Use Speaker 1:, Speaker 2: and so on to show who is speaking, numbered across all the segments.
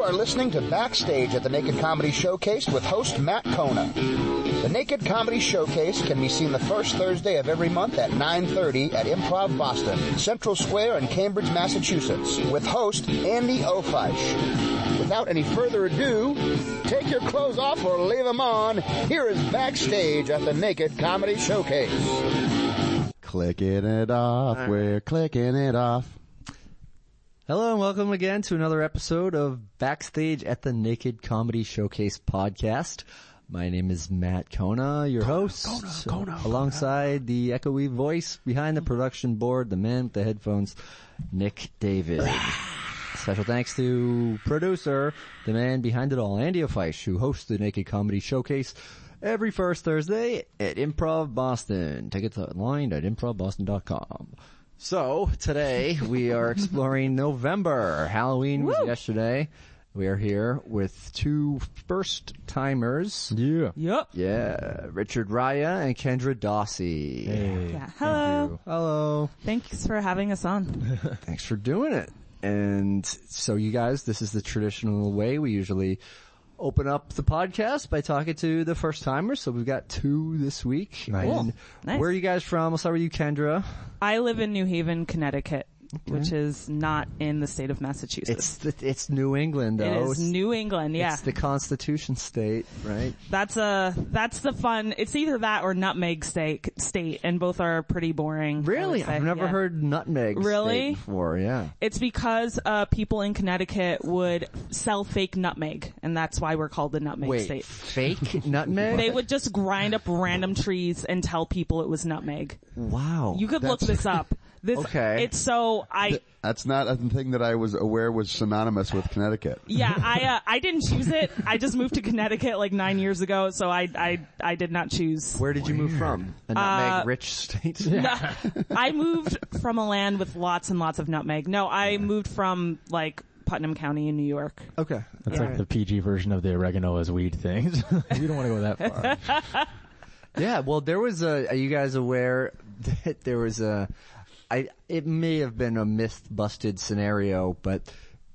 Speaker 1: are listening to Backstage at the Naked Comedy Showcase with host Matt Kona. The Naked Comedy Showcase can be seen the first Thursday of every month at 9.30 at Improv Boston, Central Square in Cambridge, Massachusetts, with host Andy Ofeisch. Without any further ado, take your clothes off or leave them on. Here is Backstage at the Naked Comedy Showcase.
Speaker 2: Clicking it off. We're clicking it off.
Speaker 3: Hello and welcome again to another episode of Backstage at the Naked Comedy Showcase podcast. My name is Matt Kona, your host, uh, alongside the echoey voice behind the production board, the man with the headphones, Nick David.
Speaker 2: Ah.
Speaker 3: Special thanks to producer, the man behind it all, Andy O'Feisch, who hosts the Naked Comedy Showcase every first Thursday at Improv Boston. Tickets online at improvboston.com. So today we are exploring November. Halloween was yesterday. We are here with two first timers. Yeah.
Speaker 4: Yep.
Speaker 3: Yeah. Richard Raya and Kendra Dossie.
Speaker 4: Yeah. Hello.
Speaker 3: Hello.
Speaker 4: Thanks for having us on.
Speaker 3: Thanks for doing it. And so you guys, this is the traditional way we usually open up the podcast by talking to the first timers. So we've got two this week.
Speaker 4: Nice. Cool.
Speaker 3: And
Speaker 4: Nice.
Speaker 3: Where are you guys from? I'll start with you, Kendra.
Speaker 4: I live in New Haven, Connecticut,
Speaker 3: Okay.
Speaker 4: which is not in the state of Massachusetts.
Speaker 3: It's the, it's New England
Speaker 4: It
Speaker 3: though.
Speaker 4: is
Speaker 3: It's-
Speaker 4: New England, yeah.
Speaker 3: It's the Constitution state, right?
Speaker 4: that's a that's the fun. It's either that or nutmeg steak state, and both are pretty boring. Really,
Speaker 3: I've never heard nutmeg
Speaker 4: Really?
Speaker 3: state before. Yeah.
Speaker 4: It's because uh, people in Connecticut would sell fake nutmeg, and that's why we're called the nutmeg
Speaker 3: Wait,
Speaker 4: state.
Speaker 3: fake nutmeg?
Speaker 4: They would just grind up random trees and tell people it was nutmeg.
Speaker 3: Wow.
Speaker 4: You could look
Speaker 2: That's-
Speaker 4: this up. This
Speaker 2: Okay.
Speaker 4: it's so I
Speaker 2: That's not a thing that I was aware was synonymous with Connecticut.
Speaker 4: Yeah, I uh, I didn't choose it. I just moved to Connecticut like nine years ago, so I I I did not choose.
Speaker 3: Where did you move from? A
Speaker 4: uh,
Speaker 3: nutmeg rich state?
Speaker 4: I moved from a land with lots and lots of nutmeg. No, I moved from like Putnam County in New York.
Speaker 3: Okay.
Speaker 5: That's
Speaker 4: Yeah.
Speaker 5: like the PG version of the oregano as weed things. you don't want to go that far.
Speaker 3: yeah, well, there was a. Are you guys aware that there was a? I it may have been a myth busted scenario, but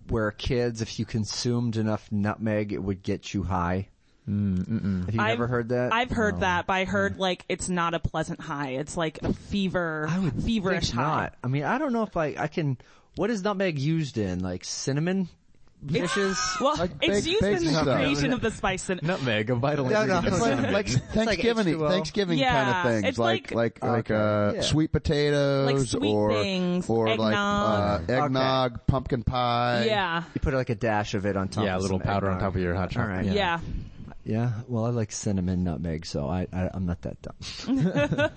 Speaker 3: where kids, if you consumed enough nutmeg, it would get you high. Mm, Have you
Speaker 4: I've-
Speaker 3: ever heard that?
Speaker 4: I've heard
Speaker 3: No.
Speaker 4: that, but I heard like it's not a pleasant high. It's like a fever, feverish
Speaker 3: It's
Speaker 4: high.
Speaker 3: not. I mean, I don't know if I I can. What is nutmeg used in? Like cinnamon dishes?
Speaker 4: Well, it's used in the
Speaker 3: stuff.
Speaker 4: creation of the spice. And-
Speaker 5: Nutmeg, a vital
Speaker 3: No, no,
Speaker 5: ingredient.
Speaker 3: it's
Speaker 5: of
Speaker 3: like-
Speaker 5: cinnamon.
Speaker 3: like
Speaker 2: Thanksgiving,
Speaker 3: H2O.
Speaker 2: Thanksgiving
Speaker 4: Yeah,
Speaker 2: kind of things
Speaker 4: it's
Speaker 2: like like
Speaker 3: like-
Speaker 2: like,
Speaker 3: Okay,
Speaker 2: uh,
Speaker 3: yeah.
Speaker 2: sweet potatoes
Speaker 4: Like sweet
Speaker 2: or
Speaker 4: things,
Speaker 2: or
Speaker 4: eggnog.
Speaker 2: like uh, eggnog, pumpkin pie.
Speaker 4: Yeah.
Speaker 3: You put like a dash of it on top.
Speaker 5: Yeah, a
Speaker 3: of
Speaker 5: little
Speaker 3: some
Speaker 5: powder on
Speaker 3: eggnog.
Speaker 5: top of your hot
Speaker 3: All right.
Speaker 5: chocolate.
Speaker 4: yeah.
Speaker 3: Yeah, well, I like cinnamon nutmeg, so I, I I'm not that dumb.
Speaker 4: let's
Speaker 3: All
Speaker 4: get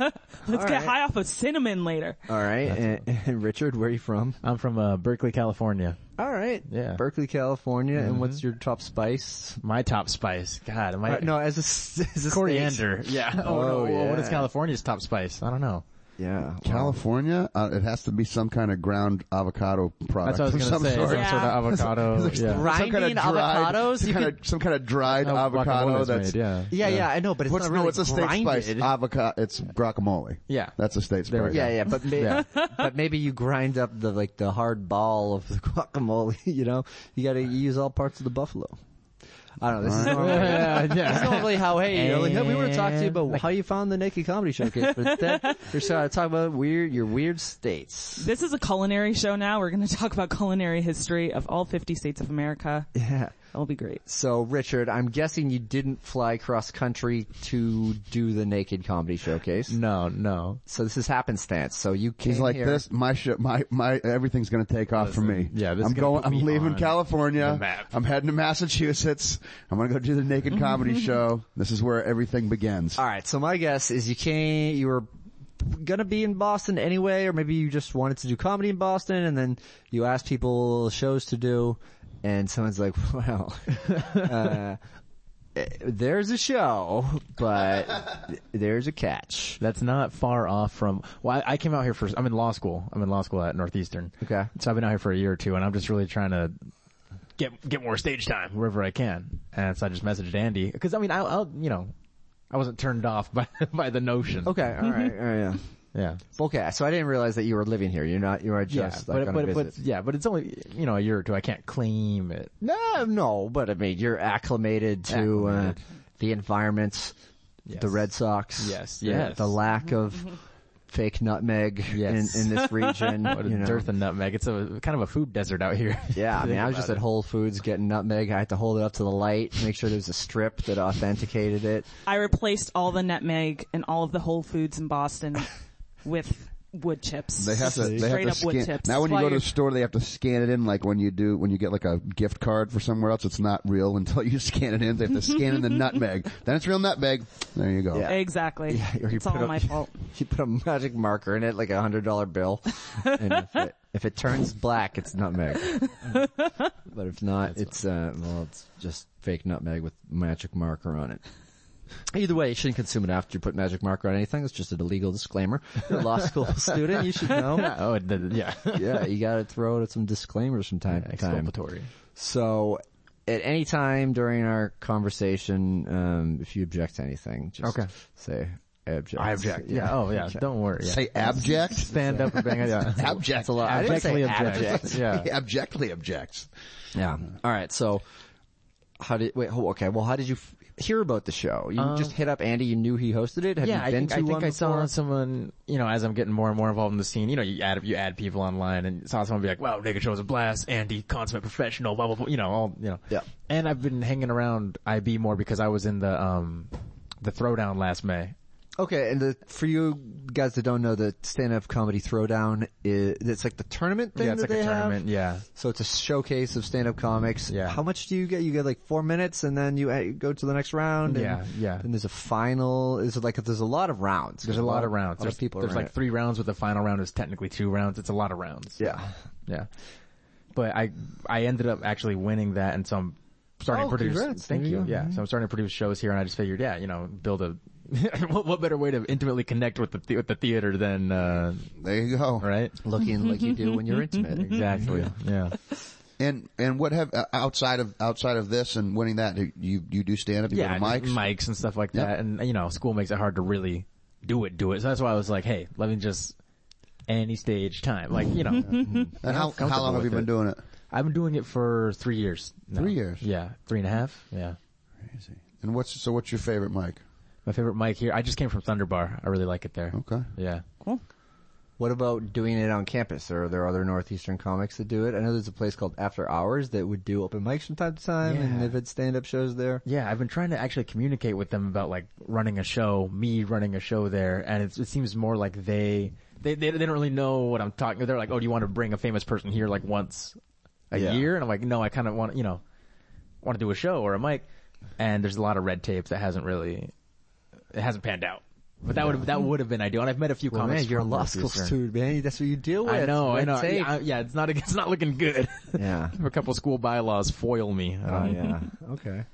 Speaker 3: right.
Speaker 4: high off of cinnamon later.
Speaker 3: All right, and, and Richard, where are you from?
Speaker 5: I'm from uh, Berkeley, California.
Speaker 3: All right,
Speaker 5: Yeah. Mm-hmm.
Speaker 3: Berkeley, California. And what's your top spice?
Speaker 5: My top spice. God, my
Speaker 3: Uh, no, as a s- as a
Speaker 5: coriander.
Speaker 3: state.
Speaker 5: Yeah. Oh, no.
Speaker 3: Oh,
Speaker 5: Well, What is
Speaker 3: yeah.
Speaker 5: California's top spice? I don't know.
Speaker 3: Yeah,
Speaker 2: California, uh, it has to be some kind of ground avocado product.
Speaker 5: That's what I was
Speaker 2: of
Speaker 5: gonna
Speaker 2: some
Speaker 5: say.
Speaker 2: Sort.
Speaker 5: Some sort of avocado.
Speaker 2: Some
Speaker 5: yeah.
Speaker 2: kind of
Speaker 3: Grinding
Speaker 2: dried-
Speaker 3: avocados?
Speaker 2: Some
Speaker 3: You
Speaker 2: kind,
Speaker 3: could- Oh,
Speaker 2: of, some kind of dried
Speaker 5: How
Speaker 2: avocado
Speaker 5: guacamole's
Speaker 2: that's
Speaker 5: made, yeah.
Speaker 3: Yeah, yeah, I know, but it's
Speaker 2: What's
Speaker 3: not
Speaker 2: no?
Speaker 3: really
Speaker 2: It's a state spice.
Speaker 3: grinded.
Speaker 2: Avocado. It's guacamole.
Speaker 5: Yeah.
Speaker 2: that's a state
Speaker 5: There we
Speaker 2: spice.
Speaker 3: Yeah, yeah, but may-
Speaker 5: Yeah.
Speaker 3: but maybe you grind up the like the hard ball of the guacamole. You know, you got to use all parts of the buffalo. I don't know. This is normally,
Speaker 5: Yeah, yeah.
Speaker 3: this is normally how hey, you know, like, hey, we want to talk to you about
Speaker 5: And-
Speaker 3: how you found the Naked Comedy Showcase, but instead you're trying to talk about weird your weird states.
Speaker 4: This is a culinary show now. We're going to talk about culinary history of all 50 states of America.
Speaker 3: Yeah.
Speaker 4: That'll be great.
Speaker 3: So Richard, I'm guessing you didn't fly cross country to do the Naked Comedy Showcase.
Speaker 5: No, no.
Speaker 3: So this is happenstance. So you came
Speaker 2: He's like
Speaker 3: here.
Speaker 2: this. My shit. My my. Everything's gonna take off for me.
Speaker 5: yeah, this is
Speaker 2: I'm
Speaker 5: gonna
Speaker 2: going.
Speaker 5: put
Speaker 2: I'm
Speaker 5: me
Speaker 2: leaving
Speaker 5: on the
Speaker 2: California.
Speaker 5: map.
Speaker 2: I'm heading to Massachusetts. I'm gonna go do the Naked Comedy Show. This is where everything begins.
Speaker 3: All right. So my guess is you came, you were gonna be in Boston anyway, or maybe you just wanted to do comedy in Boston, and then you asked people shows to do, and someone's like, "Well, uh, eh, there's a show, but th- there's a catch."
Speaker 5: That's not far off from. Well, I, I came out here for. I'm in law school. I'm in law school at Northeastern.
Speaker 3: Okay.
Speaker 5: So I've been out here for a year or two, and I'm just really trying to get get more stage time wherever I can. And so I just messaged Andy because I mean, I'll, I'll you know, I wasn't turned off by by the notion. Mm-hmm.
Speaker 3: Okay. All right. All right. Oh, Yeah.
Speaker 5: Yeah.
Speaker 3: Okay, so I didn't realize that you were living here. You're not. You are just like
Speaker 5: but,
Speaker 3: on
Speaker 5: but,
Speaker 3: a
Speaker 5: but,
Speaker 3: visit.
Speaker 5: yeah, but it's only, you know, a year or two. I can't claim it.
Speaker 3: no, no. But I mean, you're acclimated to Uh, the environment, the
Speaker 5: Yes.
Speaker 3: Red Sox.
Speaker 5: Yes,
Speaker 3: the,
Speaker 5: yes.
Speaker 3: the lack of fake nutmeg
Speaker 5: Yes.
Speaker 3: in, in this region.
Speaker 5: What a
Speaker 3: you know.
Speaker 5: dearth of nutmeg. It's a kind of a food desert out here.
Speaker 3: Yeah, I mean,
Speaker 5: Think
Speaker 3: I was just
Speaker 5: about
Speaker 3: at Whole Foods getting nutmeg. I had to hold it up to the light, make sure there was a strip that authenticated it.
Speaker 4: I replaced all the nutmeg and all of the Whole Foods in Boston with wood chips.
Speaker 2: They have to. They
Speaker 4: Straight
Speaker 2: have to
Speaker 4: up wood
Speaker 2: scan.
Speaker 4: chips.
Speaker 2: Now, when you go to
Speaker 4: Why-
Speaker 2: the store, they have to scan it in. Like when you do, when you get like a gift card for somewhere else, it's not real until you scan it in. They have to scan in the nutmeg. Then it's real nutmeg. There you go.
Speaker 3: Yeah.
Speaker 4: Exactly.
Speaker 3: Or you
Speaker 4: it's all
Speaker 3: put a-
Speaker 4: my fault.
Speaker 3: You put a magic marker in it, like a hundred dollar bill, and if it, if it turns black, it's nutmeg. but if not, it's uh, well, it's just fake nutmeg with magic marker on it. Either way, you shouldn't consume it after you put magic marker on anything. It's just an illegal disclaimer. You're a law school student, you should know.
Speaker 5: Oh, it did- yeah.
Speaker 3: Yeah, you gotta throw out some disclaimers from time to time.
Speaker 5: Exculpatory.
Speaker 3: So, at any time during our conversation, um, if you object to anything, just
Speaker 5: Okay.
Speaker 3: say, I object.
Speaker 5: I object. Yeah. Oh, yeah. Don't worry. Yeah.
Speaker 2: Say abject.
Speaker 5: Stand up and bang it. Yeah.
Speaker 2: Abject.
Speaker 3: That's a lot. I didn't say
Speaker 5: Abjectly
Speaker 3: abject.
Speaker 5: object. Yeah.
Speaker 2: Abjectly objects.
Speaker 3: Yeah. All right. So, how did wait? oh, Okay. Well, how did you f- hear about the show? You just hit up Andy. You knew he hosted it. Have
Speaker 5: Um, yeah,
Speaker 3: you
Speaker 5: I
Speaker 3: been
Speaker 5: think,
Speaker 3: to
Speaker 5: I, think
Speaker 3: one
Speaker 5: I saw
Speaker 3: before?
Speaker 5: someone, you know, as I'm getting more and more involved in the scene, you know, you add, you add people online and saw someone be like, wow, Naked Show was a blast, Andy, consummate professional, blah, blah, blah, you know, all, you know.
Speaker 3: Yeah.
Speaker 5: And I've been hanging around IB more because I was in the, um, the throwdown last May.
Speaker 3: Okay. And the for you guys that don't know, the stand-up comedy throwdown is it's like the tournament thing
Speaker 5: yeah, it's
Speaker 3: that
Speaker 5: like a
Speaker 3: they have.
Speaker 5: tournament. Yeah.
Speaker 3: So it's a showcase of stand-up comics.
Speaker 5: Yeah.
Speaker 3: How much do you get? You get like four minutes, and then you uh, go to the next round. And
Speaker 5: Yeah, yeah.
Speaker 3: Then there's a final. Is it like there's a lot of rounds?
Speaker 5: There's a lot of
Speaker 3: A
Speaker 5: rounds.
Speaker 3: lot
Speaker 5: There's,
Speaker 3: of people.
Speaker 5: there's
Speaker 3: around
Speaker 5: like
Speaker 3: it.
Speaker 5: three rounds with the final round is technically two rounds. It's a lot of rounds.
Speaker 3: Yeah.
Speaker 5: Yeah. But I, I ended up actually winning that and so I'm starting
Speaker 3: Oh,
Speaker 5: to produce.
Speaker 3: congrats.
Speaker 5: Thank
Speaker 3: There you
Speaker 5: you.
Speaker 3: go.
Speaker 5: Yeah. So I'm starting to produce shows here and I just figured, yeah, you know, build a, what, what better way to intimately connect with the, the- with the theater than, uh,
Speaker 2: There you go.
Speaker 5: right?
Speaker 3: Looking like you do when you're intimate. Exactly.
Speaker 5: Yeah.
Speaker 2: And and what have uh, outside of outside of this and winning that do you you do stand up you
Speaker 5: Yeah.
Speaker 2: go to mics
Speaker 5: and mics and stuff like that. And you know, school makes it hard to really do it, do it. So that's why I was like, hey, let me just any stage time. Like, you know,
Speaker 2: and how
Speaker 5: I'm
Speaker 2: how long have you been
Speaker 5: comfortable
Speaker 2: doing it
Speaker 5: I've been doing it for three years. now.
Speaker 2: Three years?
Speaker 5: Yeah. Three and a half. Yeah.
Speaker 2: and what's so what's your favorite mic
Speaker 5: My favorite mic here. I just came from Thunderbar. I really like it there.
Speaker 2: okay
Speaker 5: Yeah.
Speaker 3: What about doing it on campus? Or are there other Northeastern comics that do it? I know there's a place called After Hours that would do open mics from time to time, and
Speaker 5: Yeah.
Speaker 3: they've had stand-up shows there.
Speaker 5: Yeah, I've been trying to actually communicate with them about like running a show, me running a show there, and it's, it seems more like they, they, they, they don't really know what I'm talking They're like, oh, do you want to bring a famous person here like once a
Speaker 3: Yeah.
Speaker 5: year? And I'm like, no, I kind of want, you know, want to do a show or a mic. And there's a lot of red tape that hasn't really, it hasn't panned out. But that would that would have been ideal. And I've met a few
Speaker 3: Well,
Speaker 5: comics.
Speaker 3: man, you're a
Speaker 5: from
Speaker 3: law school
Speaker 5: Northeastern.
Speaker 3: student, man. That's what you deal with.
Speaker 5: I know, I
Speaker 3: Red
Speaker 5: know.
Speaker 3: tape.
Speaker 5: Yeah, I- yeah, it's not it's not looking good.
Speaker 3: Yeah.
Speaker 5: a couple school bylaws foil me.
Speaker 3: Oh, yeah. Okay.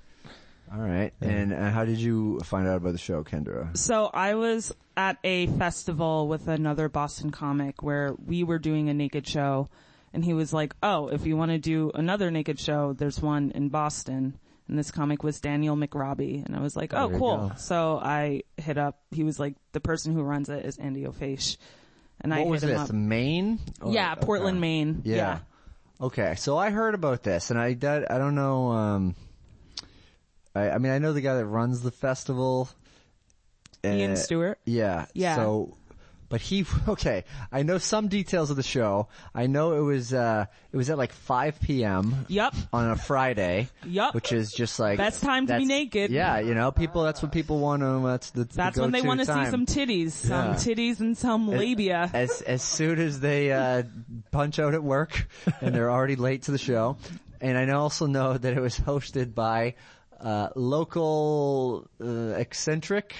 Speaker 3: All right. And uh, how did you find out about the show, Kendra?
Speaker 4: So I was at a festival with another Boston comic where we were doing a naked show and he was like, oh, if you want to do another naked show, there's one in Boston. And this comic was Daniel McRobbie. And I was like, oh,
Speaker 5: There you
Speaker 4: cool.
Speaker 5: go.
Speaker 4: So I hit up, he was like, the person who runs it is Andy O'Fache. And I
Speaker 3: what
Speaker 4: hit
Speaker 3: was
Speaker 4: him
Speaker 3: this?
Speaker 4: up.
Speaker 3: Maine? Or- uh,
Speaker 4: yeah,
Speaker 3: okay.
Speaker 4: Portland, Maine.
Speaker 3: Yeah.
Speaker 4: yeah.
Speaker 3: Okay, so I heard about this, and I did, I don't know. Um, I, I mean, I know the guy that runs the festival,
Speaker 4: Ian
Speaker 3: Uh,
Speaker 4: Stewart.
Speaker 3: Yeah.
Speaker 4: Yeah.
Speaker 3: So, but he okay. I know some details of the show. I know it was uh it was at like 5 p.m.
Speaker 4: Yup.
Speaker 3: on a Friday.
Speaker 4: Yup.
Speaker 3: Which is just like
Speaker 4: Best time to be
Speaker 3: that's-
Speaker 4: naked.
Speaker 3: Yeah, you know, people. That's what people want to. That's the. the
Speaker 4: That's when they
Speaker 3: go-to
Speaker 4: want to see
Speaker 3: time.
Speaker 4: some titties, some
Speaker 3: Yeah.
Speaker 4: titties and some labia.
Speaker 3: As as soon as they uh, punch out at work and they're already late to the show, and I also know that it was hosted by uh, local uh, eccentric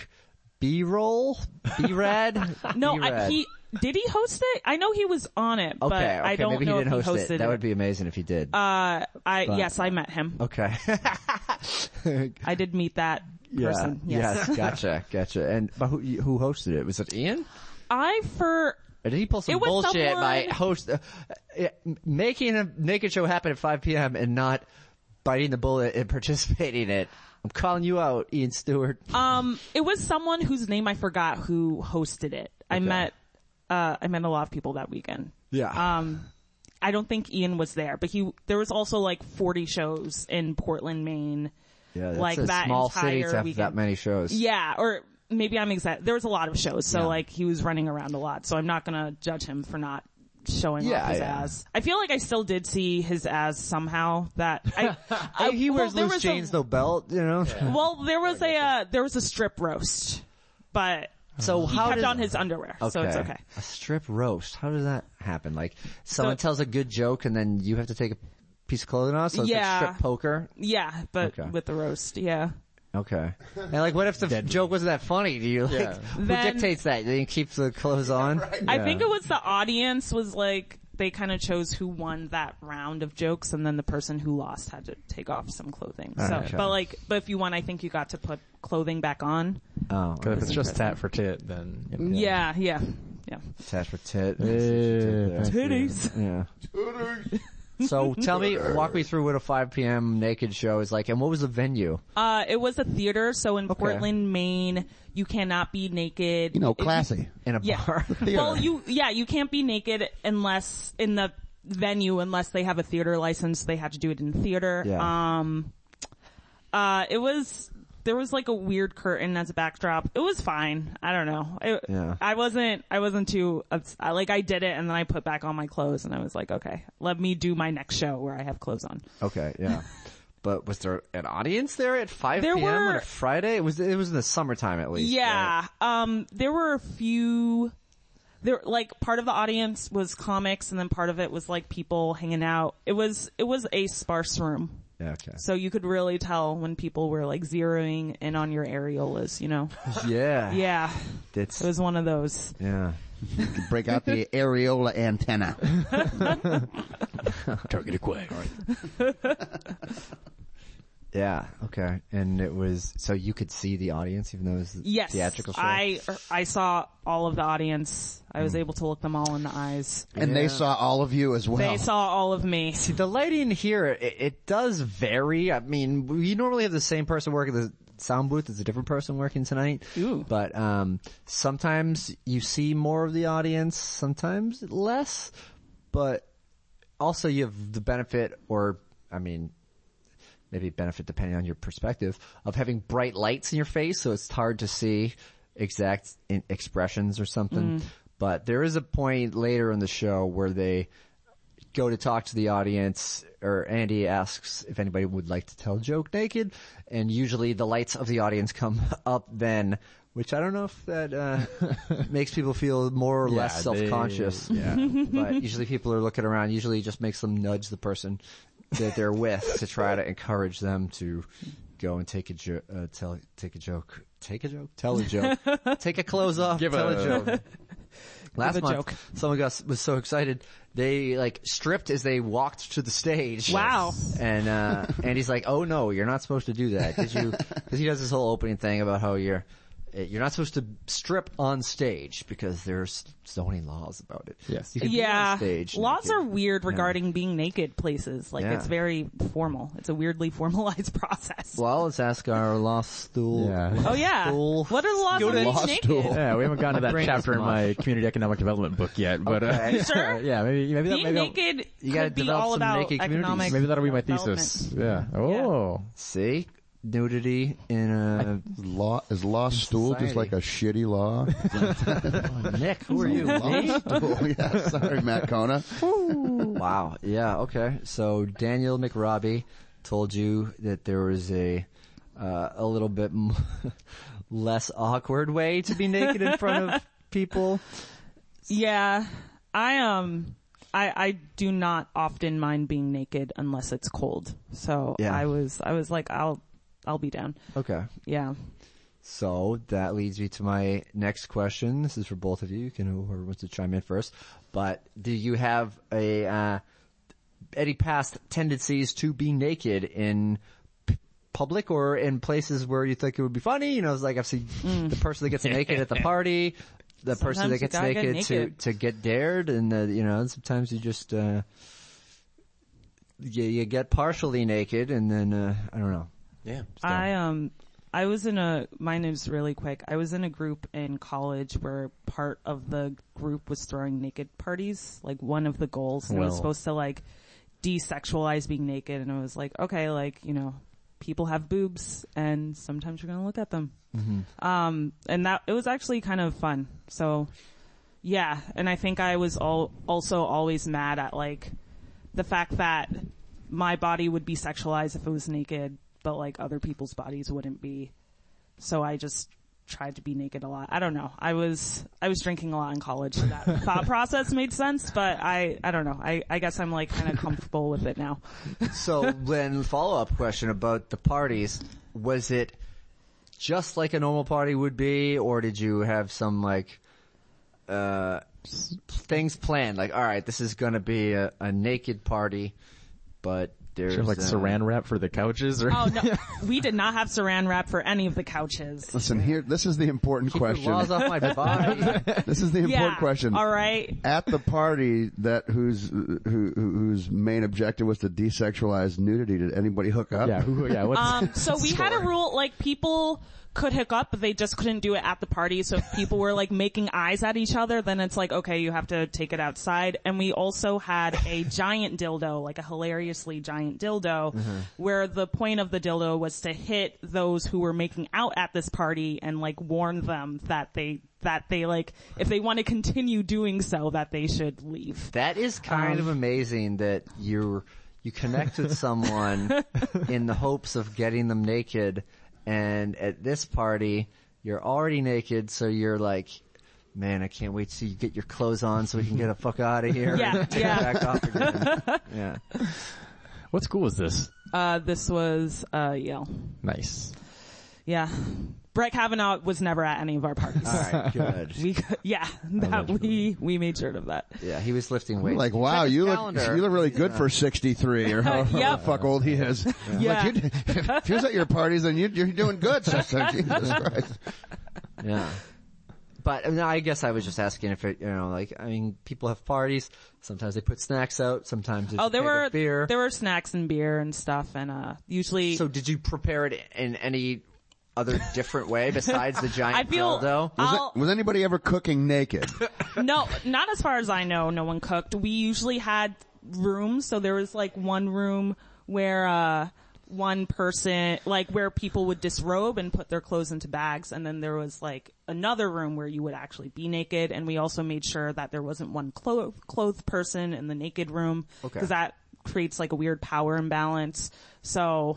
Speaker 3: B-roll, B-rad.
Speaker 4: No, I,
Speaker 3: B-rad.
Speaker 4: he did he host it? I know he was on it, but
Speaker 3: Okay, okay,
Speaker 4: I don't
Speaker 3: maybe
Speaker 4: know
Speaker 3: he didn't
Speaker 4: if
Speaker 3: host
Speaker 4: he hosted
Speaker 3: it. That would be amazing if he did.
Speaker 4: Uh, I yes, I met him.
Speaker 3: okay.
Speaker 4: I did meet that person. Yes.
Speaker 3: yes, gotcha, gotcha. And but who who hosted it? Was it Ian?
Speaker 4: I for
Speaker 3: Or did he pull some
Speaker 4: It was
Speaker 3: bullshit by
Speaker 4: someone-
Speaker 3: host uh, uh, making a naked show happen at 5 p.m. and not biting the bullet and participating in it? I'm calling you out, Ian Stewart.
Speaker 4: um, it was someone whose name I forgot who hosted it. I met uh, I met a lot of people that weekend.
Speaker 6: Yeah.
Speaker 4: Um, I don't think Ian was there, but he there was also like 40 shows in Portland, Maine.
Speaker 3: Yeah, that's
Speaker 4: like
Speaker 3: a
Speaker 4: that
Speaker 3: small
Speaker 4: entire
Speaker 3: city to have
Speaker 4: weekend.
Speaker 3: that many shows.
Speaker 4: Yeah, or maybe I'm exact. There was a lot of shows, so like he was running around a lot. So I'm not gonna judge him for not showing
Speaker 3: Yeah,
Speaker 4: off his
Speaker 3: yeah.
Speaker 4: ass. I feel like I still did see his ass somehow. That I, I
Speaker 3: Hey, he
Speaker 4: well,
Speaker 3: wears
Speaker 4: there
Speaker 3: loose
Speaker 4: was a-
Speaker 3: jeans, no belt, you know.
Speaker 4: Well, there was a uh, there was a strip roast, but
Speaker 3: So
Speaker 4: he
Speaker 3: how
Speaker 4: kept
Speaker 3: did-
Speaker 4: on his underwear, so it's okay.
Speaker 3: A strip roast. How does that happen? Like someone tells a good joke and then you have to take a piece of clothing off.
Speaker 4: Yeah.
Speaker 3: So it's like strip poker.
Speaker 4: Yeah, but
Speaker 3: Okay.
Speaker 4: with the roast, yeah.
Speaker 3: Okay. And like, what if the joke wasn't that funny? Do you like who
Speaker 4: Then-
Speaker 3: dictates that? Do you keep the clothes on?
Speaker 4: I think it was the audience was like they kind of chose who won that round of jokes, and then the person who lost had to take off some clothing. so,
Speaker 3: Okay.
Speaker 4: but like, but if you won, I think you got to put clothing back on.
Speaker 3: Oh,
Speaker 5: Because if it's
Speaker 3: it's
Speaker 5: just tat for tit, then you know.
Speaker 4: Yeah, yeah, yeah.
Speaker 3: attached for tit.
Speaker 4: Titties.
Speaker 3: Yeah. So tell me, walk me through what a 5 p.m. naked show is like, and what was the venue?
Speaker 4: Uh, it was a theater, so in Portland, Maine, you cannot be naked.
Speaker 2: You know, classy.
Speaker 3: In a
Speaker 4: Yeah.
Speaker 3: bar?
Speaker 4: Well, you yeah, you can't be naked unless in the venue unless they have a theater license. They had to do it in theater.
Speaker 3: Yeah.
Speaker 4: Um, uh, it was there was like a weird curtain as a backdrop. It was fine. I don't know. It,
Speaker 3: Yeah.
Speaker 4: I wasn't I wasn't too ups- I, like I did it and then I put back on my clothes and I was like, okay, let me do my next show where I have clothes on.
Speaker 3: Okay, yeah. But was there an audience there at 5
Speaker 4: There
Speaker 3: p.m. on
Speaker 4: were-
Speaker 3: a Friday? It was, it was in the summertime at least. right?
Speaker 4: Yeah. Um, there were a few, there, like part of the audience was comics and then part of it was like people hanging out. It was, it was a sparse room.
Speaker 3: Yeah, okay.
Speaker 4: So you could really tell when people were like zeroing in on your areolas, you know?
Speaker 3: Yeah.
Speaker 4: Yeah.
Speaker 3: It's,
Speaker 4: It was one of those.
Speaker 3: yeah.
Speaker 2: Break out the areola antenna.
Speaker 5: Target away.
Speaker 3: Yeah. Okay. And it was, so you could see the audience even though it was a
Speaker 4: Yes.
Speaker 3: theatrical show? Hmm.
Speaker 4: I, er, I saw all of the audience. I was able to look them all in the eyes.
Speaker 2: And they saw all of you as well.
Speaker 4: They saw all of me.
Speaker 3: See, the lighting here, it, it does vary. I mean, we normally have the same person working the sound booth. It's a different person working tonight.
Speaker 4: Ooh.
Speaker 3: But, um, sometimes you see more of the audience, sometimes less, but also you have the benefit or, I mean, maybe benefit depending on your perspective of having bright lights in your face. So it's hard to see exact in- expressions or something.
Speaker 5: Mm.
Speaker 3: But there is a point later in the show where they, go to talk to the audience or Andy asks if anybody would like to tell a joke naked and usually the lights of the audience come up then which I don't know if that uh, makes people feel more or less
Speaker 5: Yeah, they-
Speaker 3: self-conscious. yeah. But usually people are looking around. Usually it just makes them nudge the person that they're with to try to encourage them to go and take a jo- uh, tell take a joke, take a joke, tell a joke, take a clothes off,
Speaker 5: Give
Speaker 3: tell
Speaker 5: a-
Speaker 3: a joke last
Speaker 4: Give a
Speaker 3: month,
Speaker 4: joke.
Speaker 3: someone got was so excited they like stripped as they walked to the stage.
Speaker 4: Wow.
Speaker 3: And uh, and he's like, "Oh no, you're not supposed to do that." Did you? Because he does this whole opening thing about how you're. eh, You're not supposed to strip on stage because there's zoning laws about it. Yes, you can be
Speaker 4: Yeah.
Speaker 3: on stage.
Speaker 4: Laws
Speaker 3: naked.
Speaker 4: are weird regarding being naked places. Like
Speaker 3: Yeah.
Speaker 4: it's very formal. It's a weirdly formalized process.
Speaker 3: Well, let's ask our law school.
Speaker 5: Yeah.
Speaker 4: Oh yeah.
Speaker 3: School.
Speaker 4: What are the laws of being naked?
Speaker 5: Yeah, we haven't gotten to that
Speaker 3: brain
Speaker 5: chapter
Speaker 3: is
Speaker 5: in my community economic development book yet, but uh,
Speaker 4: Sure.
Speaker 5: yeah, maybe maybe that,
Speaker 4: Being
Speaker 5: maybe, that'll-
Speaker 4: naked
Speaker 3: You gotta
Speaker 4: could be
Speaker 3: develop
Speaker 4: all
Speaker 3: some
Speaker 4: about
Speaker 3: naked communities.
Speaker 4: economic.
Speaker 5: maybe that'll be my
Speaker 4: development.
Speaker 5: thesis. Yeah. Oh,
Speaker 3: See, nudity in a
Speaker 2: Law is law stool just
Speaker 3: Society.
Speaker 2: like a shitty law.
Speaker 3: Nick. Who are you?
Speaker 2: law stool. Oh, Yeah, sorry, Matt Kona.
Speaker 3: Wow. Yeah. Okay. So Daniel McRobbie told you that there was a uh, a little bit m- less awkward way to be naked in front of people.
Speaker 4: Yeah. I um I I do not often mind being naked unless it's cold. So
Speaker 3: Yeah.
Speaker 4: I was I was like I'll I'll be down.
Speaker 3: Okay.
Speaker 4: Yeah.
Speaker 3: So that leads me to my next question. This is for both of you. You can whoever wants to chime in first. But do you have a uh, any past tendencies to be naked in p- public or in places where you think it would be funny? You know, it's like I've seen the person that gets naked at the party, the person
Speaker 4: Sometimes
Speaker 3: that
Speaker 4: you
Speaker 3: gets
Speaker 4: gotta
Speaker 3: naked,
Speaker 4: get naked.
Speaker 3: to to get dared, and uh, you know, sometimes you just. Uh, you, you get partially naked and then, uh, I don't know.
Speaker 5: yeah.
Speaker 4: I um I was in a, mine is really quick. I was in a group in college where part of the group was throwing naked parties, like one of the goals. And it was
Speaker 5: Well.
Speaker 4: supposed to like desexualize being naked. And it was like, okay, like, you know, people have boobs and sometimes you're going to look at them.
Speaker 5: Mm-hmm.
Speaker 4: Um, and that, it was actually kind of fun. So yeah. And I think I was all, also always mad at like the fact that my body would be sexualized if it was naked, but like other people's bodies wouldn't be. So I just tried to be naked a lot. I don't know. I was, I was drinking a lot in college. so That thought process made sense, but I, I don't know. I, I guess I'm like kind of comfortable with it now.
Speaker 3: So then follow up question about the parties. Was it just like a normal party would be or did you have some like, uh, s- things planned? Like, alright, this is gonna be a, a naked party, but there's
Speaker 5: Sure, like
Speaker 3: uh,
Speaker 5: saran wrap for the couches or
Speaker 4: Oh no, we did not have saran wrap for any of the couches.
Speaker 2: Listen here. This is the important
Speaker 3: Keep your
Speaker 2: question.
Speaker 3: laws off my body.
Speaker 2: This is the important
Speaker 4: Yeah.
Speaker 2: question.
Speaker 4: All right.
Speaker 2: At the party that whose who, who- whose main objective was to desexualize nudity, did anybody hook up?
Speaker 5: yeah, who, yeah. What's,
Speaker 4: Um, so we had a rule like people could hook up, but they just couldn't do it at the party. So if people were like making eyes at each other, then it's like okay, you have to take it outside. And we also had a giant dildo, like a hilariously giant dildo,
Speaker 7: Mm-hmm.
Speaker 4: where the point of the dildo was to hit those who were making out at this party and like warn them that they that they like if they want to continue doing so that they should leave. Um,
Speaker 3: That is kind of amazing that you you connect with someone in the hopes of getting them naked, and at this party you're already naked, so you're like, man, I can't wait till you get your clothes on so we can get the fuck out of here.
Speaker 4: Yeah,
Speaker 3: and take
Speaker 4: yeah.
Speaker 3: it back off again. yeah.
Speaker 5: what school is this?
Speaker 4: Uh, this was uh, Yale.
Speaker 5: Nice.
Speaker 4: Yeah. Brett Kavanaugh was never at any of our parties.
Speaker 3: All right. Good.
Speaker 4: We, could- yeah, that we, we made sure of that.
Speaker 3: Yeah. He was lifting weights.
Speaker 2: Like wow, you look
Speaker 3: calendar.
Speaker 2: you look really good for sixty three or however
Speaker 4: Yep.
Speaker 2: the fuck old he is.
Speaker 4: Yeah.
Speaker 2: Like, you- if he was at your parties, then you, you're doing good. Sister. Jesus Christ.
Speaker 3: Yeah. But I, mean, I guess I was just asking if it, you know, like, I mean, people have parties. Sometimes they put snacks out. Sometimes it's
Speaker 4: Oh, there were,
Speaker 3: beer.
Speaker 4: there were snacks and beer and stuff and, uh, usually,
Speaker 3: So did you prepare it in any other different way besides the giant
Speaker 4: I feel-
Speaker 3: dildo?
Speaker 4: I-
Speaker 2: Was,
Speaker 4: I'll-
Speaker 2: that- was anybody ever cooking naked?
Speaker 4: no, not as far as I know, no one cooked. We usually had rooms, so there was like one room where, uh, one person, like where people would disrobe and put their clothes into bags and then there was like another room where you would actually be naked and we also made sure that there wasn't one clo- clothed person in the naked room.
Speaker 3: Okay.
Speaker 4: Cause that creates like a weird power imbalance. So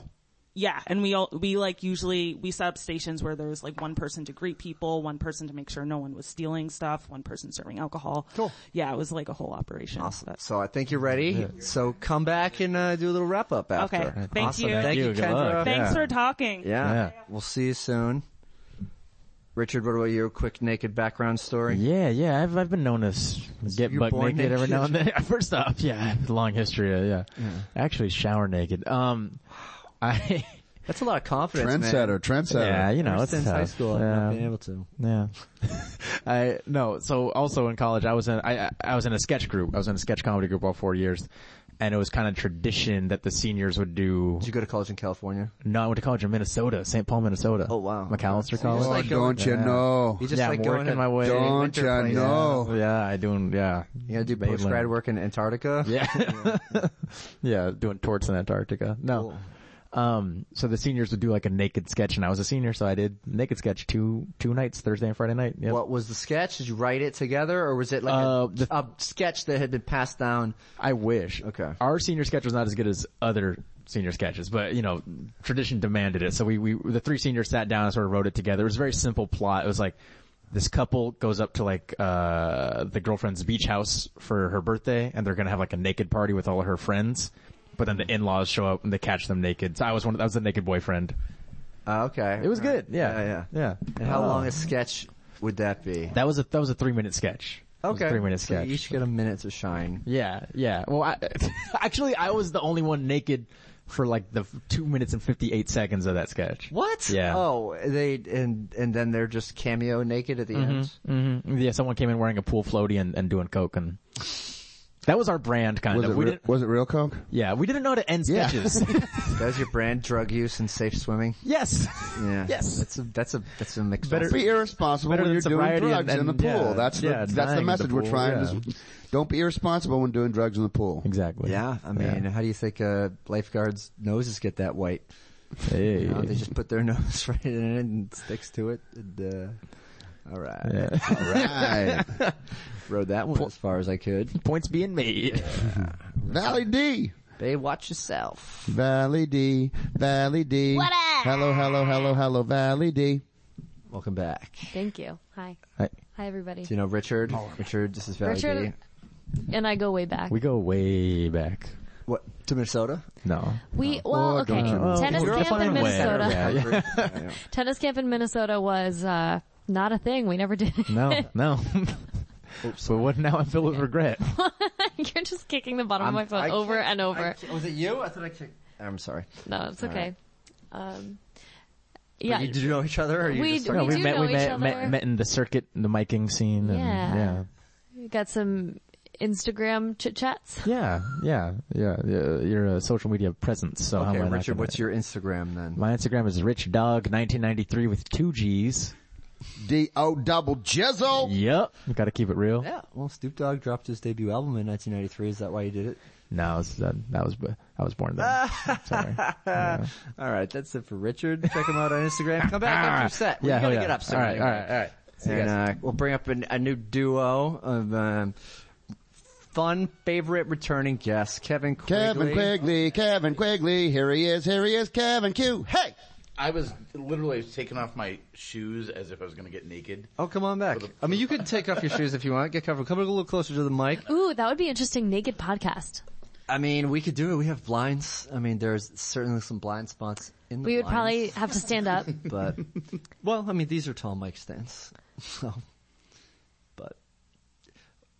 Speaker 4: yeah, and we all, we like usually, we set up stations where there was like one person to greet people, one person to make sure no one was stealing stuff, one person serving alcohol. Cool. Yeah, it was like a whole operation. But-
Speaker 3: so I think you're ready. So come back and uh, do a little wrap up after.
Speaker 4: Okay. Thank
Speaker 3: Awesome.
Speaker 4: you.
Speaker 3: Thank you,
Speaker 5: Thank you. Good
Speaker 3: Kendra.
Speaker 5: luck.
Speaker 4: Thanks for talking.
Speaker 3: Yeah.
Speaker 5: Yeah.
Speaker 3: We'll see you soon. Richard, what about your quick naked background story?
Speaker 5: Yeah, yeah. I've I've been known to s- get
Speaker 3: you're
Speaker 5: buck
Speaker 3: born
Speaker 5: naked, every
Speaker 3: naked?
Speaker 5: now and then. First off, yeah, long history. uh, Yeah, actually shower naked. Um, I
Speaker 3: That's a lot of confidence, man.
Speaker 2: Trendsetter, trendsetter.
Speaker 5: yeah, you know,
Speaker 3: Ever
Speaker 5: it's
Speaker 3: since
Speaker 5: tough.
Speaker 3: high school, I've
Speaker 5: yeah.
Speaker 3: not been able to.
Speaker 5: Yeah. I no. So also in college, I was in I I- I was in a sketch group. I was in a sketch comedy group all four years, and it was kind of tradition that the seniors would do.
Speaker 3: Did you go to college in California?
Speaker 5: No, I went to college in Minnesota, St. Paul, Minnesota.
Speaker 3: Oh, wow.
Speaker 5: McAllister
Speaker 3: you
Speaker 5: College.
Speaker 2: Oh,
Speaker 3: like
Speaker 2: don't
Speaker 5: going-
Speaker 2: you know?
Speaker 3: You just
Speaker 5: yeah,
Speaker 3: like
Speaker 5: I'm
Speaker 3: going
Speaker 5: working
Speaker 3: to
Speaker 5: my way.
Speaker 2: Oh. Don't
Speaker 3: winter
Speaker 2: you
Speaker 3: place.
Speaker 2: know?
Speaker 5: Yeah, I doing. Yeah,
Speaker 3: You gotta do post grad work in Antarctica?
Speaker 5: Yeah. yeah, doing torts in Antarctica. No. Um, so the seniors would do like a naked sketch and I was a senior, so I did naked sketch two, two nights, Thursday and Friday night. Yep.
Speaker 3: What was the sketch? Did you write it together or was it like
Speaker 5: Uh,
Speaker 3: a,
Speaker 5: the-
Speaker 3: a sketch that had been passed down?
Speaker 5: I wish.
Speaker 3: Okay.
Speaker 5: Our senior sketch was not as good as other senior sketches, but you know, tradition demanded it. So we, we, the three seniors sat down and sort of wrote it together. It was a very simple plot. It was like, this couple goes up to like, uh, the girlfriend's beach house for her birthday and they're gonna have like a naked party with all of her friends. But then the in-laws show up and they catch them naked. So I was one of, I was the naked boyfriend.
Speaker 3: Oh, okay.
Speaker 5: It was
Speaker 3: All right.
Speaker 5: good. Yeah.
Speaker 3: Yeah, yeah.
Speaker 5: Yeah. Oh.
Speaker 3: And how long a sketch would that be?
Speaker 5: That was a, that was a three minute sketch. It was a three minute
Speaker 3: So
Speaker 5: sketch.
Speaker 3: you each get a minute to shine.
Speaker 5: Yeah, yeah. Well, I, actually, I was the only one naked for like the f- two minutes and fifty-eight seconds of that sketch.
Speaker 3: What?
Speaker 5: Yeah.
Speaker 3: Oh, they and and then they're just cameo naked at the end.
Speaker 5: Mm-hmm. Yeah, someone came in wearing a pool floaty and, and doing coke, and That was our brand, kind
Speaker 2: Was
Speaker 5: of.
Speaker 2: it,
Speaker 5: we
Speaker 2: re-
Speaker 5: didn't,
Speaker 2: was it real coke?
Speaker 5: yeah, we didn't know how to end
Speaker 2: Yeah.
Speaker 5: sketches.
Speaker 3: Does your brand drug use and safe swimming?
Speaker 5: yes.
Speaker 3: Yeah.
Speaker 5: Yes.
Speaker 3: That's a, that's a, that's a mixed
Speaker 5: Better-
Speaker 2: Be irresponsible
Speaker 5: Better
Speaker 2: when
Speaker 5: than
Speaker 2: you're doing
Speaker 5: sobriety
Speaker 2: drugs
Speaker 5: and-
Speaker 2: in the
Speaker 5: and-
Speaker 2: pool.
Speaker 5: yeah,
Speaker 2: that's the,
Speaker 5: yeah,
Speaker 2: that's
Speaker 5: dying
Speaker 2: the
Speaker 5: in the
Speaker 2: message we're
Speaker 5: pool,
Speaker 2: trying.
Speaker 5: yeah.
Speaker 2: to Don't be irresponsible when doing drugs in the pool.
Speaker 5: Exactly.
Speaker 3: Yeah, I mean, how do you think uh, lifeguards' noses get that white?
Speaker 5: Hey.
Speaker 3: You know, they just put their nose right in it and sticks to it. And, uh, all right,
Speaker 2: All right,
Speaker 3: rode that one as far as I could.
Speaker 5: Points being made.
Speaker 2: Valley D.
Speaker 3: Babe, watch yourself.
Speaker 2: Valley D, Valley D.
Speaker 6: What up?
Speaker 2: Hello, hello, hello, hello, Valley D.
Speaker 3: Welcome back.
Speaker 6: Thank you. Hi.
Speaker 5: Hi.
Speaker 6: Hi, everybody.
Speaker 3: Do you know Richard? Richard, this is Valley
Speaker 6: Richard-
Speaker 3: D.
Speaker 6: And I go way back.
Speaker 5: We go way back.
Speaker 3: What to Minnesota?
Speaker 5: No.
Speaker 6: We well, okay. Tennis
Speaker 5: You're
Speaker 6: camp in
Speaker 5: fine way.
Speaker 6: Minnesota.
Speaker 5: Yeah, yeah.
Speaker 6: Tennis camp in Minnesota was uh, not a thing. We never did. it.
Speaker 5: No, no. but what now? I'm filled with regret.
Speaker 6: You're just kicking the bottom
Speaker 3: I'm-
Speaker 6: of my phone
Speaker 3: I
Speaker 6: over and over.
Speaker 3: was it you? I thought I kicked. I'm sorry.
Speaker 6: no, it's okay. Um, yeah,
Speaker 3: You, did you know each other? Or you
Speaker 6: We-
Speaker 3: just
Speaker 6: we
Speaker 5: we
Speaker 6: do
Speaker 5: met.
Speaker 6: know
Speaker 5: we
Speaker 6: each
Speaker 5: met,
Speaker 6: other.
Speaker 5: met. Met in the circuit, in the miking scene. And,
Speaker 6: Yeah.
Speaker 5: yeah.
Speaker 6: got some Instagram chit chats.
Speaker 5: Yeah, yeah, yeah. yeah, You're a social media presence. So how
Speaker 3: okay,
Speaker 5: am I not
Speaker 3: Richard,
Speaker 5: gonna-
Speaker 3: what's your Instagram then?
Speaker 5: My Instagram is richdog1993 with two G's.
Speaker 2: D O double jizzle.
Speaker 5: Yep. Got to keep it real.
Speaker 3: yeah, well, Snoop Dogg dropped his debut album in 1993. Is that why you did it?
Speaker 5: No, it's, that, that was I was born then. Sorry.
Speaker 3: All right, that's it for Richard. Check him out on Instagram. Come back after set. We
Speaker 5: Yeah,
Speaker 3: gotta
Speaker 5: hell yeah.
Speaker 3: get up soon.
Speaker 5: All right, all right, all right. See you
Speaker 3: And
Speaker 5: guys.
Speaker 3: uh, we'll bring up an, a new duo of um, fun favorite returning guests, Kevin Quigley.
Speaker 2: Kevin Quigley, Kevin Quigley. Here he is, here he is, Kevin Q. Hey!
Speaker 8: I was literally taking off my shoes as if I was going to get naked.
Speaker 3: Oh, come on back. I mean, you could take off your shoes if you want. Get comfortable. Come a little closer to the mic.
Speaker 6: Ooh, that would be interesting. Naked podcast.
Speaker 3: I mean, we could do it. We have blinds. I mean, there's certainly some blind spots in the
Speaker 6: We would probably
Speaker 3: blinds,
Speaker 6: have to stand up.
Speaker 3: But, well, I mean, these are tall mic stands. So, but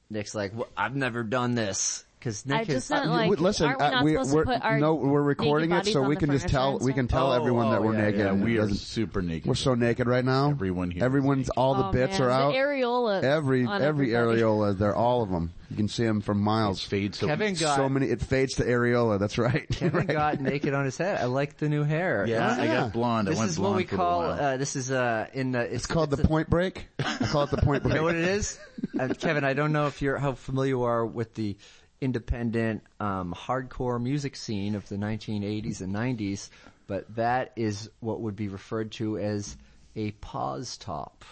Speaker 3: Nick's like, well, I've never done this. Cause Nick
Speaker 6: I
Speaker 3: has,
Speaker 6: just meant like,
Speaker 2: Wait, listen,
Speaker 6: aren't we
Speaker 2: uh,
Speaker 6: not
Speaker 2: we,
Speaker 6: supposed
Speaker 2: are
Speaker 6: to put our
Speaker 2: no, we're recording
Speaker 6: naked
Speaker 2: it, so
Speaker 6: bodies
Speaker 2: we
Speaker 6: on
Speaker 2: can
Speaker 6: the
Speaker 2: just
Speaker 6: furniture
Speaker 2: tell we
Speaker 6: and stuff?
Speaker 2: can tell everyone that
Speaker 5: oh,
Speaker 2: we're
Speaker 5: yeah,
Speaker 2: naked.
Speaker 5: yeah,
Speaker 8: Yeah,
Speaker 2: and it
Speaker 8: we are
Speaker 2: doesn't-
Speaker 8: super naked.
Speaker 2: we're so naked right now.
Speaker 8: Everyone here is
Speaker 2: Everyone's all the
Speaker 6: Oh,
Speaker 2: bits
Speaker 6: man.
Speaker 2: are out.
Speaker 6: The areola.
Speaker 2: every
Speaker 6: on
Speaker 2: every
Speaker 6: everybody.
Speaker 2: areola, they're all of them. You can see them from miles.
Speaker 8: fade so
Speaker 3: Kevin got,
Speaker 2: So many, it fades to areola. That's right.
Speaker 3: Kevin
Speaker 2: Right.
Speaker 3: got naked on his head. I like the new hair.
Speaker 8: Yeah, I got blonde.
Speaker 3: This
Speaker 8: I went
Speaker 3: is
Speaker 8: blonde
Speaker 3: what we
Speaker 8: for a
Speaker 3: call,
Speaker 8: while.
Speaker 3: uh, this is, uh, in the,
Speaker 2: It's called the point break. I call it the point break.
Speaker 3: You know what it is? Uh, Kevin, I don't know if you're how familiar you are with the independent um, hardcore music scene of the 1980s and 90s, but that is what would be referred to as a pause top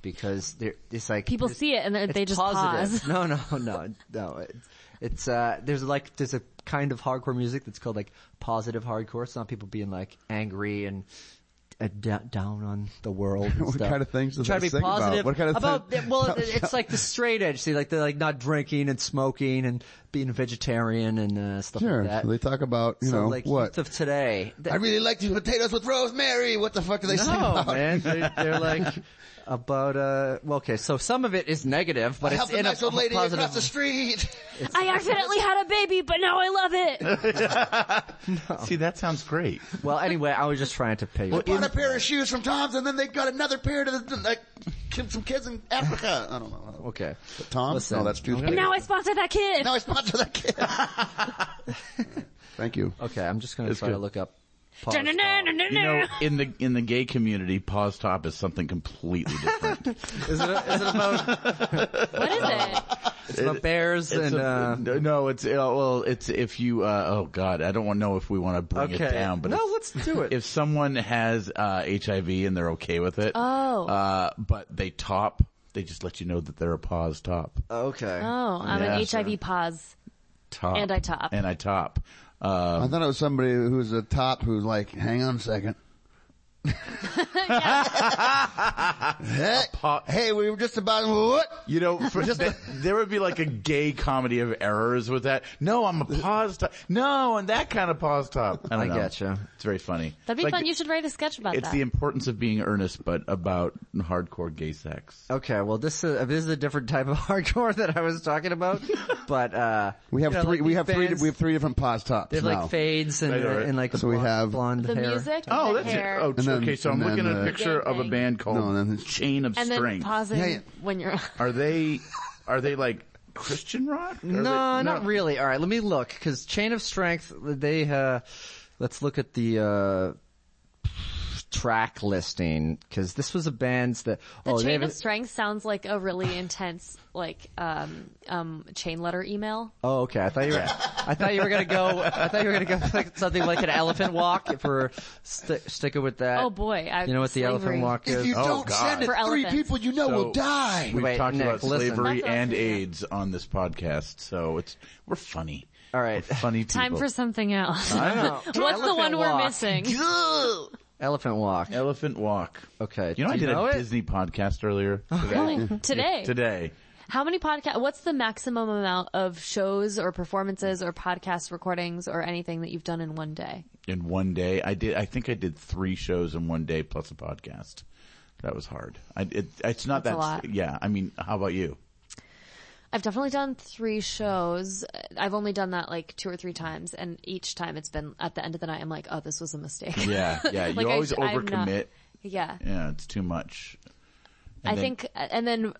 Speaker 3: because there it's like
Speaker 6: People see it and they-
Speaker 3: it's
Speaker 6: they just
Speaker 3: positive.
Speaker 6: pause.
Speaker 3: No, no, no, no. It's, it's uh, there's like there's a kind of hardcore music that's called like positive hardcore. It's not people being like angry and. Uh, da- down on the world. and
Speaker 2: What
Speaker 3: stuff.
Speaker 2: kind of things does
Speaker 3: Try
Speaker 2: that
Speaker 3: to be
Speaker 2: sing about?
Speaker 3: positive
Speaker 2: What kind of
Speaker 3: about
Speaker 2: thing-
Speaker 3: well, it's like the straight edge. See, like they're like not drinking and smoking and being a vegetarian and uh, stuff
Speaker 2: Sure.
Speaker 3: like that.
Speaker 2: So they talk about you
Speaker 3: so
Speaker 2: know
Speaker 3: like
Speaker 2: what.
Speaker 3: youth of today.
Speaker 2: I really like these potatoes with rosemary. What the fuck do they say?
Speaker 3: no, man, they're, they're like about uh. Well, okay, so some of it is negative, but
Speaker 2: I
Speaker 3: it's
Speaker 2: helped a
Speaker 3: in
Speaker 2: nice
Speaker 3: a
Speaker 2: old lady
Speaker 3: positive.
Speaker 2: across the street.
Speaker 6: I accidentally had a baby, but now I love it.
Speaker 8: See, that sounds great.
Speaker 3: well, anyway, I was just trying to pay. you.
Speaker 2: Bought a pair of shoes from Tom's, and then they got another pair to the, like kid- some kids in Africa. I don't know.
Speaker 3: okay,
Speaker 2: Tom's?
Speaker 3: Listen.
Speaker 2: no, that's too.
Speaker 6: And now I sponsor that kid.
Speaker 2: now I sponsor that kid. Thank you.
Speaker 3: okay, I'm just gonna try to look up. pause.
Speaker 6: Dun-dun-dun-dun-dun.
Speaker 8: You know, in the in the gay community, pause top is something completely different.
Speaker 3: Is it, is it about,
Speaker 6: What is it?
Speaker 3: it's about bears
Speaker 8: It's
Speaker 3: and
Speaker 8: a-
Speaker 3: uh,
Speaker 8: no, it's uh, well, it's if you. Uh, oh God, I don't want to know if we want to bring
Speaker 3: okay?
Speaker 8: it down, but
Speaker 3: no,
Speaker 8: if-
Speaker 3: let's do it.
Speaker 8: if someone has uh, HIV and they're okay with it,
Speaker 6: Oh.
Speaker 8: uh, but they top, they just let you know that they're a pause top.
Speaker 3: okay.
Speaker 6: Oh, I'm
Speaker 8: Yeah,
Speaker 6: an HIV pause.
Speaker 8: top.
Speaker 6: And I top.
Speaker 8: And I top. Uh,
Speaker 2: I thought it was somebody who's a top who's like, hang on a second. hey, hey, we were just about what?
Speaker 8: you know, for, th- there would be like a gay comedy of errors with that. No, I'm a pause top. No, and that kind of pause top. I, don't
Speaker 3: I
Speaker 8: know.
Speaker 3: gotcha.
Speaker 8: It's very funny.
Speaker 6: That'd be
Speaker 8: Like,
Speaker 6: fun. You should write a sketch about
Speaker 8: It's
Speaker 6: that.
Speaker 8: the importance of being earnest, but about hardcore gay sex.
Speaker 3: Okay, well, this is this is a different type of hardcore that I was talking about, but uh,
Speaker 2: We have
Speaker 3: you know,
Speaker 2: three.
Speaker 3: like
Speaker 2: we
Speaker 3: these
Speaker 2: have three.
Speaker 3: bands,
Speaker 2: We have three different pause tops
Speaker 3: they have
Speaker 2: now.
Speaker 3: like fades and
Speaker 8: Right, right.
Speaker 3: and like
Speaker 2: So we
Speaker 3: blonde-
Speaker 2: have-
Speaker 3: blonde
Speaker 6: the
Speaker 3: hair.
Speaker 6: music,
Speaker 8: Oh,
Speaker 6: the
Speaker 8: that's it.
Speaker 6: hair,
Speaker 8: Oh,
Speaker 2: And then-
Speaker 8: okay. So I'm
Speaker 2: and
Speaker 8: looking
Speaker 2: then,
Speaker 8: at a
Speaker 2: uh,
Speaker 8: picture of a
Speaker 6: Gangbang.
Speaker 8: band called
Speaker 2: No, then-
Speaker 8: Chain of
Speaker 6: and then
Speaker 8: String.
Speaker 6: pausing
Speaker 2: Yeah, yeah.
Speaker 6: when you're.
Speaker 8: Are they, are they like Christian rock? Or
Speaker 3: No,
Speaker 8: they-
Speaker 3: not really. All right, let me look because Chain of Strength. They uh, let's look at the uh, track listing because this was a band that
Speaker 6: The
Speaker 3: oh they
Speaker 6: chain
Speaker 3: have
Speaker 6: of strength sounds like a really intense, like, um, um, chain letter email.
Speaker 3: oh okay I thought you were I thought you were gonna go I thought you were gonna go like something like an elephant walk for st- sticking with that.
Speaker 6: Oh boy. I,
Speaker 3: you know what the elephant
Speaker 6: slavery.
Speaker 3: walk is?
Speaker 2: If you
Speaker 8: Oh,
Speaker 2: don't
Speaker 8: God.
Speaker 2: send it,
Speaker 6: For
Speaker 2: three
Speaker 6: elephants.
Speaker 2: people you know
Speaker 8: So,
Speaker 2: will die.
Speaker 8: We've
Speaker 3: Wait,
Speaker 8: talked
Speaker 3: Nick,
Speaker 8: about
Speaker 3: listen.
Speaker 8: slavery
Speaker 6: That's what I
Speaker 8: and
Speaker 6: was thinking.
Speaker 8: AIDS on this podcast, so it's we're funny.
Speaker 3: All right,
Speaker 8: Funny people.
Speaker 6: Time for something else.
Speaker 8: I know.
Speaker 6: What's the
Speaker 3: Elephant
Speaker 6: one we're
Speaker 3: walk.
Speaker 6: missing?
Speaker 3: elephant walk.
Speaker 8: Elephant Walk.
Speaker 3: Okay,
Speaker 8: You know, I
Speaker 3: do
Speaker 8: did a
Speaker 3: it?
Speaker 8: Disney podcast earlier
Speaker 6: Oh, Really? Today.
Speaker 8: today.
Speaker 6: How many podcast? What's the maximum amount of shows or performances or podcast recordings or anything that you've done in one day?
Speaker 8: In one day, I did. I think I did three shows in one day plus a podcast. That was hard. I, it, it's not
Speaker 6: That's a
Speaker 8: that.
Speaker 6: lot.
Speaker 8: Yeah, I mean, how about you?
Speaker 6: I've definitely done three shows. I've only done that like two or three times, and each time it's been at the end of the night. I'm like, oh, this was a mistake.
Speaker 8: Yeah, yeah.
Speaker 6: Like,
Speaker 8: you
Speaker 6: I
Speaker 8: always
Speaker 6: j- I'm not-
Speaker 8: overcommit.
Speaker 6: yeah.
Speaker 8: Yeah, it's too much.
Speaker 6: I
Speaker 8: then-
Speaker 6: think, and then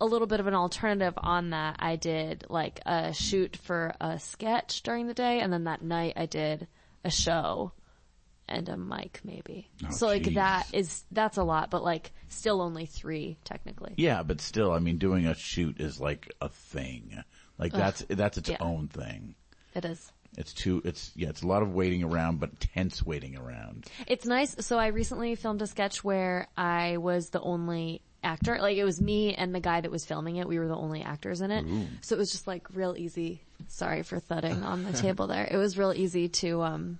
Speaker 6: a little bit of an alternative on that. I did like a shoot for a sketch during the day, and then that night I did a show and a mic maybe. so
Speaker 8: geez.
Speaker 6: like that is, that's a lot, but like still only three technically.
Speaker 8: Yeah, but still, I mean, doing a shoot is like a thing. Like that's that's its
Speaker 6: yeah.
Speaker 8: own thing.
Speaker 6: It is.
Speaker 8: It's too. It's yeah. It's a lot of waiting around, but tense waiting around.
Speaker 6: It's nice. So I recently filmed a sketch where I was the only actor. Like it was me and the guy that was filming it. We were the only actors in it. So it was just like real easy. Sorry for thudding on the table there. It was real easy to, um,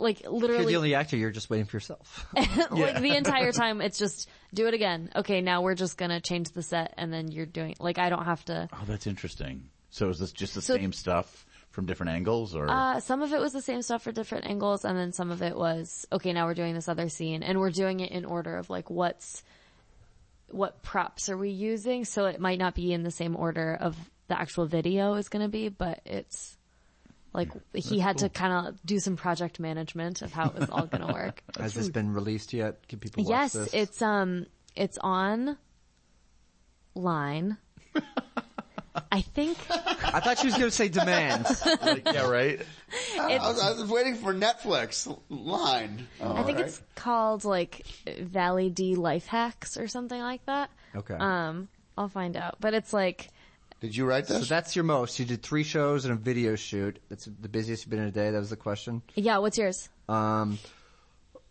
Speaker 6: like
Speaker 3: If you're
Speaker 6: literally,
Speaker 3: the only actor. You're just waiting for yourself.
Speaker 6: like the entire time it's just do it again. Okay. Now we're just going to change the set and then you're doing, like I don't have to,
Speaker 8: Oh, that's interesting. So is this just the
Speaker 6: So-
Speaker 8: same stuff from different angles, or
Speaker 6: Uh, some of it was the same stuff for different angles, and then some of it was okay. Now we're doing this other scene, and we're doing it in order of like what's what props are we using. So it might not be in the same order of the actual video is going to be, but it's like he had to kind of do some project management of how it was all going to work.
Speaker 3: Has this been released yet? Can people watch
Speaker 6: yes,
Speaker 3: this?
Speaker 6: it's um, it's on line. I think
Speaker 3: I thought she was going to say demands.
Speaker 8: Like, yeah, right?
Speaker 6: it's
Speaker 2: I was, I was waiting for Netflix line. Oh,
Speaker 6: I think
Speaker 2: alright.
Speaker 6: it's called like Valley D Life Hacks or something like that.
Speaker 3: Okay.
Speaker 6: Um, I'll find out. But it's like,
Speaker 2: Did you write
Speaker 3: So
Speaker 2: this?
Speaker 3: that's your most. You did three shows and a video shoot. That's the busiest you've been in a day. That was the question.
Speaker 6: yeah, what's yours?
Speaker 3: Um,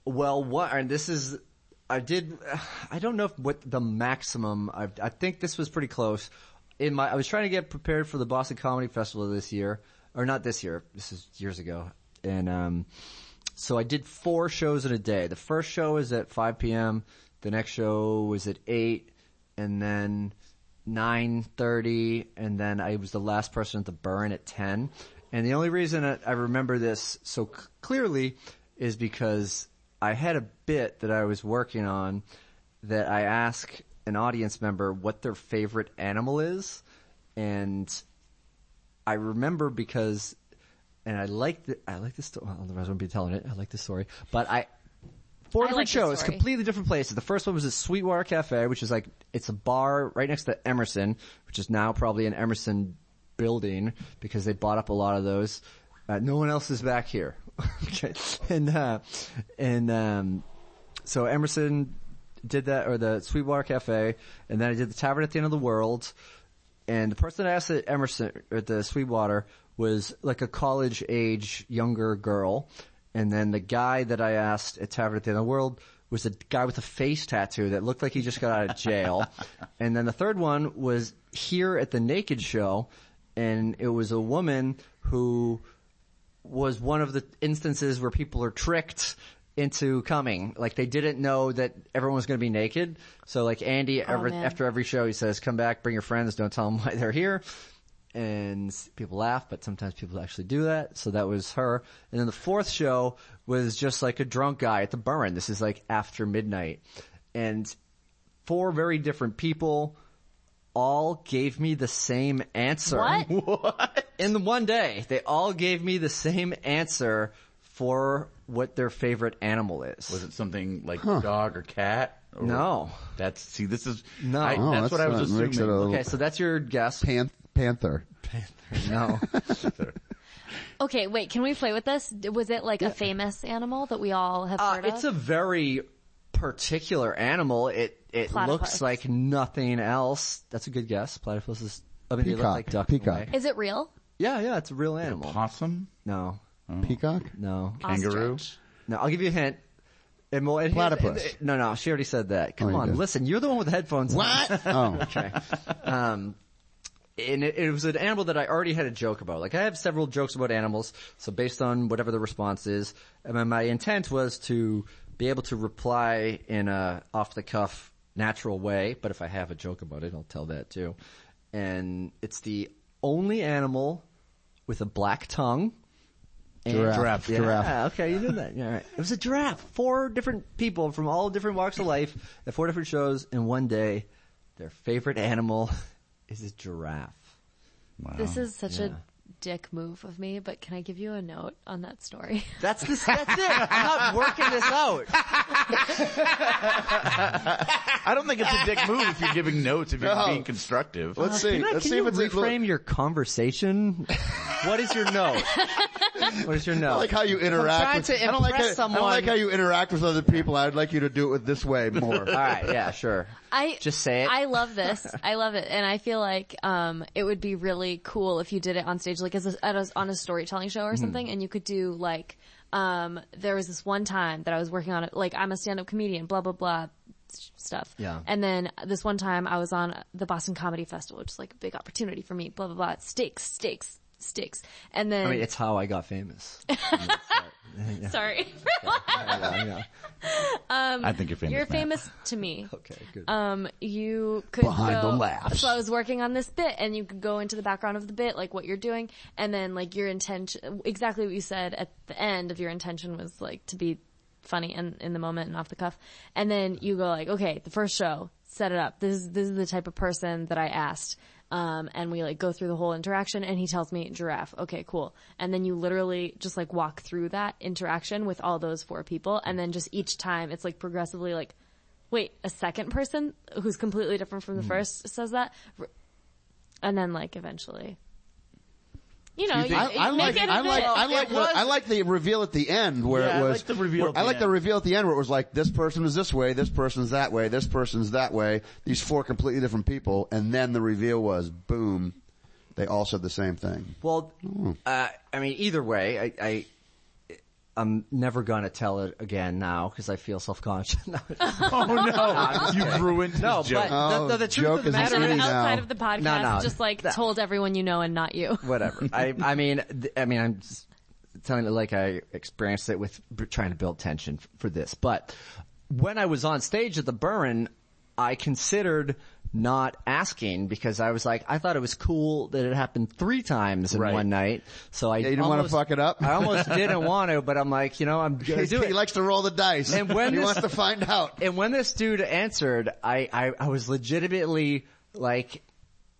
Speaker 3: well, what? And this is. I did. I don't know if what the maximum. i I think this was pretty close. In my, I was trying to get prepared for the Boston Comedy Festival this year, or not this year. This is years ago, and um, so I did four shows in a day. The first show was at 5 p.m. The next show was at 8 and then 9.30 and then I was the last person at the burn at 10. And the only reason I I remember this so c- clearly is because I had a bit that I was working on that I ask an audience member what their favorite animal is and I remember because, and I like the, I like this, well, otherwise I wouldn't be telling it. I like this story, but I, four
Speaker 6: I
Speaker 3: different
Speaker 6: like this
Speaker 3: shows,
Speaker 6: story.
Speaker 3: completely different places. The first one was at Sweetwater Cafe, which is like, it's a bar right next to Emerson, which is now probably an Emerson building because they bought up a lot of those. Uh, no one else is back here. okay. And, uh, and, um, so Emerson did that, or the Sweetwater Cafe, and then I did the Tavern at the End of the World. And the person I asked at Emerson or at the Sweetwater was like a college age younger girl, and then the guy that I asked at Tavern at the End of the World was a guy with a face tattoo that looked like he just got out of jail. and then the third one was here at the Naked Show, and it was a woman who was one of the instances where people are tricked into coming. Like they didn't know that everyone was going to be naked. So like Andy, every,
Speaker 6: man.
Speaker 3: after every show, he says, "Come back, bring your friends. Don't tell them why they're here." And people laugh, but sometimes people actually do that. So that was her. And then the fourth show was just like a drunk guy at the burn. This is like after midnight, and four very different people all gave me the same answer
Speaker 6: What?
Speaker 3: in the one day, they all gave me the same answer for what their favorite animal is.
Speaker 8: Was it something like dog or cat?
Speaker 3: No.
Speaker 8: That's see, this is
Speaker 3: No.
Speaker 8: I,
Speaker 6: Oh,
Speaker 3: No,
Speaker 8: that's,
Speaker 2: that's
Speaker 8: what I was
Speaker 2: not-
Speaker 8: assuming.
Speaker 2: makes it a little-
Speaker 3: Okay, so that's your guess.
Speaker 2: Pan- Panther.
Speaker 3: No.
Speaker 6: Okay, wait, can we play with this? D- Was it like a famous animal that we all have
Speaker 3: Uh,
Speaker 6: heard
Speaker 3: it's a
Speaker 6: of?
Speaker 3: very particular animal. It it
Speaker 6: Platypus.
Speaker 3: looks like nothing else. That's a good guess. Platypus is. I mean, they look
Speaker 2: Peacock.
Speaker 3: like duck. in a
Speaker 2: Peacock.
Speaker 3: way.
Speaker 6: Is it real?
Speaker 3: Yeah, yeah, it's a real animal.
Speaker 8: possum,
Speaker 3: No,
Speaker 2: Peacock?
Speaker 3: no,
Speaker 8: kangaroo.
Speaker 3: no. I'll give you a hint. It mo- it-
Speaker 2: Platypus.
Speaker 3: it- no, no, she already said that. Come
Speaker 2: Oh, you
Speaker 3: on,
Speaker 2: did.
Speaker 3: listen. You're the one with the headphones. on.
Speaker 2: Oh.
Speaker 3: okay. Um, and it, it was an animal that I already had a joke about. Like I have several jokes about animals. So based on whatever the response is, I mean, my intent was to be able to reply in a off the cuff natural way. But if I have a joke about it, I'll tell that too. And it's the only animal with a black tongue. And-
Speaker 2: Giraffe, Giraffe.
Speaker 3: Yeah,
Speaker 2: giraffe.
Speaker 3: Okay, you did that. Yeah, all right. It was a giraffe. Four different people from all different walks of life at four different shows in one day. Their favorite animal is a giraffe.
Speaker 6: This is such a dick move of me, but can I give you a note on that story?
Speaker 3: That's this. That's it. I'm not working this out.
Speaker 8: I don't think it's a dick move if you're giving notes if you're
Speaker 2: No.
Speaker 8: being constructive.
Speaker 2: Let's see.
Speaker 3: Can, I,
Speaker 2: Let's
Speaker 3: can
Speaker 2: see
Speaker 3: you
Speaker 2: if it's a-
Speaker 3: reframe your conversation? what is your note? What is your note?
Speaker 2: I like how you interact.
Speaker 3: trying
Speaker 2: With,
Speaker 3: to
Speaker 2: I don't like how,
Speaker 3: impress
Speaker 2: I don't like
Speaker 3: someone.
Speaker 2: how you interact with other people. I'd like you to do it with this way more.
Speaker 3: all right. Yeah. Sure.
Speaker 6: I
Speaker 3: Just say it.
Speaker 6: I love this. I love it, and I feel like um, it would be really cool if you did it on stage, like as a, at a, on a storytelling show or
Speaker 3: Hmm.
Speaker 6: something, and you could do like. Um, there was this one time that I was working on it, like I'm a stand-up comedian, blah blah blah s- stuff.
Speaker 3: Yeah.
Speaker 6: And then this one time I was on the Boston Comedy Festival, which is like a big opportunity for me, blah blah blah. Stakes, stakes, stakes. And then
Speaker 3: I mean, it's how I got famous.
Speaker 6: sorry. Um,
Speaker 3: Yeah, yeah.
Speaker 8: I think you're famous.
Speaker 6: You're
Speaker 8: Matt.
Speaker 6: famous to me.
Speaker 3: Okay. Good.
Speaker 6: um, you could
Speaker 2: Behind
Speaker 6: go,
Speaker 2: the laughs.
Speaker 6: So I was working on this bit, and you could go into the background of the bit, like what you're doing, and then like your intention, exactly what you said at the end of your intention was like to be funny and in the moment and off the cuff, and then you go like, okay, the first show, set it up. This is this is the type of person that I asked. Um, and we like go through the whole interaction and he tells me giraffe. Okay, cool. And then you literally just like walk through that interaction with all those four people. And then just each time it's like progressively like, wait, a second person who's completely different from the first says that, R- and then like eventually, you know, you,
Speaker 2: I,
Speaker 6: you
Speaker 2: I
Speaker 6: make
Speaker 2: like,
Speaker 6: it a
Speaker 2: I like,
Speaker 6: bit.
Speaker 2: I like,
Speaker 8: It
Speaker 2: the,
Speaker 8: was-
Speaker 2: I like the reveal at the end where
Speaker 8: Yeah,
Speaker 2: it
Speaker 8: I
Speaker 2: was.
Speaker 8: like the reveal
Speaker 2: where-
Speaker 8: at the
Speaker 2: I like the
Speaker 8: end.
Speaker 2: reveal at the end where it was like this person is this way, this person's that way, this person's that way. These four completely different people, and then the reveal was boom, they all said the same thing.
Speaker 3: Well,
Speaker 2: Hmm.
Speaker 3: uh, I mean, either way, I, I I'm never gonna tell it again now because I feel self conscious. no,
Speaker 8: Oh no, you've ruined his
Speaker 3: but
Speaker 8: joke.
Speaker 3: the, the, the truth
Speaker 2: Oh, joke
Speaker 3: of the
Speaker 2: is
Speaker 3: matter
Speaker 2: an
Speaker 6: Outside-
Speaker 2: easy
Speaker 3: is,
Speaker 2: now.
Speaker 6: outside of the podcast,
Speaker 3: No, no.
Speaker 6: just like told everyone you know and not you.
Speaker 3: whatever. I I mean, th- I mean, I'm just telling it like I experienced it with b- trying to build tension f- for this. But when I was on stage at the Burren, I considered not asking because I was like, I thought it was cool that it happened three times in
Speaker 8: Right.
Speaker 3: one night. So I
Speaker 2: you didn't wanna
Speaker 3: almost-
Speaker 2: fuck it up?
Speaker 3: I almost didn't want to, but I'm like, you know, I'm gonna
Speaker 2: He,
Speaker 3: do it.
Speaker 2: likes to roll the dice.
Speaker 3: And when
Speaker 2: he
Speaker 3: this-
Speaker 2: wants to find out.
Speaker 3: and when this dude answered, I, I, I was legitimately like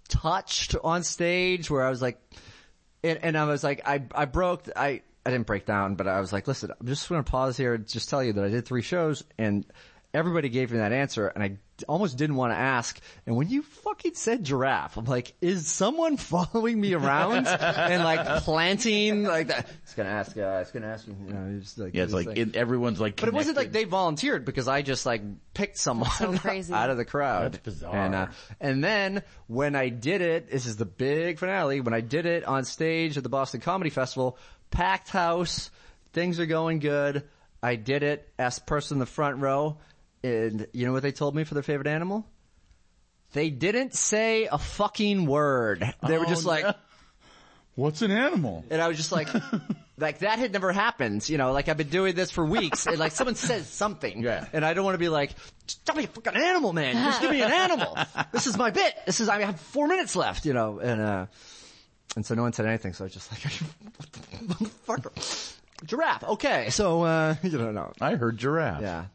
Speaker 3: touched on stage where I was like, and, and I was like, I, I broke, I, I didn't break down, but I was like, listen, I'm just going to pause here and just tell you that I did three shows and everybody gave me that answer and I d- almost didn't want to ask. And when you fucking said giraffe, I'm like, is someone following me around and like planting like that? It's going to ask, uh, it's going to ask you, you know, it's like,
Speaker 8: yeah, it's like it, everyone's like.
Speaker 3: but it wasn't like
Speaker 8: connected.
Speaker 3: they volunteered because I just like picked someone
Speaker 6: crazy.
Speaker 3: out of the crowd.
Speaker 8: That's bizarre.
Speaker 3: And, uh, and then when I did it, this is the big finale. When I did it on stage at the Boston Comedy Festival, packed house, things are going good. I did it. Asked the person in the front row, and you know what they told me for their favorite animal? They didn't say a fucking word. They were
Speaker 8: Oh,
Speaker 3: just like,
Speaker 8: no. What's an animal?
Speaker 3: and I was just like, like that had never happened, you know, like I've been doing this for weeks and like someone says something
Speaker 8: Yeah.
Speaker 3: and I don't want to be like, just tell me a fucking animal man, just give me an animal. This is my bit. This is, I have four minutes left, you know, and, uh, and so no one said anything. So I was just like, what the fucker? Giraffe. Okay. So, uh, you don't know.
Speaker 8: I heard giraffe.
Speaker 3: Yeah.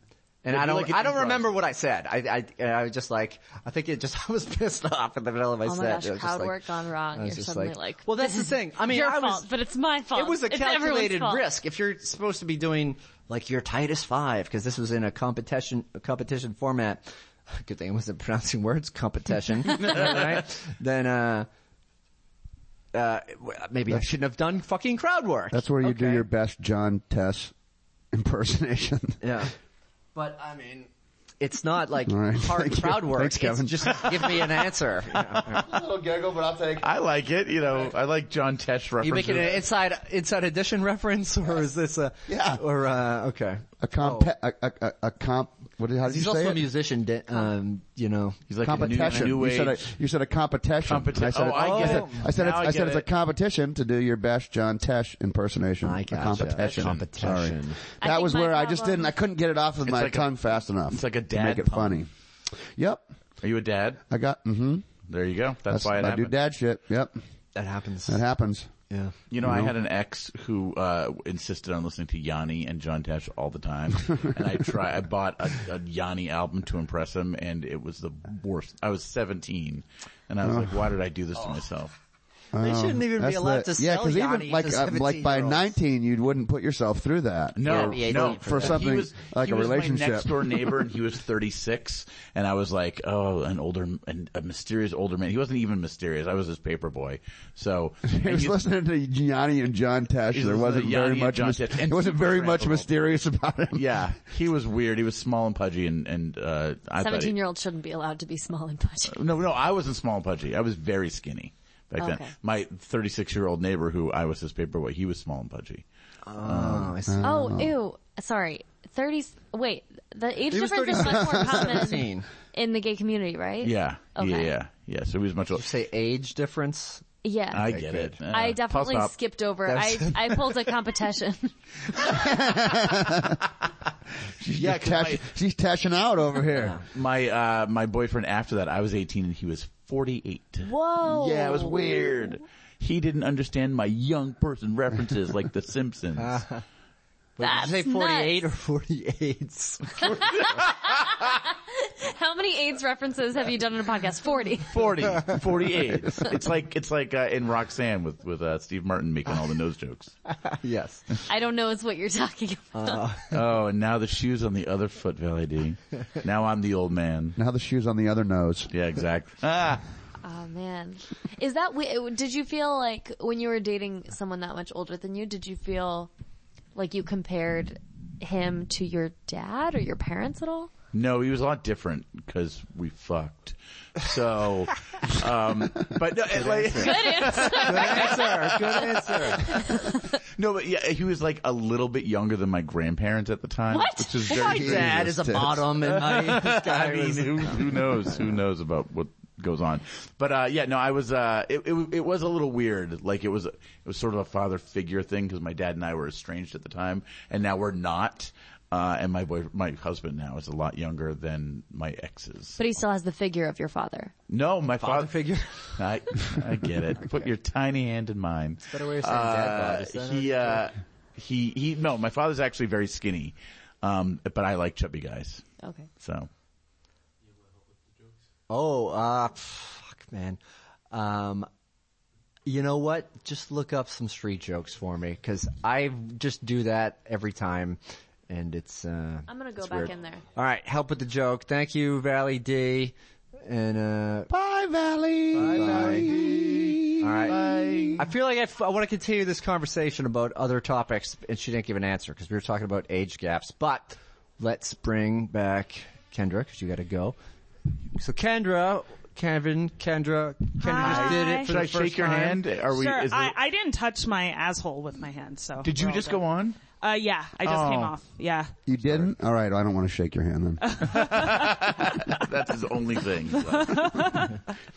Speaker 3: And
Speaker 8: It'd
Speaker 3: I
Speaker 8: be
Speaker 3: don't,
Speaker 8: like an
Speaker 3: I don't
Speaker 8: improv.
Speaker 3: remember what I said. I, I, I was just like, I think it just, I was pissed off in the middle of my
Speaker 6: Oh my
Speaker 3: set.
Speaker 6: gosh,
Speaker 3: It was just
Speaker 6: crowd
Speaker 3: like-
Speaker 6: work gone wrong.
Speaker 3: I was
Speaker 6: You're
Speaker 3: just
Speaker 6: suddenly like,
Speaker 3: well, that's the thing. I mean,
Speaker 6: your
Speaker 3: I was,
Speaker 6: fault, but it's my fault.
Speaker 3: It was a
Speaker 6: It's everyone's
Speaker 3: calculated
Speaker 6: fault.
Speaker 3: risk. If you're supposed to be doing like your Titus Five, because this was in a competition a competition format. Good thing I wasn't pronouncing words competition, right? Then uh, uh, w- maybe I shouldn't have done fucking crowd work.
Speaker 2: That's where you do
Speaker 3: Okay.
Speaker 2: your best John Tess impersonation.
Speaker 3: yeah. But I mean, it's not like
Speaker 2: All right.
Speaker 3: hard
Speaker 2: Thank you.
Speaker 3: crowd work.
Speaker 2: Thanks,
Speaker 3: It's
Speaker 2: Kevin.
Speaker 3: just give me an answer. You know, you know.
Speaker 2: a little giggle, but I'll take.
Speaker 8: I like it. You know, I like John Tesh references.
Speaker 3: You making an inside inside edition reference, or is this a
Speaker 2: Yeah.
Speaker 3: Or uh, okay, Oh.
Speaker 2: A comp, a, a, a, a comp. What did how did
Speaker 3: he's
Speaker 2: you say
Speaker 3: also a
Speaker 2: it?
Speaker 3: musician. di- Um, you know,
Speaker 8: He's like
Speaker 2: competition.
Speaker 8: A new, new
Speaker 2: you said a,
Speaker 8: age-
Speaker 2: you said a competition.
Speaker 8: Competi-
Speaker 2: And I said
Speaker 8: oh,
Speaker 2: it-
Speaker 8: I get
Speaker 2: said-
Speaker 8: it.
Speaker 2: I said,
Speaker 8: Now
Speaker 2: it's,
Speaker 8: I
Speaker 2: I said
Speaker 8: get
Speaker 2: it's a
Speaker 8: it.
Speaker 2: competition to do your best John Tesh impersonation.
Speaker 3: I
Speaker 2: A
Speaker 3: gotcha.
Speaker 2: competition.
Speaker 3: Competition.
Speaker 2: Sorry.
Speaker 6: I
Speaker 2: That
Speaker 6: think
Speaker 2: was
Speaker 6: my
Speaker 2: where I just
Speaker 6: problem-
Speaker 2: didn't. I couldn't get it off of my
Speaker 8: like a-
Speaker 2: tongue fast enough.
Speaker 8: it's like a
Speaker 2: to
Speaker 8: dad
Speaker 2: make it
Speaker 8: pump.
Speaker 2: funny. Yep.
Speaker 8: Are you a dad?
Speaker 2: I got. Mm-hmm.
Speaker 8: There you go. That's, why it
Speaker 2: I
Speaker 8: happened.
Speaker 2: do dad shit. Yep.
Speaker 3: that happens.
Speaker 2: That happens.
Speaker 3: Yeah.
Speaker 8: You know, I had an ex who uh, insisted on listening to Yanni and John Tesh all the time, and I try. I bought a, a Yanni album to impress him, and it was the worst. I was 17, and I was like, "Why did I do this to myself?"
Speaker 3: They shouldn't even be
Speaker 2: Um, That's
Speaker 3: allowed
Speaker 2: the-
Speaker 3: to sell
Speaker 2: yeah, because
Speaker 3: Yanni
Speaker 2: even like
Speaker 3: to
Speaker 2: uh, like by
Speaker 3: 17-year-olds.
Speaker 2: 19, you wouldn't put yourself through that.
Speaker 8: No,
Speaker 3: Yeah, be
Speaker 8: no,
Speaker 3: eighteen for
Speaker 2: For
Speaker 3: that.
Speaker 2: something
Speaker 8: he was,
Speaker 2: like
Speaker 8: he
Speaker 2: a
Speaker 8: was
Speaker 2: relationship.
Speaker 8: My next door neighbor, and he was 36, and I was like, oh, an older, an, a mysterious older man. He wasn't even mysterious. I was his paper boy. So
Speaker 2: He was listening to Gianni and John Tesh.
Speaker 8: He's
Speaker 2: There
Speaker 8: listening
Speaker 2: wasn't
Speaker 8: to
Speaker 2: very
Speaker 8: Yanni and
Speaker 2: much.
Speaker 8: John
Speaker 2: mys-
Speaker 8: Tesh.
Speaker 2: It
Speaker 8: And
Speaker 2: wasn't
Speaker 8: super
Speaker 2: very much
Speaker 8: trackable.
Speaker 2: mysterious about him.
Speaker 8: Yeah, he was weird. He was small and pudgy, and and uh, I thought he-
Speaker 6: Seventeen year olds shouldn't be allowed to be small and pudgy.
Speaker 8: No, no, I wasn't small and pudgy. I was very skinny back
Speaker 6: Okay.
Speaker 8: then. My 36 year old neighbor who I was his paperboy, he was small and pudgy.
Speaker 3: Oh, I see.
Speaker 6: Oh, ew. Sorry. Thirties. Wait, the age difference is much more common
Speaker 3: Seventeen.
Speaker 6: in the gay community, right?
Speaker 8: Yeah. Yeah,
Speaker 6: Okay.
Speaker 8: yeah. Yeah, so he was much older.
Speaker 3: Say age difference.
Speaker 6: Yeah.
Speaker 8: I get it. Uh,
Speaker 6: I definitely
Speaker 8: puff up.
Speaker 6: skipped over. I,
Speaker 3: That's-
Speaker 6: I pulled a competition.
Speaker 2: She's,
Speaker 8: Yeah,
Speaker 2: just
Speaker 8: 'cause
Speaker 2: tash-
Speaker 8: my-
Speaker 2: she's tashing out over here.
Speaker 8: My, uh, my boyfriend after that, I was 18 and he was 48.
Speaker 6: Whoa.
Speaker 8: Yeah,
Speaker 3: Oh.
Speaker 8: it was weird. He didn't understand my young person references like The Simpsons.
Speaker 3: Wait,
Speaker 6: That's
Speaker 3: did you say forty-eight
Speaker 6: nuts.
Speaker 3: or forty-eight?
Speaker 6: How many AIDS references have you done in a podcast? 40.
Speaker 8: 40, 48. It's like, it's like, uh, in Roxanne with, with, uh, Steve Martin making all the nose jokes.
Speaker 3: yes.
Speaker 6: I don't know is what you're talking about.
Speaker 8: Oh, and now the shoe's on the other foot, Valley D. Now I'm the old man.
Speaker 2: Now the shoe's on the other nose.
Speaker 8: Yeah, exactly. Ah,
Speaker 6: Oh man. Is that, we- did you feel like when you were dating someone that much older than you, did you feel like you compared him to your dad or your parents at all?
Speaker 8: No, he was a lot different because we fucked. So, um, but no, it, like,
Speaker 3: Good answer.
Speaker 8: no, but yeah, he was like a little bit younger than my grandparents at the time,
Speaker 6: What?
Speaker 8: which is
Speaker 3: My
Speaker 8: very.
Speaker 3: dad is a bottom, and I, this guy
Speaker 8: I mean,
Speaker 3: was-
Speaker 8: who, who knows? Who knows about what goes on? But uh, yeah, no, I was. Uh, it, it it was a little weird. Like it was it was sort of a father figure thing because my dad and I were estranged at the time, and now we're not. Uh, and my boy, my husband now is a lot younger than my exes.
Speaker 6: But he still has the figure of your father.
Speaker 8: No, my father,
Speaker 3: figure?
Speaker 8: I, I get it. Put your tiny hand in mine.
Speaker 3: better way of saying dad bod, is that
Speaker 8: He, uh, he, he, no, my father's actually very skinny. Um, but I like chubby guys.
Speaker 6: Okay.
Speaker 8: So
Speaker 3: Oh, uh, fuck, man. Um, you know what? Just look up some street jokes for me, cause I just do that every time, and it's, uh.
Speaker 6: I'm gonna go
Speaker 3: it's
Speaker 6: back
Speaker 3: weird.
Speaker 6: in there.
Speaker 3: Alright, help with the joke. Thank you, Valley D. And, uh.
Speaker 2: Bye, Valley. Bye, Valley.
Speaker 3: Alright. I feel like I, want to continue this conversation about other topics, and she didn't give an answer, cause we were talking about age gaps, but let's bring back Kendra, cause you gotta go. So Kendra, Kevin, Kendra, Kendra just
Speaker 4: Hi.
Speaker 3: did it for
Speaker 8: should
Speaker 3: the
Speaker 8: I
Speaker 3: first
Speaker 8: shake your
Speaker 3: time.
Speaker 8: hand? Are we,
Speaker 4: Sure,
Speaker 8: is
Speaker 4: I,
Speaker 8: it-
Speaker 4: I didn't touch my asshole with my hand, so.
Speaker 8: did you just go on?
Speaker 4: Uh, yeah, I just came
Speaker 8: Oh.
Speaker 4: off. Yeah.
Speaker 2: You didn't? All right. I don't want to shake your hand then.
Speaker 8: That's his only thing.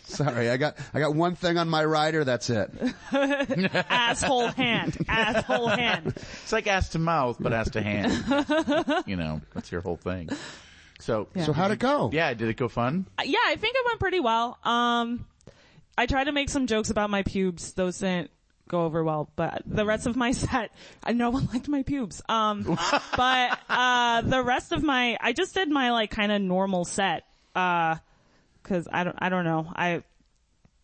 Speaker 2: Sorry. I got I got one thing on my rider. That's it.
Speaker 4: asshole hand. Asshole hand.
Speaker 8: It's like ass to mouth, but ass to hand. you know, that's your whole thing. So,
Speaker 2: So how'd it go?
Speaker 8: yeah, did it go fun?
Speaker 4: yeah, I think it went pretty well. Um, I tried to make some jokes about my pubes. Those didn't go over well, but the rest of my set, I no one liked my pubes. Um, but, uh, the rest of my, I just did my like kind of normal set, uh, cause I don't, I don't know. I,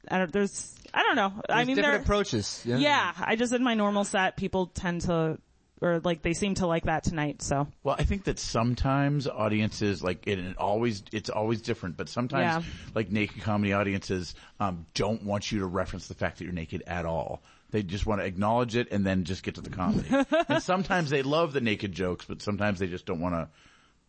Speaker 4: I don't, there's, I don't know. I
Speaker 3: There's
Speaker 4: mean,
Speaker 3: different
Speaker 4: there,
Speaker 3: approaches. Yeah.
Speaker 4: yeah, I just did my normal set. People tend to, or like they seem to like that tonight. So
Speaker 8: Well, I think that sometimes audiences like it, it always it's always different, but sometimes
Speaker 4: Yeah.
Speaker 8: like naked comedy audiences um, don't want you to reference the fact that you're naked at all. They just want to acknowledge it and then just get to the comedy. and sometimes they love the naked jokes, but sometimes they just don't want to.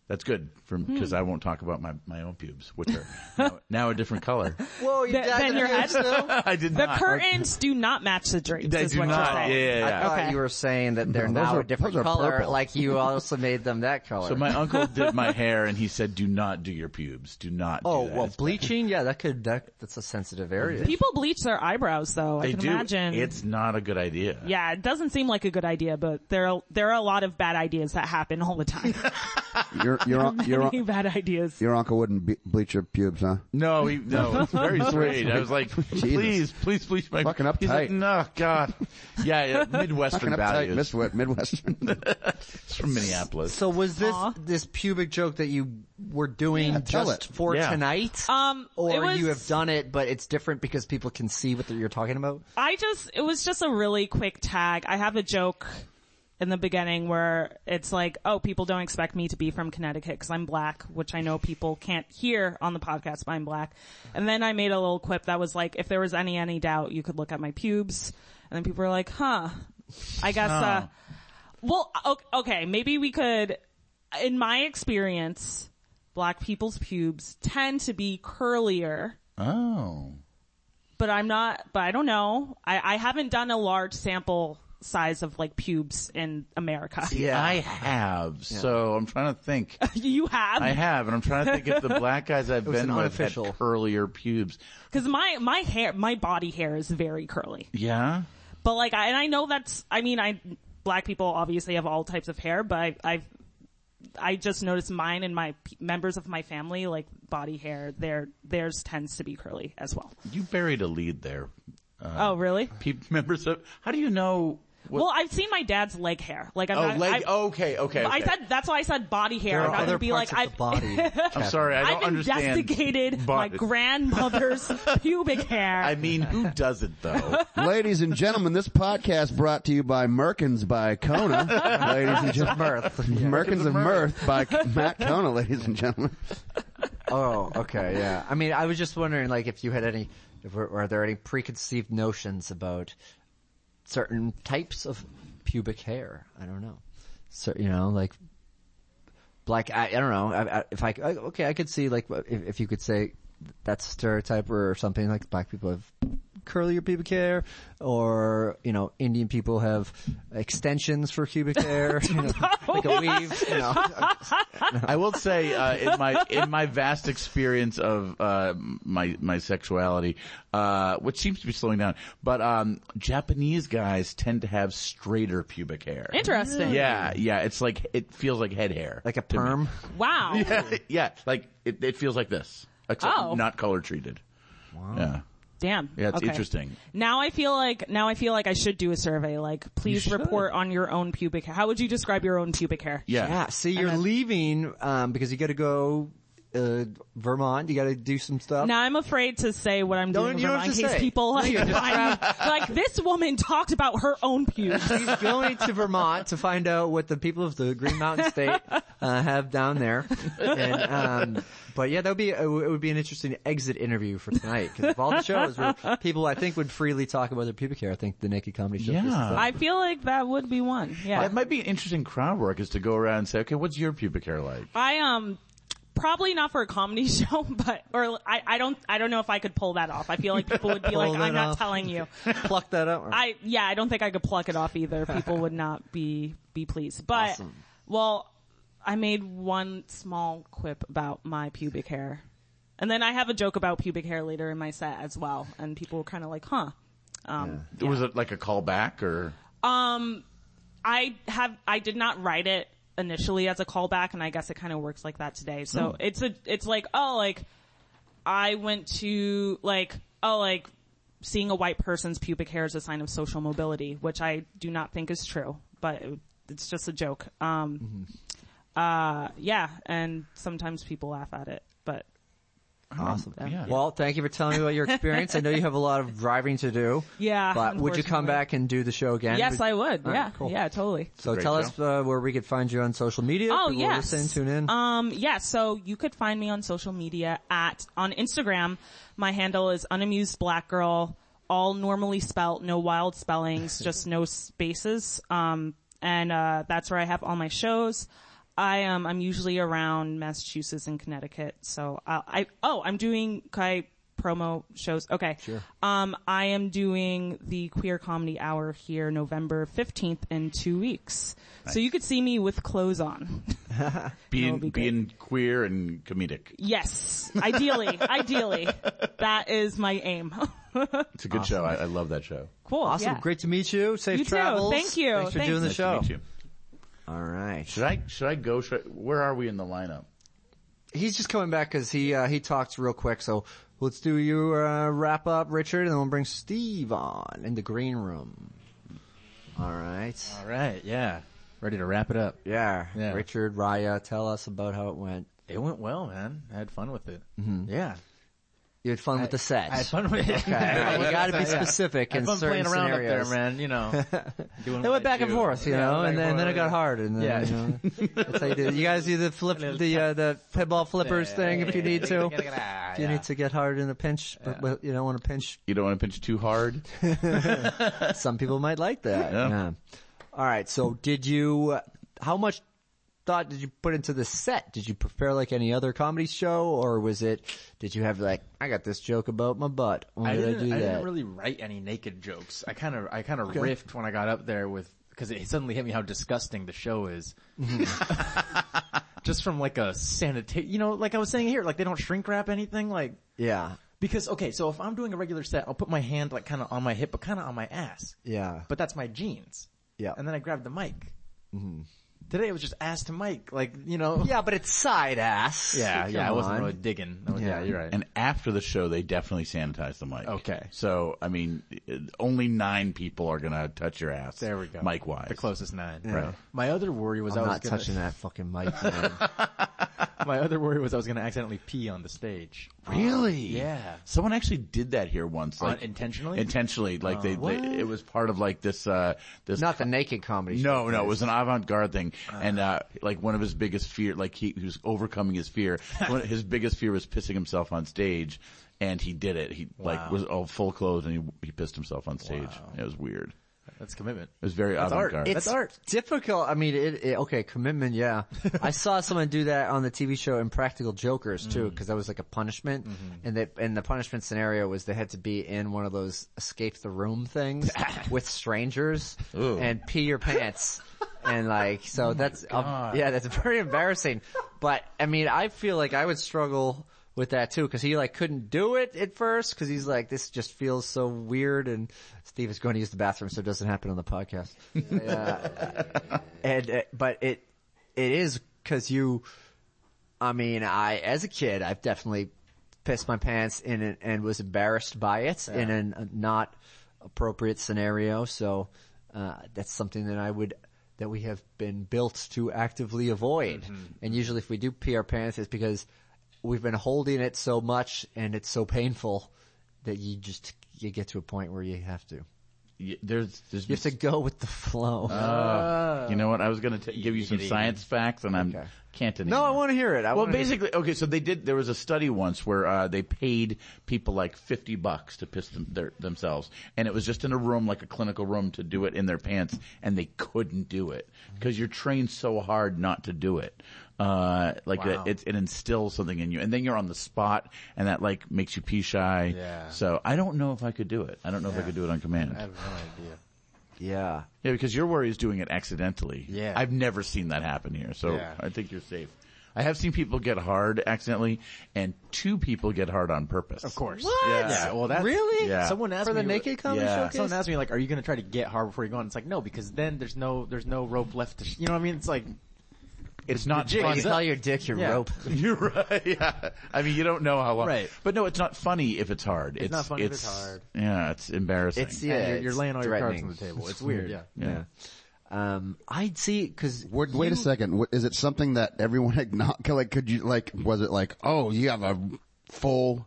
Speaker 8: That's good for
Speaker 4: Hmm.
Speaker 8: because I won't talk about my, my own pubes, which are now, now a different color.
Speaker 3: Whoa, you
Speaker 4: Th-
Speaker 3: dabbed
Speaker 4: then
Speaker 3: in
Speaker 4: your
Speaker 3: the
Speaker 4: head-
Speaker 3: still?
Speaker 8: I did
Speaker 4: the
Speaker 8: not.
Speaker 4: curtains do not match the drapes.
Speaker 8: They
Speaker 4: is
Speaker 8: do
Speaker 4: what
Speaker 8: not.
Speaker 4: you're
Speaker 8: Yeah,
Speaker 4: saying.
Speaker 8: yeah, yeah.
Speaker 3: I thought
Speaker 4: Okay.
Speaker 3: you were saying that they're
Speaker 2: No, those
Speaker 3: now
Speaker 2: are-
Speaker 3: a different
Speaker 2: those are
Speaker 3: color,
Speaker 2: purple.
Speaker 3: like you also made them that color.
Speaker 8: So my uncle did my hair, and he said, "Do not do your pubes. Do not." do
Speaker 3: oh,
Speaker 8: that.
Speaker 3: well,
Speaker 8: It's-
Speaker 3: bleaching? Yeah, that could, that, that's a sensitive area.
Speaker 4: People bleach their eyebrows though. I
Speaker 8: they
Speaker 4: can
Speaker 8: do.
Speaker 4: imagine.
Speaker 8: It's not a good idea.
Speaker 4: yeah, it doesn't seem like a good idea, but there are, there are a lot of bad ideas that happen all the time.
Speaker 2: Your, your, un- your,
Speaker 4: Many
Speaker 2: un-
Speaker 4: bad ideas.
Speaker 2: your uncle wouldn't be- bleach your pubes, huh?
Speaker 8: No, he, no, it's very straight. I was like, please, please, please, my
Speaker 2: Fucking uptight.
Speaker 8: He's like, no, God, yeah, yeah
Speaker 2: Fucking
Speaker 8: Midwestern
Speaker 2: uptight,
Speaker 8: values.
Speaker 2: Miss Whit, Midwestern.
Speaker 8: It's from Minneapolis.
Speaker 3: So was this
Speaker 4: Aw.
Speaker 3: this pubic joke that you were doing
Speaker 2: tell
Speaker 3: just
Speaker 2: it.
Speaker 3: for
Speaker 8: Yeah.
Speaker 3: tonight?
Speaker 4: Um,
Speaker 3: or
Speaker 4: it was-
Speaker 3: you have done it, but it's different because people can see what you're talking about?
Speaker 4: I just, it was just a really quick tag. I have a joke in the beginning where it's like, oh, people don't expect me to be from Connecticut because I'm black, which I know people can't hear on the podcast, but I'm black. And then I made a little quip that was like, if there was any, any doubt, you could look at my pubes. And then people were like, huh, I guess, uh, well, o- okay, maybe we could, in my experience, black people's pubes tend to be curlier
Speaker 8: oh,
Speaker 4: but I'm not, but I don't know. I, I haven't done a large sample size of like pubes in America.
Speaker 8: I have. So I'm trying to think.
Speaker 4: you
Speaker 8: I
Speaker 4: have?
Speaker 8: have, and I'm trying to think if the black guys I've
Speaker 3: was
Speaker 8: been
Speaker 3: an
Speaker 8: with had
Speaker 3: unofficial.
Speaker 8: curlier pubes.
Speaker 4: Cause my, my hair, my body hair is very curly.
Speaker 8: Yeah.
Speaker 4: But like, I, and I know that's, I mean, I, black people obviously have all types of hair, but I, I've, I just noticed mine and my p- members of my family, like body hair, their, theirs tends to be curly as well.
Speaker 8: You buried a lead there. Uh,
Speaker 4: oh, really?
Speaker 8: Pe- members of, how do you know? What,
Speaker 4: Well, I've seen my dad's leg hair. Like, I'm
Speaker 8: oh,
Speaker 4: not,
Speaker 8: leg,
Speaker 4: I,
Speaker 8: okay, okay.
Speaker 4: I
Speaker 8: okay.
Speaker 4: said, that's why I said body hair. I'm
Speaker 3: There are
Speaker 4: not gonna
Speaker 3: other
Speaker 4: be
Speaker 3: parts
Speaker 4: like,
Speaker 3: of
Speaker 4: I've,
Speaker 3: the body.
Speaker 8: I'm sorry, I don't
Speaker 4: I've
Speaker 8: understand.
Speaker 4: investigated my
Speaker 8: bodies.
Speaker 4: grandmother's pubic hair.
Speaker 8: I mean, who doesn't though?
Speaker 2: Ladies and gentlemen, this podcast brought to you by Merkins by Kona. Ladies and gentlemen.
Speaker 3: Mirth.
Speaker 2: Merkins of Mirth by Matt Kona, ladies and gentlemen.
Speaker 3: Oh, okay, yeah. I mean, I was just wondering, like, if you had any, if, were- are there any preconceived notions about certain types of pubic hair? I don't know. So, you know, like, black, I, I don't know, I, I, if I, I- okay, I could see, like, if, if you could say that's a stereotype or something, like, black people have curlier pubic hair, or, you know, Indian people have extensions for pubic hair, you know, like a weave, you know.
Speaker 8: I will say, uh, in my in my vast experience of uh, my my sexuality, uh, which seems to be slowing down, but um, Japanese guys tend to have straighter pubic hair.
Speaker 4: Interesting.
Speaker 8: Yeah, yeah. It's like it feels like head hair,
Speaker 3: Like a perm.
Speaker 4: Wow.
Speaker 8: yeah, like it, it feels like this, except
Speaker 4: Oh.
Speaker 8: not color treated. Wow. Yeah,
Speaker 4: Damn.
Speaker 8: yeah. It's
Speaker 4: Okay.
Speaker 8: interesting.
Speaker 4: Now I feel like now I feel like I should do a survey. Like, please
Speaker 3: should.
Speaker 4: report on your own pubic hair. How would you describe your own pubic hair?
Speaker 8: Yeah.
Speaker 3: Yeah. See, you're leaving um, because you got to go uh, Vermont. You got to do some stuff.
Speaker 4: Now I'm afraid to say what I'm
Speaker 3: Don't-
Speaker 4: doing
Speaker 3: you don't
Speaker 4: in
Speaker 3: have to
Speaker 4: case
Speaker 3: say.
Speaker 4: people like, find- like this woman talked about her own pubes.
Speaker 3: He's going to Vermont to find out what the people of the Green Mountain State uh, have down there. And, um, but yeah, that would be it would be an interesting exit interview for tonight because of all the shows where people I think would freely talk about their pubic hair, I think the Naked Comedy Show. is-
Speaker 8: Yeah.
Speaker 4: I feel like that would be one. Yeah.
Speaker 8: It might be an interesting crowd work is to go around and say, okay, what's your pubic hair like?
Speaker 4: I um probably not for a comedy show, but or I, I don't I don't know if I could pull that off. I feel like people would be like,
Speaker 3: Pull that
Speaker 4: I'm not
Speaker 3: off.
Speaker 4: telling you.
Speaker 3: Pluck that up.
Speaker 4: I yeah, I don't think I could pluck it off either. People would not be be pleased. But well, I made one small quip about my pubic hair. And then I have a joke about pubic hair later in my set as well, and people were kind of like, "Huh." Um,
Speaker 8: Was it like a callback or?
Speaker 4: um, I have I did not write it initially as a callback, and I guess it kind of works like that today. So
Speaker 3: Hmm.
Speaker 4: it's a it's like oh like I went to like oh like seeing a white person's pubic hair is a sign of social mobility, which I do not think is true, but it- it's just a joke. Um,
Speaker 3: Mm-hmm.
Speaker 4: uh, yeah, and sometimes people laugh at it, but
Speaker 3: Awesome.
Speaker 8: Yeah.
Speaker 3: Well, thank you for telling me about your experience. I know you have a lot of driving to do.
Speaker 4: Yeah,
Speaker 3: But would you
Speaker 4: unfortunately.
Speaker 3: come back and do the show again?
Speaker 4: yes, I would.
Speaker 3: All right,
Speaker 4: yeah,
Speaker 3: cool.
Speaker 4: yeah, totally.
Speaker 3: So
Speaker 8: Great
Speaker 3: tell
Speaker 8: show.
Speaker 3: us uh, where we could find you on social media.
Speaker 4: Oh
Speaker 3: people
Speaker 4: yes.
Speaker 3: Listen, tune in.
Speaker 4: Um, yeah. So you could find me on social media at on Instagram. My handle is unamused black girl. All normally spelt, no wild spellings, just no spaces. Um, and uh, that's where I have all my shows. I um, I'm usually around Massachusetts and Connecticut. So I'll, I oh I'm doing can I promo shows. Okay. Sure. Um, I am doing the Queer Comedy Hour here November 15th in two weeks. So you could see me with clothes on.
Speaker 8: being
Speaker 4: would be great.
Speaker 8: being queer and comedic.
Speaker 4: Yes, ideally, ideally, that is my aim.
Speaker 8: It's a good show. I, I love that show.
Speaker 4: cool.
Speaker 3: awesome.
Speaker 4: yeah.
Speaker 3: Great to meet you. Safe
Speaker 4: You too.
Speaker 3: travels.
Speaker 4: Thank you.
Speaker 3: Thanks for
Speaker 4: Thanks.
Speaker 3: doing the
Speaker 8: Nice to
Speaker 3: show.
Speaker 8: meet you.
Speaker 3: All right.
Speaker 8: Should I should I go? Should I, where are we in the lineup?
Speaker 3: He's just coming back because he uh, he talks real quick. So let's do your uh, wrap up, Richard, and then we'll bring Steve on in the green room. All right.
Speaker 5: All right, yeah. Ready to wrap it up.
Speaker 3: Yeah.
Speaker 5: Yeah.
Speaker 3: Richard, Raya, tell us about how it went.
Speaker 5: It went well, man. I had fun with it. Mm-hmm. Yeah.
Speaker 3: You had fun with the set.
Speaker 5: I had fun with it.
Speaker 3: Okay, all right. You gotta be specific
Speaker 5: I had
Speaker 3: in
Speaker 5: fun
Speaker 3: certain
Speaker 5: playing around
Speaker 3: scenarios.
Speaker 5: up there, man, you know. doing
Speaker 3: It
Speaker 5: what
Speaker 3: went
Speaker 5: I
Speaker 3: back and
Speaker 5: do.
Speaker 3: forth, you
Speaker 5: Yeah,
Speaker 3: know,
Speaker 5: it
Speaker 3: and
Speaker 5: went back
Speaker 3: then, then it got hard, and then,
Speaker 5: Yeah.
Speaker 3: you know, that's how you do it. You guys do the flip, the, uh, the pinball flippers thing if you need to. If you
Speaker 5: Yeah.
Speaker 3: need to get hard in a pinch, but, but you don't want to pinch
Speaker 8: You don't want to pinch too hard.
Speaker 3: some people might like that.
Speaker 8: Yeah.
Speaker 3: All right. So did you, how much thought did you put into the set? Did you prepare like any other comedy show or was it, did you have like, I got this joke about my butt. Why
Speaker 5: I
Speaker 3: did I,
Speaker 5: didn't,
Speaker 3: do
Speaker 5: I
Speaker 3: that?
Speaker 5: didn't really write any naked jokes. I kind of, I kind of riffed when I got up there with, cause it suddenly hit me how disgusting the show is. Mm-hmm. Just from like a sanitary, you know, like I was saying here, like they don't shrink wrap anything, like,
Speaker 3: yeah.
Speaker 5: because okay, so if I'm doing a regular set, I'll put my hand like kind of on my hip, but kind of on my ass.
Speaker 3: Yeah.
Speaker 5: But that's my jeans.
Speaker 3: Yeah.
Speaker 5: And then I grabbed the mic.
Speaker 3: Mm-hmm.
Speaker 5: Today it was just ass to mic, like, you know.
Speaker 3: Yeah, but it's side ass.
Speaker 5: Yeah, yeah, I
Speaker 3: Come
Speaker 5: wasn't
Speaker 3: on.
Speaker 5: really digging. Oh, yeah. you're right.
Speaker 8: And after the show, they definitely sanitize the mic.
Speaker 5: Okay.
Speaker 8: So I mean, it- only nine people are gonna touch your ass.
Speaker 5: there we go.
Speaker 8: Mic wise.
Speaker 5: The closest nine.
Speaker 8: Right.
Speaker 5: My other worry was
Speaker 3: I'm
Speaker 5: I was
Speaker 3: not
Speaker 5: gonna,
Speaker 3: touching that fucking mic. man.
Speaker 5: My other worry was I was going to accidentally pee on the stage.
Speaker 8: Really?
Speaker 5: Yeah.
Speaker 8: Someone actually did that here once.
Speaker 5: On-
Speaker 8: Like,
Speaker 5: intentionally?
Speaker 8: Intentionally. Like they,
Speaker 5: Uh,
Speaker 8: they, it was part of like this, uh, this.
Speaker 3: not the naked comedy show.
Speaker 8: no, no, it was an avant-garde thing, and uh, like one of his biggest fear, like he, he was overcoming his fear. one, his biggest fear was pissing himself on stage, and he did it. He like was all full clothes, and he, he pissed himself on stage. It was weird. It
Speaker 5: That's commitment.
Speaker 8: was very
Speaker 5: That's art.
Speaker 8: avant-garde.
Speaker 5: That's art.
Speaker 3: difficult. I mean, it, it okay, commitment, yeah. I saw someone do that on the TV show Impractical Jokers too,
Speaker 8: Mm.
Speaker 3: because that was like a punishment, and that and the punishment scenario was they had to be in one of those escape the room things with strangers and pee your pants. And like, so that's, um, yeah, that's very embarrassing. But I mean, I feel like I would struggle with that too, cause he like couldn't do it at first, cause he's like, this just feels so weird and Steve is going to use the bathroom so it doesn't happen on the podcast and uh, but it it is because you i mean i as a kid i've definitely pissed my pants in an, and was embarrassed by it in an, a not appropriate scenario so uh, that's something that i would that we have been built to actively avoid
Speaker 8: Mm-hmm.
Speaker 3: and usually if we do pee our pants it's because we've been holding it so much and it's so painful that you just you get to a point where you have to
Speaker 8: Y- There's, there's Uh,
Speaker 3: you have to go with the flow
Speaker 8: You know what? I was going to give you some science facts, and I'm
Speaker 3: Okay.
Speaker 8: can't anymore.
Speaker 3: no i want to hear it I
Speaker 8: Well,
Speaker 3: wanna hear-
Speaker 8: basically, okay. So they did. There was a study once where uh, they paid people like fifty bucks to piss them, their, themselves, and it was just in a room, like a clinical room, to do it in their pants, and they couldn't do it because you're trained so hard not to do it. Uh, like it, it's, it instills something in you, and then you're on the spot, and that like makes you pee shy.
Speaker 5: Yeah.
Speaker 8: So I don't know if I could do it. I don't know if I could do it on command.
Speaker 5: I have no idea.
Speaker 3: yeah
Speaker 8: Yeah, because your worry is doing it accidentally.
Speaker 5: Yeah.
Speaker 8: I've never seen that happen here, so
Speaker 5: Yeah.
Speaker 8: I think you're safe. I have seen people get hard accidentally, and two people get hard on purpose.
Speaker 5: Of course.
Speaker 3: What?
Speaker 5: Yeah. Yeah, well, that's
Speaker 3: Really?
Speaker 8: Yeah.
Speaker 5: Someone asked
Speaker 3: For the
Speaker 5: me
Speaker 3: naked comedy
Speaker 8: Yeah.
Speaker 3: showcase?
Speaker 5: Someone asked me like, "Are you going to try to get hard before you go on?" It's like, no, because then there's no there's no rope left to. Sh- you know what I mean? It's like
Speaker 8: It's not
Speaker 3: You
Speaker 8: funny.
Speaker 3: call your dick your rope.
Speaker 8: You're right. Yeah. I mean, you don't know how long.
Speaker 5: Right.
Speaker 8: But no, it's not funny if it's hard. It's,
Speaker 5: not funny if it's hard.
Speaker 8: Yeah, it's embarrassing.
Speaker 3: It's yeah.
Speaker 5: And you're, you're
Speaker 3: it's
Speaker 5: laying all your cards
Speaker 3: threatening.
Speaker 5: on the table. It's, weird. Yeah.
Speaker 3: Yeah. Um, I'd see because
Speaker 2: Wait, wait a second. What- Is it something that everyone acknowledged? Like, could you, like, was it like, oh, you have a full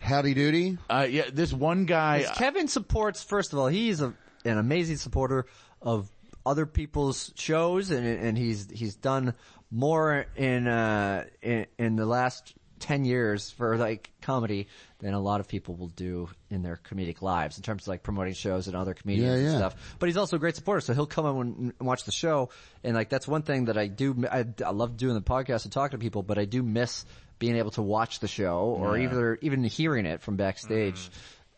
Speaker 2: howdy doody?
Speaker 8: uh, yeah, this one guy. uh,
Speaker 3: Kevin supports. First of all, he's a, an amazing supporter of other people's shows, and and he's he's done more in uh in, in the last ten years for like comedy than a lot of people will do in their comedic lives in terms of like promoting shows and other comedians
Speaker 2: Yeah,
Speaker 3: and
Speaker 2: yeah.
Speaker 3: stuff. But he's also a great supporter, so he'll come and and watch the show. And like that's one thing that I do. I, I love doing the podcast and talking to people, but I do miss being able to watch the show or
Speaker 8: Yeah.
Speaker 3: either even hearing it from backstage.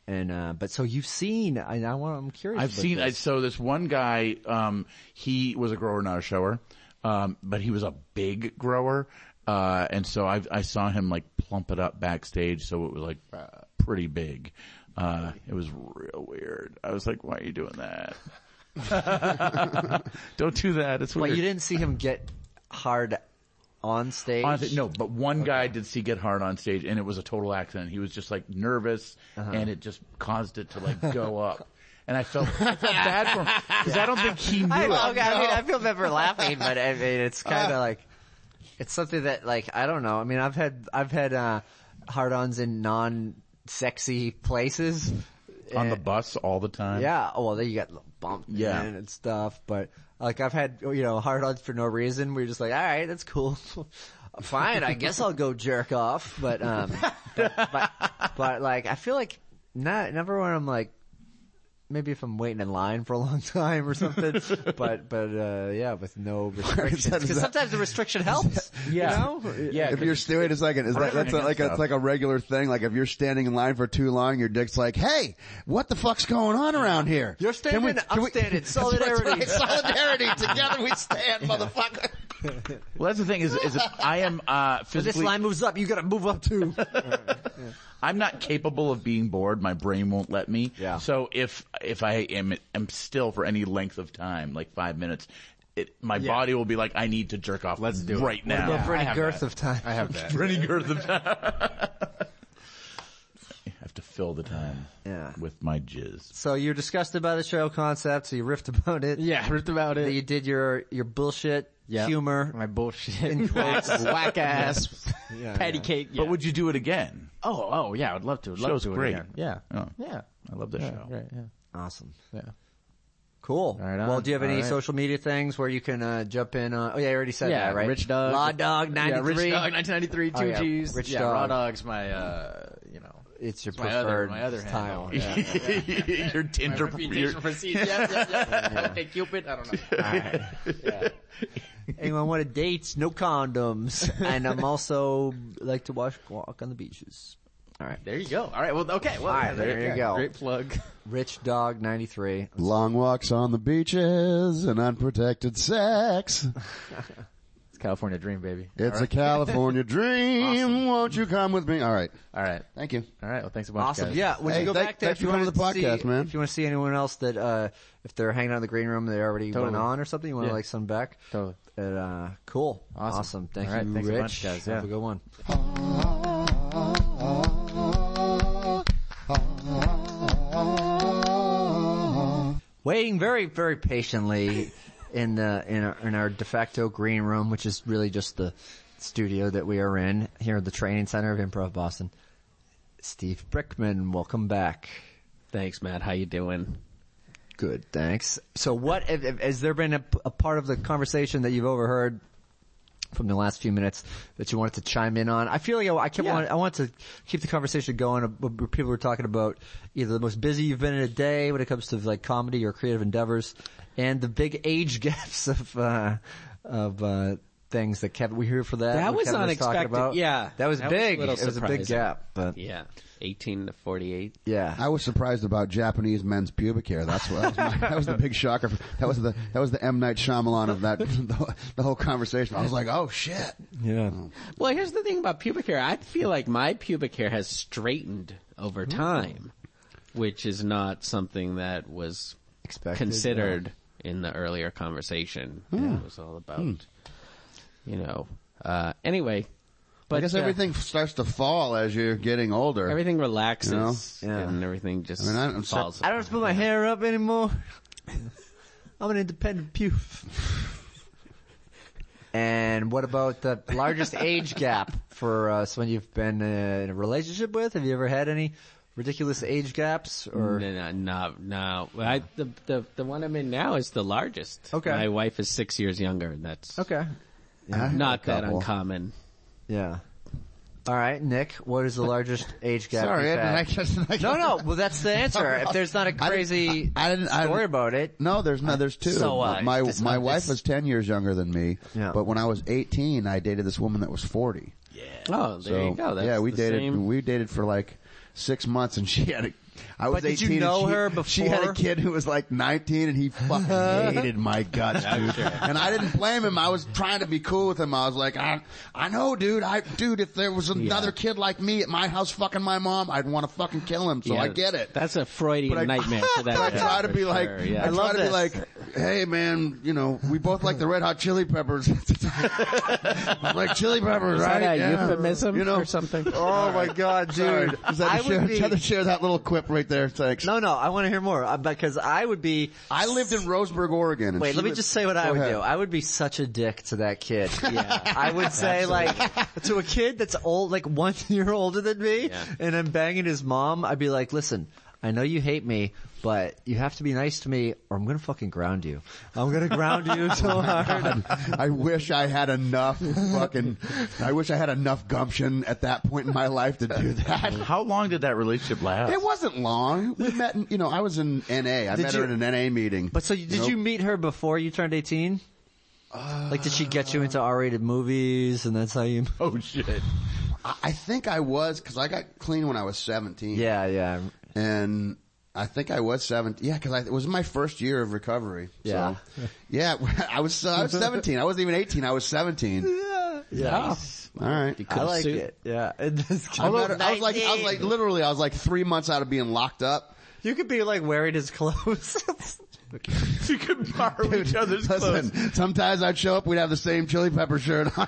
Speaker 3: And uh but so you've seen I I want I'm curious.
Speaker 8: I've
Speaker 3: about
Speaker 8: seen I,
Speaker 3: this.
Speaker 8: so this one guy. Um, he was a grower, not a shower, um, but he was a big grower, uh, and so I, I saw him like plump it up backstage, so it was like uh, pretty big. Uh, it was real weird. I was like, "Why are you doing that? Don't do that. It's weird."
Speaker 3: Wait, you didn't see him get hard on stage?
Speaker 8: Honestly, no, but one guy did see get hard on stage and it was a total accident. He was just like nervous
Speaker 3: Uh-huh.
Speaker 8: and it just caused it to like go up. And I felt, I felt bad for him because I don't think he knew
Speaker 3: I,
Speaker 8: it.
Speaker 3: okay, I mean I feel bad for laughing, but I mean it's kind of like it's something that like I don't know. I mean I've had I've had uh hard-ons in non-sexy places.
Speaker 8: On the
Speaker 3: Eh,
Speaker 8: bus all the time.
Speaker 3: Yeah, oh, well, then you got little bumped
Speaker 8: Yeah.
Speaker 3: in and stuff. But like, I've had you know hard ons for no reason. We're just like, all right, that's cool. Fine, I guess I'll go jerk off. But um, but, but, but like, I feel like not never when I'm like. Maybe if I'm waiting in line for a long time or something, but but uh yeah, with no restrictions.
Speaker 2: that- is
Speaker 3: Because
Speaker 2: that-
Speaker 3: sometimes the restriction helps.
Speaker 8: Yeah. Yeah.
Speaker 2: If you're, st- wait a second, is that, that's a, like, a, it's like a regular thing. Like, if you're standing in line for too long, your dick's like, hey, what the fuck's going on around here?
Speaker 3: You're standing, I'm standing.
Speaker 2: That's right,
Speaker 3: Solidarity.
Speaker 2: that's right. Solidarity. Together we stand, motherfucker.
Speaker 8: Well, that's the thing is, is that I am, uh,
Speaker 3: If this
Speaker 8: physically,
Speaker 3: line moves up, you gotta move up too.
Speaker 8: I'm not capable of being bored. My brain won't let me.
Speaker 3: Yeah.
Speaker 8: So if, if I am, am still for any length of time, like five minutes, it, my body will be like, I need to jerk off Let's do right now.
Speaker 3: Well, for any girth of time.
Speaker 9: I have that.
Speaker 8: Pretty good the time. I have to fill the time
Speaker 3: Yeah.
Speaker 8: with my jizz.
Speaker 3: So you're disgusted by the show concept, so you riffed about it.
Speaker 5: Yeah. Ripped about
Speaker 3: That
Speaker 5: it.
Speaker 3: You did your, your bullshit
Speaker 5: Yeah.
Speaker 3: humor.
Speaker 5: My bullshit.
Speaker 3: In quotes.
Speaker 5: Whack ass. Patty cake. Yeah.
Speaker 8: But would you do it again?
Speaker 5: oh, oh, yeah. I'd love to. I'd love
Speaker 8: Show's
Speaker 5: to do it
Speaker 8: great.
Speaker 5: again. Yeah.
Speaker 8: Oh.
Speaker 5: Yeah.
Speaker 8: I love this
Speaker 5: Yeah,
Speaker 8: show.
Speaker 5: Right. Yeah.
Speaker 3: Awesome.
Speaker 5: Yeah.
Speaker 3: Cool.
Speaker 5: Right on.
Speaker 3: well, do you have any
Speaker 5: All right.
Speaker 3: social media things where you can uh, jump in? Uh, oh yeah, I already said
Speaker 5: Yeah,
Speaker 3: that, right?
Speaker 5: Rich Dog.
Speaker 3: Law Dog
Speaker 5: Yeah,
Speaker 3: 93.
Speaker 5: Rich Dog 1993, two
Speaker 3: Oh, yeah.
Speaker 5: G's.
Speaker 3: Rich
Speaker 5: yeah,
Speaker 3: Dog.
Speaker 5: Raw Dog's my, uh, you know.
Speaker 3: It's your
Speaker 5: my other-
Speaker 3: preferred
Speaker 5: my other
Speaker 3: style.
Speaker 5: handle.
Speaker 3: Yeah.
Speaker 8: your Tinder, your,
Speaker 5: Reputation for seeds. Yes, yes, yes. Hey, Cupid. I don't know.
Speaker 3: Anyone want to date? No condoms. and I'm also like to watch walk on the beaches.
Speaker 5: There you go. All right. Well, okay. Well,
Speaker 3: All right,
Speaker 5: yeah,
Speaker 3: there you go.
Speaker 5: Great plug.
Speaker 3: Rich Dog 93.
Speaker 2: Long walks on the beaches and unprotected sex.
Speaker 5: It's California Dream, baby.
Speaker 2: It's a California dream. Won't you come with me? All right.
Speaker 5: All right.
Speaker 2: Thank you.
Speaker 5: All right. Well, thanks a bunch.
Speaker 3: Awesome.
Speaker 5: guys.
Speaker 3: Yeah. When
Speaker 2: Hey,
Speaker 3: you go
Speaker 2: thank-
Speaker 3: back there,
Speaker 2: thanks
Speaker 3: if you
Speaker 2: for coming
Speaker 3: want
Speaker 2: to the podcast,
Speaker 3: see,
Speaker 2: man.
Speaker 3: If you want to see anyone else that, uh, if they're hanging out in the green room, they already went
Speaker 5: Totally.
Speaker 3: on or something, you want to
Speaker 5: Yeah.
Speaker 3: like send back.
Speaker 5: Totally.
Speaker 3: And, uh, cool.
Speaker 5: Awesome.
Speaker 3: Thank
Speaker 5: All right,
Speaker 3: you,
Speaker 5: thanks a
Speaker 3: Rich.
Speaker 5: bunch, guys. Yeah.
Speaker 3: Have a good one. Waiting very, very patiently in the in our, in our de facto green room, which is really just the studio that we are in here at the training center of Improv Boston. Steve Brickman, welcome back.
Speaker 7: Thanks, Matt. How you doing?
Speaker 3: Good, thanks. So, what have- have- has there been a, a part of the conversation that you've overheard from the last few minutes that you wanted to chime in on? I feel like I, I kept want, I want to keep the conversation going. of- of what People were talking about either the most busy you've been in a day when it comes to like comedy or creative endeavors, and the big age gaps of uh, of uh, things that Kevin. We hear for that.
Speaker 7: That
Speaker 3: what
Speaker 7: was
Speaker 3: Kevin talking
Speaker 7: unexpected,
Speaker 3: about.
Speaker 7: yeah.
Speaker 3: that was
Speaker 7: That was a
Speaker 3: big.
Speaker 7: little
Speaker 3: it was a big
Speaker 7: surprising.
Speaker 3: gap, but
Speaker 7: Yeah, eighteen to forty-eight.
Speaker 3: yeah.
Speaker 2: I was surprised about Japanese men's pubic hair. That's what that was, my, that was the big shocker. That was the that was the M Night Shyamalan of that the, the whole conversation. I was like, oh shit. Oh.
Speaker 3: yeah.
Speaker 7: Well, here's the thing about pubic hair. I feel like my pubic hair has straightened over time, which is not something that was
Speaker 3: Expected,
Speaker 7: Hmm. considered in the earlier conversation. It was all about you know. Uh, anyway, but
Speaker 2: I guess
Speaker 7: uh,
Speaker 2: everything starts to fall as you're getting older.
Speaker 7: everything relaxes
Speaker 2: You know? Yeah.
Speaker 7: and everything just
Speaker 2: I mean, I- I'm so-
Speaker 7: falls.
Speaker 10: I don't have to put my hair up anymore. I'm an independent poof.
Speaker 3: And what about the largest age gap for uh, someone you've been uh, in a relationship with? Have you ever had any ridiculous age gaps? Or
Speaker 7: No, no, no, no. I, the, the, the one I'm in now is the largest.
Speaker 3: Okay.
Speaker 7: My wife is six years younger and that's
Speaker 3: okay,
Speaker 2: I had
Speaker 7: not
Speaker 2: a
Speaker 7: that
Speaker 2: couple.
Speaker 7: uncommon.
Speaker 3: yeah. All right, Nick. What is the largest age gap?
Speaker 2: Sorry,
Speaker 3: you've
Speaker 2: I, I
Speaker 3: had?
Speaker 2: guess I
Speaker 3: no, no. Well, that's the answer. If there's not a crazy
Speaker 2: I didn't. I
Speaker 3: story
Speaker 2: didn't
Speaker 3: about it,
Speaker 2: no, there's no, there's two.
Speaker 3: So
Speaker 10: uh,
Speaker 3: what?
Speaker 2: my
Speaker 3: It's
Speaker 2: my
Speaker 3: not-
Speaker 2: wife
Speaker 3: it's-
Speaker 2: was ten years younger than me,
Speaker 3: Yeah.
Speaker 2: but when I was eighteen, I dated this woman that was forty.
Speaker 7: Oh, there
Speaker 2: So
Speaker 7: you go. That's
Speaker 2: yeah, we
Speaker 7: the
Speaker 2: dated.
Speaker 7: same.
Speaker 2: We dated for like six months, and she had a. I was
Speaker 3: But did you
Speaker 2: 18 and
Speaker 3: know
Speaker 2: she-
Speaker 3: her before?
Speaker 2: She had a kid who was like 19 and he fucking hated my guts, dude. And I didn't blame him. I was trying to be cool with him. I was like, I, I know, dude. I, dude, if there was another kid like me at my house fucking my mom, I'd want to fucking kill him. So
Speaker 7: Yeah,
Speaker 2: I get it.
Speaker 7: That's a Freudian
Speaker 2: But I-
Speaker 7: nightmare for that.
Speaker 2: I
Speaker 7: guy,
Speaker 2: try to
Speaker 7: for
Speaker 2: be like,
Speaker 7: sure, yeah.
Speaker 2: I, try
Speaker 3: love
Speaker 2: to be
Speaker 3: this.
Speaker 2: like, hey man, you know, we both like the Red Hot Chili Peppers. I'm like Chili Peppers,
Speaker 7: that
Speaker 2: right?
Speaker 7: a euphemism
Speaker 2: you know,
Speaker 7: or something?
Speaker 2: Oh my god, dude! Is that
Speaker 3: I
Speaker 2: a
Speaker 3: would
Speaker 2: share,
Speaker 3: be-
Speaker 2: try to share that little quip right there. Thanks.
Speaker 3: no, no. I want to hear more uh, because I would be
Speaker 2: I lived in Roseburg, Oregon. and
Speaker 3: Wait,
Speaker 2: she
Speaker 3: let me
Speaker 2: was-
Speaker 3: just say what I
Speaker 2: Go
Speaker 3: would
Speaker 2: ahead.
Speaker 3: do. I would be such a dick to that kid. I would say like to a kid that's old, like one year older than me, and I'm banging his mom. I'd be like, listen. I know you hate me, but you have to be nice to me or I'm gonna fucking ground you. I'm gonna ground you
Speaker 2: Oh
Speaker 3: so hard.
Speaker 2: I wish I had enough fucking. I wish I had enough gumption at that point in my life to do that.
Speaker 8: How long did that relationship last?
Speaker 2: It wasn't long. We met. In, you know, I was in NA. I
Speaker 3: Did
Speaker 2: met
Speaker 3: you-
Speaker 2: her in an NA meeting.
Speaker 3: But so you, did
Speaker 2: know?
Speaker 3: you meet her before you turned 18?
Speaker 2: Uh,
Speaker 3: like did she get you into R-rated movies and that's how you...
Speaker 8: oh shit.
Speaker 2: I- I think I was because I got clean when I was seventeen.
Speaker 3: Yeah, yeah.
Speaker 2: and I think I was 17. Yeah, because it was my first year of recovery.
Speaker 3: Yeah.
Speaker 2: so. yeah. I was I was 17. I wasn't even 18. I was 17.
Speaker 3: Yeah.
Speaker 2: All right.
Speaker 3: I like
Speaker 7: suit.
Speaker 3: it. Yeah. And this kid-
Speaker 2: I, met her- I was like I was like literally I was like three months out of being locked up.
Speaker 3: You could be like wearing his clothes.
Speaker 8: You could borrow each other's clothes.
Speaker 2: Listen, sometimes I'd show up, we'd have the same chili pepper shirt on.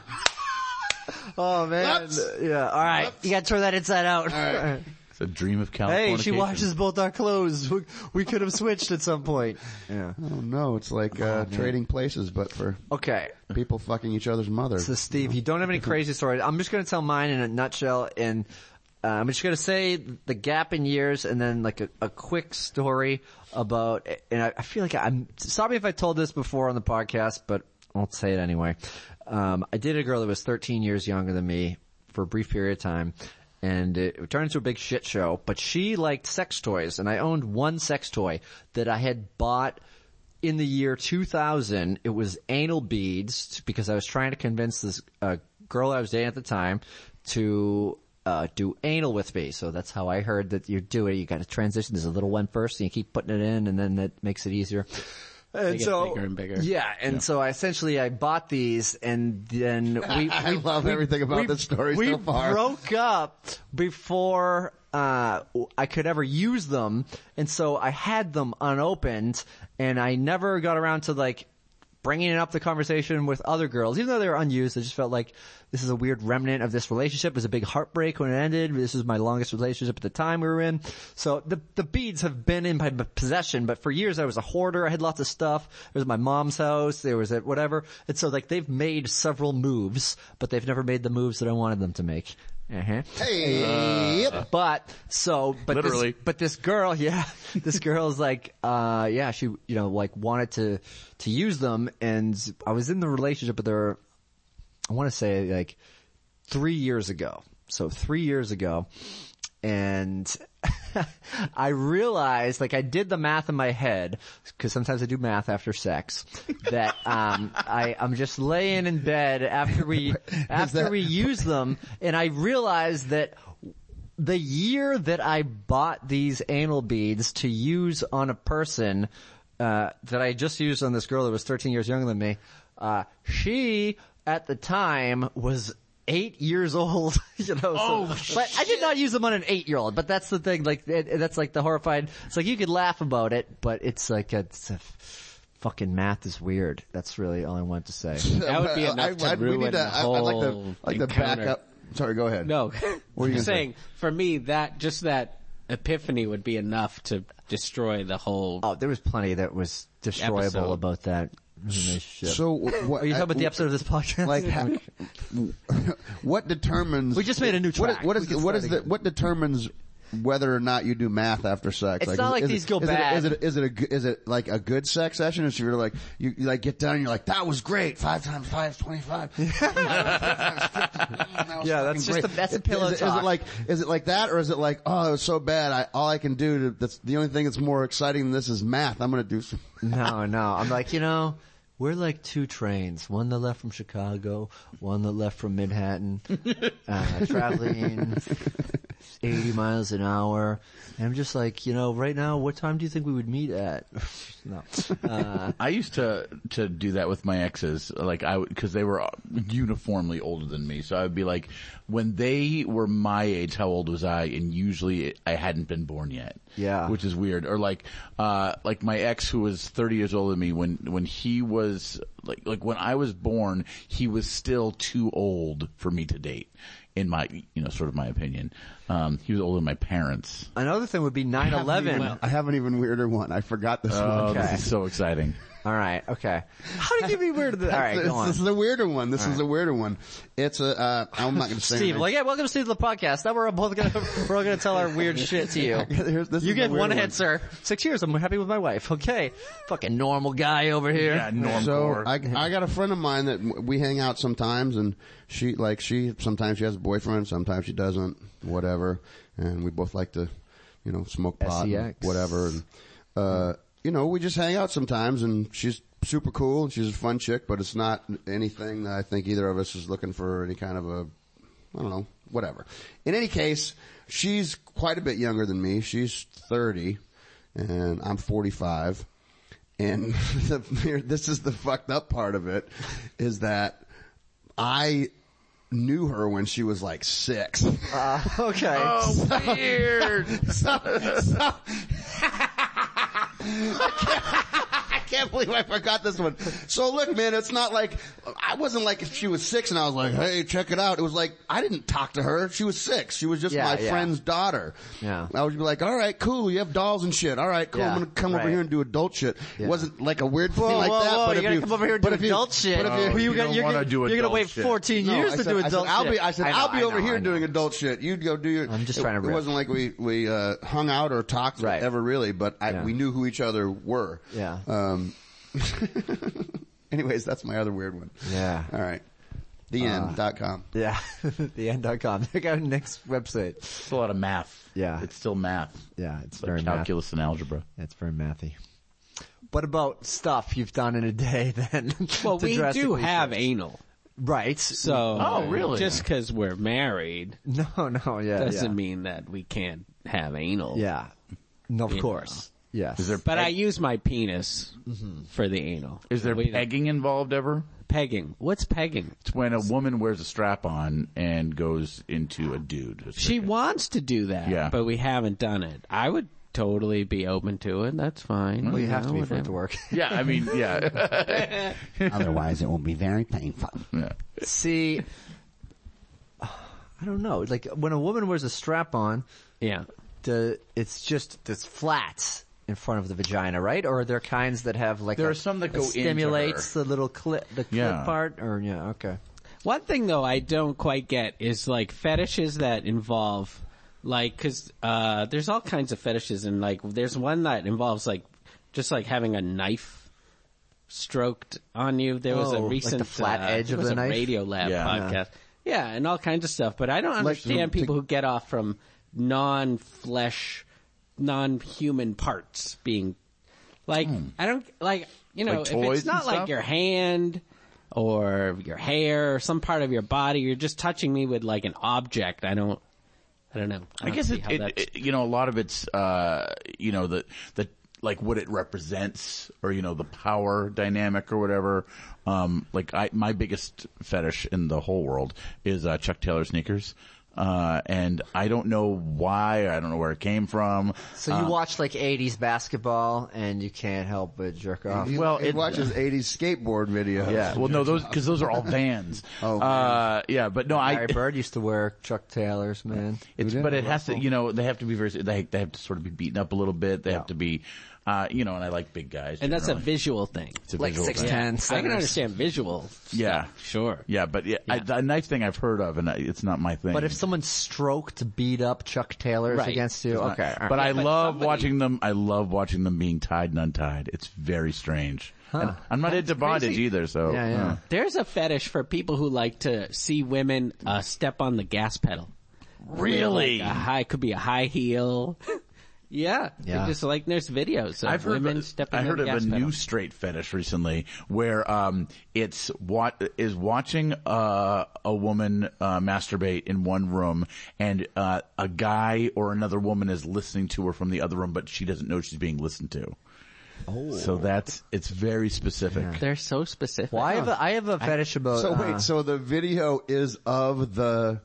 Speaker 3: oh man.
Speaker 2: Whoops.
Speaker 3: Yeah. All right. You gotta throw that inside out.
Speaker 2: right.
Speaker 8: It's a dream of California.
Speaker 3: Hey, she washes both our clothes. We, we could have switched at some point. Yeah.
Speaker 2: Oh no, it's like uh, trading places, but for
Speaker 3: Okay.
Speaker 2: people fucking each other's mother.
Speaker 3: So Steve, you don't have any crazy stories. I'm just gonna tell mine in a nutshell and uh, I'm just gonna say the gap in years and then like a, a quick story about, and I, I feel like I'm, sorry if I told this before on the podcast, but I'll say it anyway. Um, I dated a girl that was 13 years younger than me for a brief period of time and it turned into a big shit show, but she liked sex toys and I owned one sex toy that I had bought in the year 2000. It was anal beads because I was trying to convince this uh, girl I was dating at the time to uh, do anal with me. So that's how I heard that you do it. You got to transition. There's a little one first and you keep putting it in and then that makes it easier. And
Speaker 7: get
Speaker 3: so,
Speaker 7: bigger and bigger.
Speaker 3: Yeah, and so I essentially I bought these and then we,
Speaker 2: I
Speaker 3: we-
Speaker 2: love
Speaker 3: we-
Speaker 2: everything about this story
Speaker 3: we
Speaker 2: so far.
Speaker 3: broke up before uh, I could ever use them, and so I had them unopened, and I never got around to like bringing up the conversation with other girls, even though they were unused. I just felt like this is a weird remnant of this relationship. It was a big heartbreak when it ended. This was my longest relationship at the time we were in. So the the beads have been in my possession, but for years I was a hoarder. I had lots of stuff. It was at my mom's house. There was at whatever. And so like they've made several moves, but they've never made the moves that I wanted them to make. Uh-huh. Uh,
Speaker 2: Hey, yep.
Speaker 3: But so, but
Speaker 8: Literally.
Speaker 3: this, but this girl, yeah, this girl is like, uh, yeah, she, you know, like wanted to to use them, and I was in the relationship with her. I want to say like three years ago. So three years ago, and I realized, like, I did the math in my head because sometimes I do math after sex. That um, I I'm just laying in bed after we after we use them, and I realized that the year that I bought these anal beads to use on a person uh, that I just used on this girl that was 13 years younger than me, uh, she at the time was eight years old. you know, so- but I did not use them on an eight year old. But that's the thing, like it, that's like the horrified. It's like you could laugh about it, but it's like a, it's a Fucking math is weird. That's really all I want to say.
Speaker 7: That would be
Speaker 2: I-
Speaker 7: enough to
Speaker 2: I- I- we
Speaker 7: ruin
Speaker 2: need to-
Speaker 7: the
Speaker 2: I- I'd like to-
Speaker 7: whole
Speaker 2: I'd like to back
Speaker 7: encounter.
Speaker 2: up. Sorry, go ahead.
Speaker 7: No,
Speaker 2: you gonna
Speaker 7: I'm
Speaker 2: say?
Speaker 7: saying for me that just that epiphany would be enough to destroy the whole.
Speaker 3: Oh, there was plenty that was destroyable
Speaker 7: Episode.
Speaker 3: about that relationship.
Speaker 2: So what,
Speaker 3: Are you talking about the episode of this podcast?
Speaker 2: Like, ha- what determines?
Speaker 3: We just made a new
Speaker 2: What is-
Speaker 3: track.
Speaker 2: What
Speaker 3: We
Speaker 2: is what
Speaker 3: can start
Speaker 2: is the,
Speaker 3: again.
Speaker 2: what determines whether or not you do math after sex?
Speaker 3: It's not
Speaker 2: is-
Speaker 3: like
Speaker 2: is
Speaker 3: these
Speaker 2: it,
Speaker 3: go
Speaker 2: is
Speaker 3: bad.
Speaker 2: It, is it is it a g- is it like a good sex session? Is you're like you, you like get done, and you're like that was great. Five times five is twenty five.
Speaker 3: Yeah, that's just a- that's a pillow
Speaker 2: is, it- Is
Speaker 3: talk.
Speaker 2: it like is it like that, or is it like oh it was so bad? I all I can do to, that's the only thing that's more exciting than this is math. I'm gonna do some.
Speaker 3: no, no. I'm like, you know, we're like two trains. One that left from Chicago, one that left from Manhattan, uh, traveling 80 miles an hour. And I'm just like, you know, right now, what time do you think we would meet at? no. Uh,
Speaker 8: I used to to do that with my exes, like I because they were uniformly older than me. So I would be like, when they were my age, how old was I? And usually I hadn't been born yet.
Speaker 3: Yeah.
Speaker 8: which is weird. Or like, uh, like my ex who was thirty years older than me when when he was like like when I was born, he was still too old for me to date. In my, you know, sort of my opinion, um, he was older than my parents.
Speaker 3: another thing would
Speaker 7: uh,
Speaker 3: be 9-11.
Speaker 2: I have an even weirder one. I forgot this one.
Speaker 8: Oh, this is so exciting!
Speaker 3: All right. Okay. How did you be weird? All right.
Speaker 2: this,
Speaker 3: Go on.
Speaker 2: this is a weirder one. This is a weirder one. It's a. Uh, I'm not going to say.
Speaker 3: Steve,
Speaker 2: anything.
Speaker 3: like, yeah, welcome to Steve the podcast. Now we're both gonna, we're all gonna tell our weird shit to you.
Speaker 2: Here's- this
Speaker 3: you
Speaker 2: is a
Speaker 3: get
Speaker 2: weird
Speaker 3: one answer. Six years, I'm happy with my wife. Okay. Fucking normal guy over here.
Speaker 8: Yeah, Norm
Speaker 2: So
Speaker 8: Gore.
Speaker 2: I, I got a friend of mine that w- we hang out sometimes, and she like she sometimes she has a boyfriend, sometimes she doesn't, whatever. And we both like to, you know, smoke pot, and
Speaker 3: SEX.
Speaker 2: whatever. And, uh, you know, we just hang out sometimes, and she's super cool and she's a fun chick, but it's not anything that I think either of us is looking for any kind of a I don't know, whatever. In any case, she's quite a bit younger than me. She's 30 and I'm 45. And the, here- this is the fucked up part of it is that I knew her when she was like six.
Speaker 3: Okay.
Speaker 2: Uh,
Speaker 8: Oh,
Speaker 2: so, so, I can't believe I forgot this one. So look, man, it's not like I wasn't like if she was six and I was like, hey, check it out. It was like I didn't talk to her. She was six. She was just
Speaker 3: Yeah,
Speaker 2: my
Speaker 3: yeah.
Speaker 2: friend's daughter.
Speaker 3: Yeah.
Speaker 2: I would be like, all right, cool. You have dolls and shit. All right, cool.
Speaker 3: Yeah,
Speaker 2: I'm gonna come over
Speaker 3: right.
Speaker 2: here and do adult shit. It wasn't like a weird thing
Speaker 3: Whoa,
Speaker 2: like
Speaker 3: whoa,
Speaker 2: that.
Speaker 3: whoa,
Speaker 2: but
Speaker 3: you
Speaker 2: if
Speaker 3: gotta
Speaker 2: you
Speaker 3: come over here and
Speaker 2: but
Speaker 3: do
Speaker 2: if you-
Speaker 3: adult shit.
Speaker 2: But if you,
Speaker 8: you don't
Speaker 3: are
Speaker 8: wanna do
Speaker 3: you're gonna
Speaker 8: adult
Speaker 3: wait
Speaker 8: shit.
Speaker 3: 14
Speaker 2: no,
Speaker 3: years
Speaker 2: I
Speaker 3: to
Speaker 2: said-
Speaker 3: do
Speaker 2: I said,
Speaker 3: adult
Speaker 2: I'll
Speaker 3: shit.
Speaker 2: Be, I said,
Speaker 3: I know,
Speaker 2: I'll be
Speaker 3: I
Speaker 2: over
Speaker 3: know, I
Speaker 2: here
Speaker 3: know.
Speaker 2: doing adult shit. You go do your.
Speaker 3: I'm just
Speaker 2: it,
Speaker 3: trying to
Speaker 2: It
Speaker 3: rip.
Speaker 2: wasn't like we we uh, hung out or talked
Speaker 3: Right.
Speaker 2: ever really, but I,
Speaker 3: Yeah.
Speaker 2: we knew who each other were.
Speaker 3: Yeah.
Speaker 2: Um. anyways, that's my other weird one.
Speaker 3: Yeah. Uh,
Speaker 2: All right. The end. dot com.
Speaker 3: Yeah. the end.com. Check out Nick's website.
Speaker 8: It's a lot of math.
Speaker 3: Yeah.
Speaker 8: it's still math.
Speaker 3: Yeah, it's
Speaker 8: Like
Speaker 3: very math.
Speaker 8: calculus and algebra.
Speaker 3: It's very mathy. What about stuff you've done in a day then?
Speaker 7: Well,
Speaker 3: to
Speaker 7: we do
Speaker 3: drastically-
Speaker 7: have anal,
Speaker 3: Right.
Speaker 7: so
Speaker 8: Oh, really?
Speaker 7: Just because we're married
Speaker 3: No, no, yeah.
Speaker 7: doesn't
Speaker 3: yeah.
Speaker 7: mean that we can't have anal.
Speaker 3: Yeah. No, of
Speaker 7: Yeah.
Speaker 3: course. Yes. Mm-hmm. Is there
Speaker 7: But I use my penis for the anal.
Speaker 8: Is there
Speaker 7: We-
Speaker 8: pegging involved ever?
Speaker 7: pegging? What's pegging?
Speaker 8: It's when a woman wears a strap on and goes into a dude.
Speaker 7: She wants to do that,
Speaker 8: Yeah.
Speaker 7: but we haven't done it. I would totally be open to it. That's fine.
Speaker 3: well, you have
Speaker 7: know,
Speaker 3: to be for
Speaker 7: whatever.
Speaker 3: it to work.
Speaker 8: yeah, I mean, yeah.
Speaker 2: Otherwise, it won't be very painful.
Speaker 3: See, I don't know. Like when a woman wears a strap on,
Speaker 7: Yeah.
Speaker 3: the it's just this flat in front of the vagina, right? Or are there kinds that have like
Speaker 8: There
Speaker 3: a-
Speaker 8: are some that go into
Speaker 3: stimulates the little clip, the clip
Speaker 8: Yeah.
Speaker 3: part, or yeah, okay.
Speaker 7: One thing though I don't quite get is like fetishes that involve like cuz uh there's all kinds of fetishes and like there's one that involves like just like having a knife stroked on you. There was
Speaker 3: Oh,
Speaker 7: a
Speaker 3: like the
Speaker 7: recent
Speaker 3: flat
Speaker 7: uh,
Speaker 3: edge
Speaker 7: there
Speaker 3: of
Speaker 7: was
Speaker 3: the
Speaker 7: a
Speaker 3: knife?
Speaker 7: Radio Lab
Speaker 8: Yeah.
Speaker 7: podcast. Yeah. and all kinds of stuff, but I don't understand
Speaker 2: to-
Speaker 7: people who get off from non-flesh non-human parts being like
Speaker 3: Hmm.
Speaker 7: I don't like you know
Speaker 8: Like
Speaker 7: if
Speaker 8: toys
Speaker 7: it's not
Speaker 8: and
Speaker 7: like
Speaker 8: stuff?
Speaker 7: your hand or your hair or some part of your body, you're just touching me with like an object. I don't I don't know.
Speaker 8: I
Speaker 7: don't
Speaker 8: guess
Speaker 7: see
Speaker 8: it,
Speaker 7: how
Speaker 8: it,
Speaker 7: that's-
Speaker 8: it- you know, a lot of it's, uh, you know, the, the, like what it represents or, you know, the power dynamic or whatever. Um, like I, my biggest fetish in the whole world is, uh, Chuck Taylor sneakers. Uh, and I don't know why. I don't know where it came from.
Speaker 3: So you
Speaker 8: Um,
Speaker 3: watch like 80s basketball and you can't help but jerk off.
Speaker 2: He,
Speaker 8: Uh, Well,
Speaker 2: he
Speaker 8: it-
Speaker 2: watches 80s skateboard videos.
Speaker 8: Yeah. Well, no, those because those are all vans.
Speaker 2: Oh,
Speaker 8: uh, yeah, but no, I.
Speaker 3: Larry Bird used to wear Chuck Taylors, man.
Speaker 8: It's but it has to, you know, they have to be very. They they have to sort of be beaten up a little bit. They have to be, uh, you know, and I like big guys.
Speaker 7: and that's a
Speaker 8: generally.
Speaker 7: visual thing.
Speaker 8: It's a
Speaker 3: Like
Speaker 8: visual
Speaker 3: six
Speaker 8: thing.
Speaker 3: ten.
Speaker 7: I can understand visual.
Speaker 8: Yeah.
Speaker 7: Sure.
Speaker 8: Yeah, but yeah, I, the nice thing I've heard of, and I- it's not my thing.
Speaker 3: But if someone stroked, beat up Chuck Taylors
Speaker 7: Right.
Speaker 3: against you, okay. all right.
Speaker 8: but I
Speaker 7: but
Speaker 8: love
Speaker 7: somebody-
Speaker 8: watching them. I love watching them being tied and untied. It's very strange. And I'm not into bondage either, so
Speaker 3: Ah. Yeah, yeah.
Speaker 8: uh,
Speaker 7: There's a fetish for people who like to see women uh, step on the gas pedal.
Speaker 8: really,
Speaker 7: Like a high could be a high heel. yeah,
Speaker 3: Yeah.
Speaker 7: They Just like there's videos of
Speaker 8: I've heard
Speaker 7: women
Speaker 8: of,
Speaker 7: stepping.
Speaker 8: I
Speaker 7: on
Speaker 8: heard
Speaker 7: the
Speaker 8: of
Speaker 7: gas
Speaker 8: a
Speaker 7: pedal.
Speaker 8: new straight fetish recently where um it's what is watching uh, a woman uh, masturbate in one room and uh, a guy or another woman is listening to her from the other room but she doesn't know she's being listened to. Oh. So that's it's very specific.
Speaker 7: They're so specific.
Speaker 3: well, I have a, I have a fetish about.
Speaker 2: So
Speaker 3: uh,
Speaker 2: wait, so the video is of the,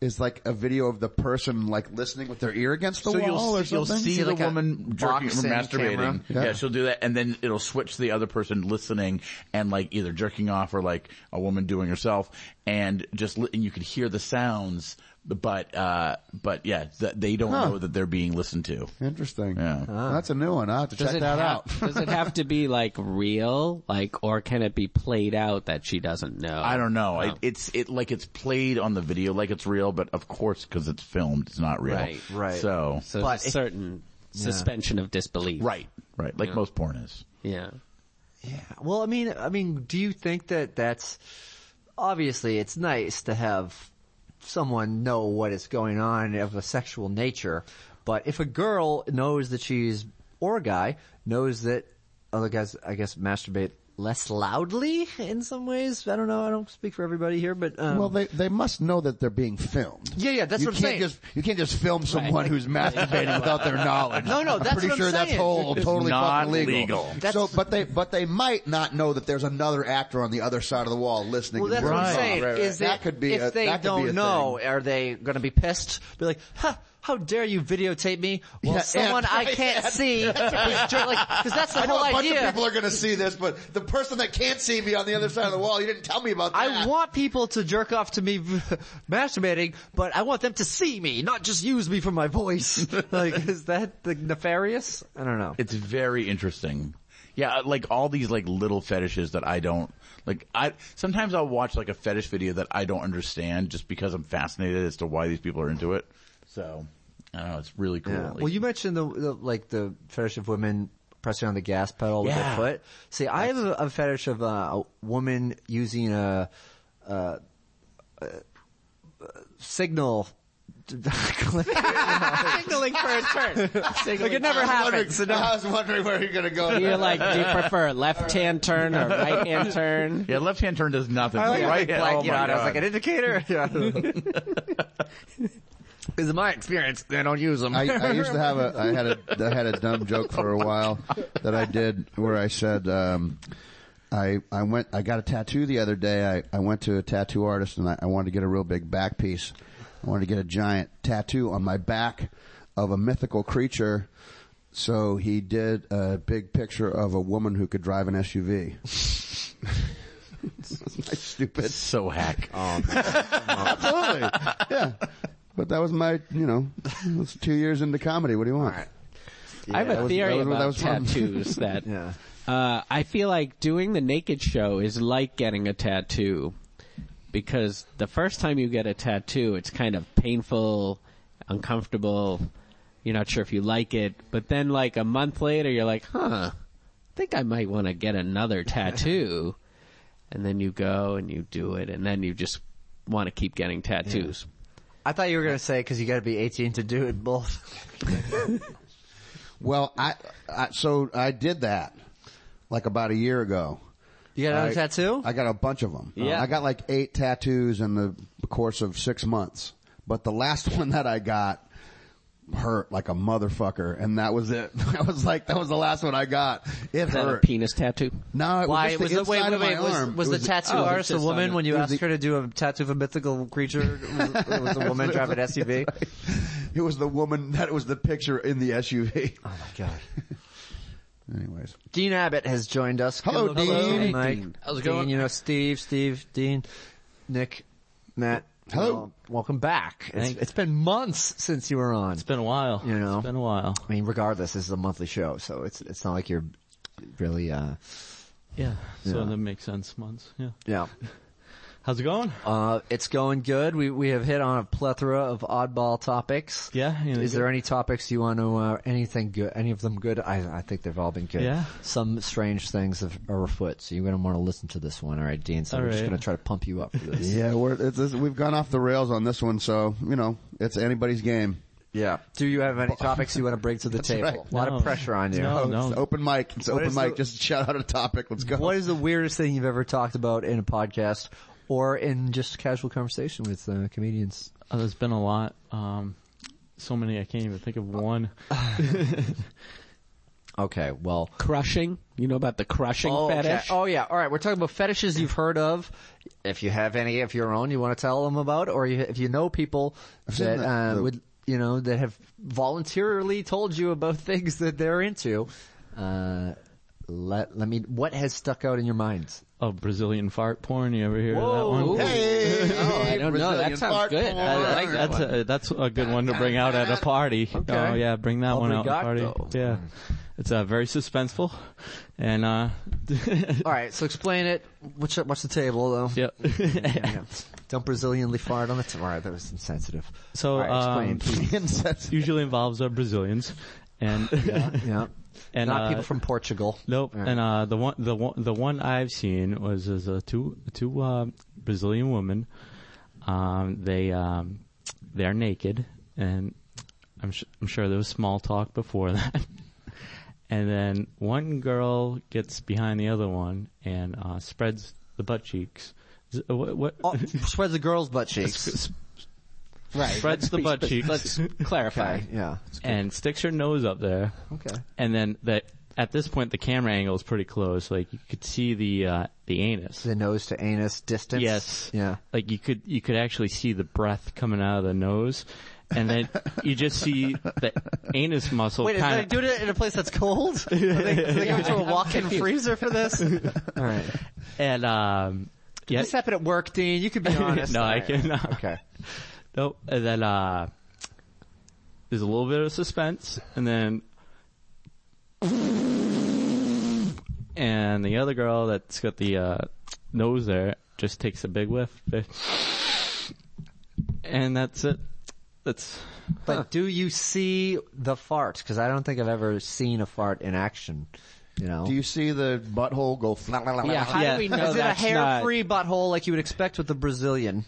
Speaker 2: is like a video of the person like listening with their ear against the
Speaker 8: So
Speaker 2: wall
Speaker 8: you'll
Speaker 2: or
Speaker 8: see, you'll
Speaker 2: something?
Speaker 8: see,
Speaker 3: See,
Speaker 8: the
Speaker 3: like a
Speaker 8: woman jerking,
Speaker 3: boxing
Speaker 8: masturbating.
Speaker 3: camera?
Speaker 8: Yeah.
Speaker 2: Yeah.
Speaker 8: she'll do that, and then it'll switch to the other person listening and like either jerking off or like a woman doing herself, and just li- and you could hear the sounds, but uh, but yeah, th- they don't know that they're being listened to.
Speaker 2: Interesting.
Speaker 8: Yeah.
Speaker 2: That's a new one. I have to
Speaker 7: Does
Speaker 2: check
Speaker 7: it
Speaker 2: that
Speaker 7: have-
Speaker 2: out.
Speaker 7: does it have to be like real, like, or can it be played out that she doesn't know?
Speaker 8: I don't know. It, it's it like it's played on the video like it's real, but of course because it's filmed, it's not real.
Speaker 7: Right,
Speaker 3: right.
Speaker 8: So
Speaker 7: So
Speaker 3: But
Speaker 7: there's a
Speaker 3: it-
Speaker 7: certain suspension of disbelief.
Speaker 8: right, right, like most porn is.
Speaker 7: Yeah.
Speaker 3: Well, I mean, I mean, do you think that that's obviously it's nice to have someone know what is going on of a sexual nature, but if a girl knows that she's or a guy knows that other guys, I guess, masturbate less loudly in some ways. I don't know. I don't speak for everybody here, but um,
Speaker 2: Well, they they must know that they're being filmed.
Speaker 3: yeah, yeah, that's
Speaker 2: you
Speaker 3: what I'm
Speaker 2: can't
Speaker 3: saying.
Speaker 2: just you can't just film someone who's masturbating without their knowledge.
Speaker 3: No, no, that's
Speaker 2: I'm pretty
Speaker 3: what I'm
Speaker 2: sure that's
Speaker 3: saying.
Speaker 2: whole,
Speaker 8: It's
Speaker 2: totally
Speaker 8: not
Speaker 2: fucking legal.
Speaker 8: legal.
Speaker 2: So,
Speaker 3: That's-
Speaker 2: but they but they might not know that there's another actor on the other side of the wall listening.
Speaker 3: Well,
Speaker 2: and
Speaker 3: that's what
Speaker 8: Right.
Speaker 3: I'm
Speaker 2: jerking
Speaker 3: saying.
Speaker 2: off. Right, right.
Speaker 3: Is
Speaker 2: that
Speaker 3: that
Speaker 2: could be
Speaker 3: if
Speaker 2: a,
Speaker 3: they
Speaker 2: that could
Speaker 3: don't
Speaker 2: be a
Speaker 3: know,
Speaker 2: thing.
Speaker 3: are they going to be pissed? Be like, huh, how dare you videotape me? Well,
Speaker 2: Yeah,
Speaker 3: someone
Speaker 2: and-
Speaker 3: I can't see was jer- like, because that's the
Speaker 2: I know
Speaker 3: whole
Speaker 2: a bunch
Speaker 3: idea.
Speaker 2: of people are going to see this, but the person that can't see me on the other side of the wall, you didn't tell me about that.
Speaker 3: I want people to jerk off to me masturbating, but I want them to see me, not just use me for my voice. like, is that the nefarious? I don't know.
Speaker 8: It's very interesting. Yeah, uh, like all these like little fetishes that I don't like. I sometimes I'll watch like a fetish video that I don't understand just because I'm fascinated as to why these people are into it. So I don't know. It's really cool.
Speaker 3: Yeah.
Speaker 8: Like,
Speaker 3: Well, you mentioned the, the like the fetish of women pressing on the gas pedal with
Speaker 8: Yeah.
Speaker 3: their foot. See, I have a, a fetish of uh, a woman using a, a, a, signal.
Speaker 7: Signaling for a turn. Signaling.
Speaker 3: Like it never happens.
Speaker 2: So now I was wondering where you're going to go.
Speaker 7: You're like, do you prefer a left hand turn or right hand turn?
Speaker 8: yeah, left hand turn does nothing.
Speaker 3: I like
Speaker 8: right
Speaker 3: right,
Speaker 8: hand,
Speaker 3: blank,
Speaker 8: oh
Speaker 3: you know,
Speaker 8: my
Speaker 3: and I was
Speaker 8: God.
Speaker 3: like an indicator. Yeah. Is my experience. They don't use them.
Speaker 2: I, I used to have a, I had a, I had a dumb joke for a while that I did where I said, um, I, I went, I got a tattoo the other day. I, I went to a tattoo artist and I, I wanted to get a real big back piece. I wanted to get a giant tattoo on my back of a mythical creature. So he did a big picture of a woman who could drive an SUV. That's my stupid. Um,
Speaker 8: so hack.
Speaker 2: Absolutely. Yeah. But that was my, you know, that's two years into comedy. What do you want?
Speaker 7: I have
Speaker 2: that
Speaker 7: a
Speaker 2: was-
Speaker 7: theory
Speaker 2: that was where
Speaker 7: about
Speaker 2: that was from.
Speaker 7: tattoos that
Speaker 3: Yeah.
Speaker 7: uh, I feel like doing the naked show is like getting a tattoo because the first time you get a tattoo, it's kind of painful, uncomfortable. You're not sure if you like it, but then like a month later, you're like, huh, I think I might want to get another tattoo. and then you go and you do it, and then you just want to keep getting tattoos.
Speaker 3: I thought you were gonna say because you got to be 18 to do it both.
Speaker 2: Well, I, I, so I did that like about a year ago.
Speaker 3: You got another
Speaker 2: I-
Speaker 3: tattoo?
Speaker 2: I got a bunch of them.
Speaker 7: Yeah.
Speaker 2: I got like eight tattoos in the course of six months. But the last one that I got hurt like a motherfucker, and that was it. That was like that was the last one I got. It
Speaker 7: Is that a
Speaker 2: hurt.
Speaker 7: penis tattoo?
Speaker 2: No, it
Speaker 3: Why
Speaker 2: was just the
Speaker 3: was
Speaker 2: inside
Speaker 3: wait, wait,
Speaker 2: of
Speaker 3: wait,
Speaker 2: my
Speaker 3: was,
Speaker 2: arm.
Speaker 3: was
Speaker 2: It
Speaker 3: the
Speaker 2: a-
Speaker 3: tattoo
Speaker 7: oh, it's
Speaker 3: artist a
Speaker 7: just on
Speaker 3: woman
Speaker 7: it.
Speaker 3: when you
Speaker 2: It was
Speaker 3: asked
Speaker 2: the-
Speaker 3: her to do a tattoo of a mythical creature? It was, it was a woman driving an SUV.
Speaker 2: It was the woman that was the picture in the SUV.
Speaker 3: Oh my god.
Speaker 2: Anyways,
Speaker 3: Dean Abbott has joined us.
Speaker 2: Hello,
Speaker 3: Good looking
Speaker 2: Dean.
Speaker 3: Dean.
Speaker 2: Hey,
Speaker 3: Mike.
Speaker 7: Dean.
Speaker 3: How's it going? Dean, you know, Steve, Steve, Dean, Nick, Matt.
Speaker 2: Hello.
Speaker 3: Well, welcome back. It's,
Speaker 11: Thanks.
Speaker 3: it's been months since you were on.
Speaker 11: It's been a while.
Speaker 3: You know.
Speaker 11: It's been a while.
Speaker 3: I mean, regardless, this is a monthly show, so it's it's not like you're really uh
Speaker 11: Yeah. So
Speaker 3: Yeah.
Speaker 11: that makes sense. Months. Yeah.
Speaker 3: yeah.
Speaker 11: How's it going?
Speaker 3: Uh it's going good. We we have hit on a plethora of oddball topics.
Speaker 11: Yeah, yeah,
Speaker 3: Is
Speaker 11: good.
Speaker 3: there any topics you want to uh anything good any of them good? I I think they've all been good.
Speaker 11: Yeah.
Speaker 3: Some strange things have, are afoot, so you're gonna want to listen to this one. All right, Dean. So
Speaker 11: All
Speaker 3: we're just
Speaker 11: right.
Speaker 3: gonna try to pump you up for this.
Speaker 2: yeah, we're, it's, it's, we've gone off the rails on this one, so you know it's anybody's game.
Speaker 3: Yeah. Do you have any topics you want to bring to the table?
Speaker 2: right.
Speaker 3: A lot
Speaker 11: No.
Speaker 3: of pressure on you.
Speaker 11: No. Oh,
Speaker 2: Oh, it's open mic. It's open
Speaker 3: is
Speaker 2: mic.
Speaker 3: the-
Speaker 2: Just shout out a topic. Let's go.
Speaker 3: What is the weirdest thing you've ever talked about in a podcast or in just casual conversation with uh, comedians?
Speaker 11: Oh, there's been a lot. Um, so many I can't even think of one.
Speaker 3: Okay, well,
Speaker 7: Crushing. You know about the crushing fetish?
Speaker 3: Oh yeah. All right. We're talking about fetishes you've heard of. If you have any of your own, you want to tell them about, or you, if you know people
Speaker 2: seen
Speaker 3: that
Speaker 2: that-
Speaker 3: uh,
Speaker 2: the-
Speaker 3: would, you know, that have voluntarily told you about things that they're into. Uh, let let me. What has stuck out in your mind?
Speaker 11: Oh, Brazilian fart porn. You ever hear
Speaker 3: Whoa.
Speaker 11: of that one?
Speaker 2: Hey, oh,
Speaker 7: I don't know. That sounds good. I like that.
Speaker 11: That's a, that's a good one to bring out at a party. Oh yeah, bring that one out at a party.
Speaker 3: Obrigado.
Speaker 11: Yeah. It's uh, very suspenseful and uh
Speaker 3: All right. So explain it. What's what's the table though?
Speaker 11: yeah.
Speaker 3: Yeah. Don't Brazilianly fart on the table. All right, that was insensitive.
Speaker 11: So
Speaker 3: All right, explain,
Speaker 11: um,
Speaker 3: please.
Speaker 11: usually involves uh, Brazilians and
Speaker 3: yeah.
Speaker 11: and
Speaker 3: Not
Speaker 11: uh,
Speaker 3: people from Portugal.
Speaker 11: Nope. And uh, the one, the one, the one I've seen was is a two two uh, Brazilian women. Um, they um, they're naked, and I'm su I'm sure there was small talk before that. and then one girl gets behind the other one and uh, spreads the butt cheeks. Z- uh, What? what
Speaker 3: Oh, spreads the girl's butt cheeks.
Speaker 11: s-
Speaker 7: right.
Speaker 11: Spreads
Speaker 7: Let's
Speaker 11: the
Speaker 7: be
Speaker 11: butt
Speaker 7: spe-
Speaker 11: cheeks.
Speaker 7: Let's clarify.
Speaker 3: Okay, yeah.
Speaker 11: and sticks her nose up there.
Speaker 3: Okay.
Speaker 11: And then that at this point the camera angle is pretty close. Like you could see the uh, the anus.
Speaker 3: The nose to anus distance.
Speaker 11: Yes.
Speaker 3: Yeah.
Speaker 11: Like you could you could actually see the breath coming out of the nose, and then you just see the anus muscle.
Speaker 3: Wait, is
Speaker 11: kinda,
Speaker 3: they doing it in a place that's cold? Are they, do they go to a walk-in freezer for this? All right.
Speaker 11: and um, yeah,
Speaker 3: This happened at work, Dean. You can be honest.
Speaker 11: no,
Speaker 3: All
Speaker 11: I
Speaker 3: right.
Speaker 11: cannot.
Speaker 3: Okay.
Speaker 11: Nope. And then uh, there's a little bit of suspense, and then and the other girl that's got the uh, nose there just takes a big whiff, and that's it. That's
Speaker 3: But do you see the fart? Because I don't think I've ever seen a fart in action. You know.
Speaker 2: Do you see the butthole go? Flat, flat, flat,
Speaker 7: Yeah.
Speaker 2: flat?
Speaker 7: How do we know
Speaker 3: Is it a
Speaker 7: that's not?
Speaker 3: hair-free butthole like you would expect with the Brazilian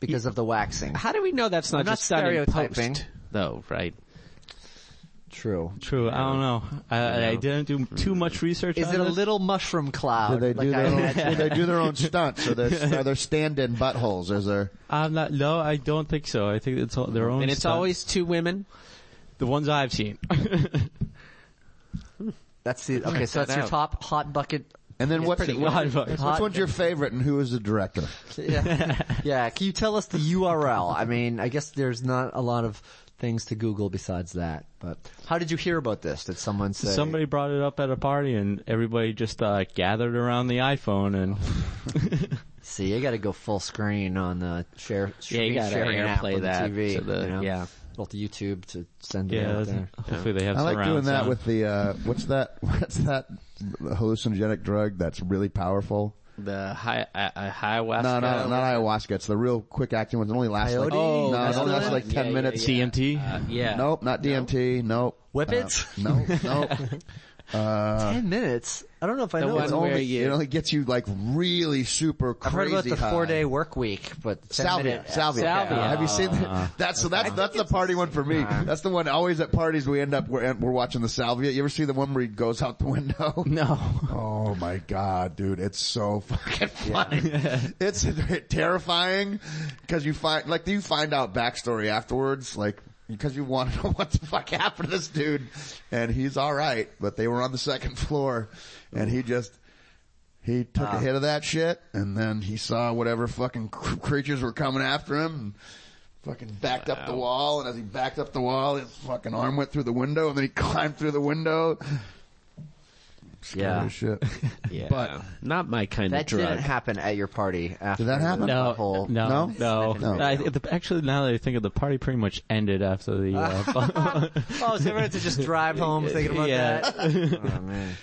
Speaker 3: because of the waxing?
Speaker 7: How do we know that's not
Speaker 3: I'm not
Speaker 7: just done in
Speaker 3: stereotyping.
Speaker 7: post, though? Right.
Speaker 3: True.
Speaker 11: True. I don't know. I, I didn't do too much research.
Speaker 3: Is
Speaker 11: on
Speaker 3: it a
Speaker 11: this.
Speaker 3: little mushroom
Speaker 2: Do
Speaker 3: cloud?
Speaker 2: they
Speaker 3: like
Speaker 2: do
Speaker 3: I
Speaker 2: their own,
Speaker 3: imagine?
Speaker 2: do they do their own stunts? Are there, are there stand-in buttholes? Is there?
Speaker 11: I'm not. No, I don't think so. I think it's all their own.
Speaker 7: And it's
Speaker 11: stuff.
Speaker 7: always two women.
Speaker 11: the ones I've seen.
Speaker 3: That's the okay. So
Speaker 7: that
Speaker 3: that's your
Speaker 7: out.
Speaker 3: top hot bucket.
Speaker 2: And then what's
Speaker 11: pretty good.
Speaker 2: Which
Speaker 3: Hot.
Speaker 2: one's your favorite, and who is the director?
Speaker 3: Yeah. yeah. Can you tell us the URL? I mean, I guess there's not a lot of things to Google besides that. But how did you hear about this? Did someone say?
Speaker 11: Somebody brought it up at a party, and everybody just uh, gathered around the iPhone. And
Speaker 3: See, you got to go full screen on the share.
Speaker 7: Yeah, you
Speaker 3: screen
Speaker 7: gotta
Speaker 3: sharing app
Speaker 7: airplay
Speaker 3: on the
Speaker 7: that
Speaker 3: TV.
Speaker 7: to the-
Speaker 3: you know?
Speaker 7: yeah.
Speaker 3: Both the YouTube to send it
Speaker 11: yeah,
Speaker 3: out there.
Speaker 11: hopefully they have.
Speaker 2: I like
Speaker 11: surround
Speaker 2: doing that
Speaker 11: sound.
Speaker 2: with the uh, what's that? What's that hallucinogenic drug that's really powerful?
Speaker 7: The high, uh, uh, ayahuasca.
Speaker 2: No, no, not ayahuasca. It's the real quick-acting ones. It only lasts like
Speaker 3: Peyote? Oh,
Speaker 2: no, it
Speaker 3: that's
Speaker 2: only lasts
Speaker 3: not-
Speaker 2: like ten
Speaker 7: yeah, yeah,
Speaker 2: minutes.
Speaker 7: yeah. Uh,
Speaker 11: DMT.
Speaker 7: Yeah.
Speaker 2: Nope, not DMT. Nope.
Speaker 3: Whippets?
Speaker 2: Uh, nope, nope. Uh,
Speaker 3: Ten minutes. I don't know if I
Speaker 7: The
Speaker 3: know.
Speaker 7: one
Speaker 3: this.
Speaker 2: it
Speaker 7: where
Speaker 2: only
Speaker 7: you-
Speaker 2: it only gets you like really super
Speaker 3: I've
Speaker 2: crazy.
Speaker 3: heard about the
Speaker 2: high.
Speaker 3: four-day work week, but the 10
Speaker 2: Salvia,
Speaker 3: minute- Uh-huh.
Speaker 2: salvia.
Speaker 7: Salvia.
Speaker 2: Have you seen that? That's so that's that's the party one for me. That's the one always at parties we end up we're, we're watching the salvia. You ever see the one where he goes out the window?
Speaker 11: No.
Speaker 2: Oh my god, dude, it's so fucking funny. it's terrifying because you find like you find out backstory afterwards, like because you want to know what the fuck happened to this dude. And he's all right, but they were on the second floor and he just, he took a hit of that shit and then he saw whatever fucking cr- creatures were coming after him and fucking backed up the wall. And as he backed up the wall, his fucking arm went through the window and then he climbed through the window. Scary
Speaker 3: Yeah.
Speaker 2: as shit.
Speaker 7: Yeah.
Speaker 2: But-
Speaker 7: not my kind
Speaker 3: That
Speaker 7: of drug.
Speaker 3: didn't happen at your party. After
Speaker 2: that
Speaker 3: the
Speaker 2: happen?
Speaker 11: No,
Speaker 3: whole-
Speaker 11: no, no.
Speaker 2: No.
Speaker 11: I, the, actually, now that I think of it, the party, pretty much ended after the. Uh,
Speaker 3: Oh, so everyone had to just drive home thinking about
Speaker 11: Yeah.
Speaker 3: that. Oh man.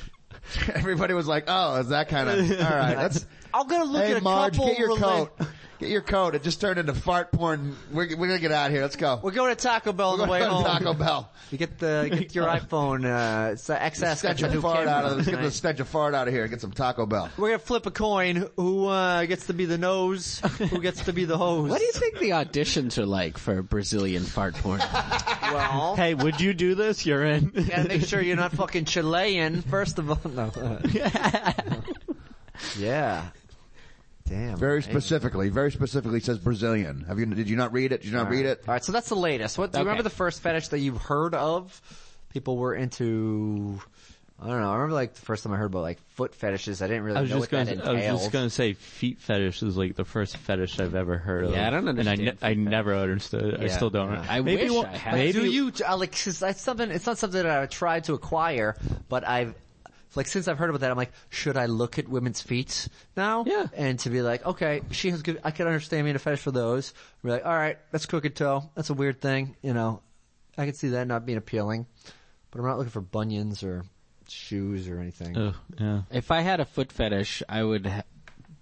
Speaker 2: Everybody was like, "Oh, is that kind of all right?" That's
Speaker 3: I'll go look
Speaker 2: hey,
Speaker 3: at a
Speaker 2: Marge,
Speaker 3: couple.
Speaker 2: get your
Speaker 3: rela-
Speaker 2: coat. Get your coat. It just turned into fart porn. We're, we're gonna get out of here. Let's go.
Speaker 3: We're going to Taco Bell on the way
Speaker 2: Go to
Speaker 3: home.
Speaker 2: Taco Bell.
Speaker 3: You get the get your iPhone uh, it's the XS.
Speaker 2: Stench
Speaker 3: Got your
Speaker 2: a
Speaker 3: new
Speaker 2: fart
Speaker 3: camera.
Speaker 2: out of. Let's get the
Speaker 3: Nice.
Speaker 2: stench a fart out of here. Get some Taco Bell.
Speaker 3: We're gonna flip a coin. Who uh, gets to be the nose? Who gets to be the hose?
Speaker 7: What do you think the auditions are like for Brazilian fart porn?
Speaker 3: Well,
Speaker 11: hey, would you do this? You're in.
Speaker 3: gotta make sure you're not fucking Chilean. First of all, no. yeah. Damn.
Speaker 2: Very
Speaker 3: right?
Speaker 2: specifically, very specifically says Brazilian. Have you? Did you not read it? Did you not read it?
Speaker 3: All right, so that's the latest. What do you remember the first fetish that you've heard of? People were into. I don't know. I remember like the first time I heard about like foot fetishes. I didn't really
Speaker 11: I was
Speaker 3: know what
Speaker 11: just
Speaker 3: that
Speaker 11: going. I was
Speaker 3: entailed.
Speaker 11: just going to say feet fetish is like the first fetish I've ever heard of.
Speaker 7: Yeah, I don't understand
Speaker 11: And I,
Speaker 7: feet
Speaker 11: ne- I never understood. it. I
Speaker 3: Yeah.
Speaker 11: still don't.
Speaker 7: I wish
Speaker 11: one-
Speaker 7: I had.
Speaker 11: Maybe
Speaker 3: Do you uh, like? 'cause that's something. It's not something that I've tried to acquire, but I've like since I've heard about that, I'm like, should I look at women's feet now?
Speaker 7: Yeah.
Speaker 3: And to be like, okay, she has good. I can understand being a fetish for those. Be like, all right, that's crooked toe. That's a weird thing. You know, I can see that not being appealing, but I'm not looking for bunions or shoes or anything.
Speaker 11: Ugh, yeah.
Speaker 7: if I had a foot fetish, I would ha-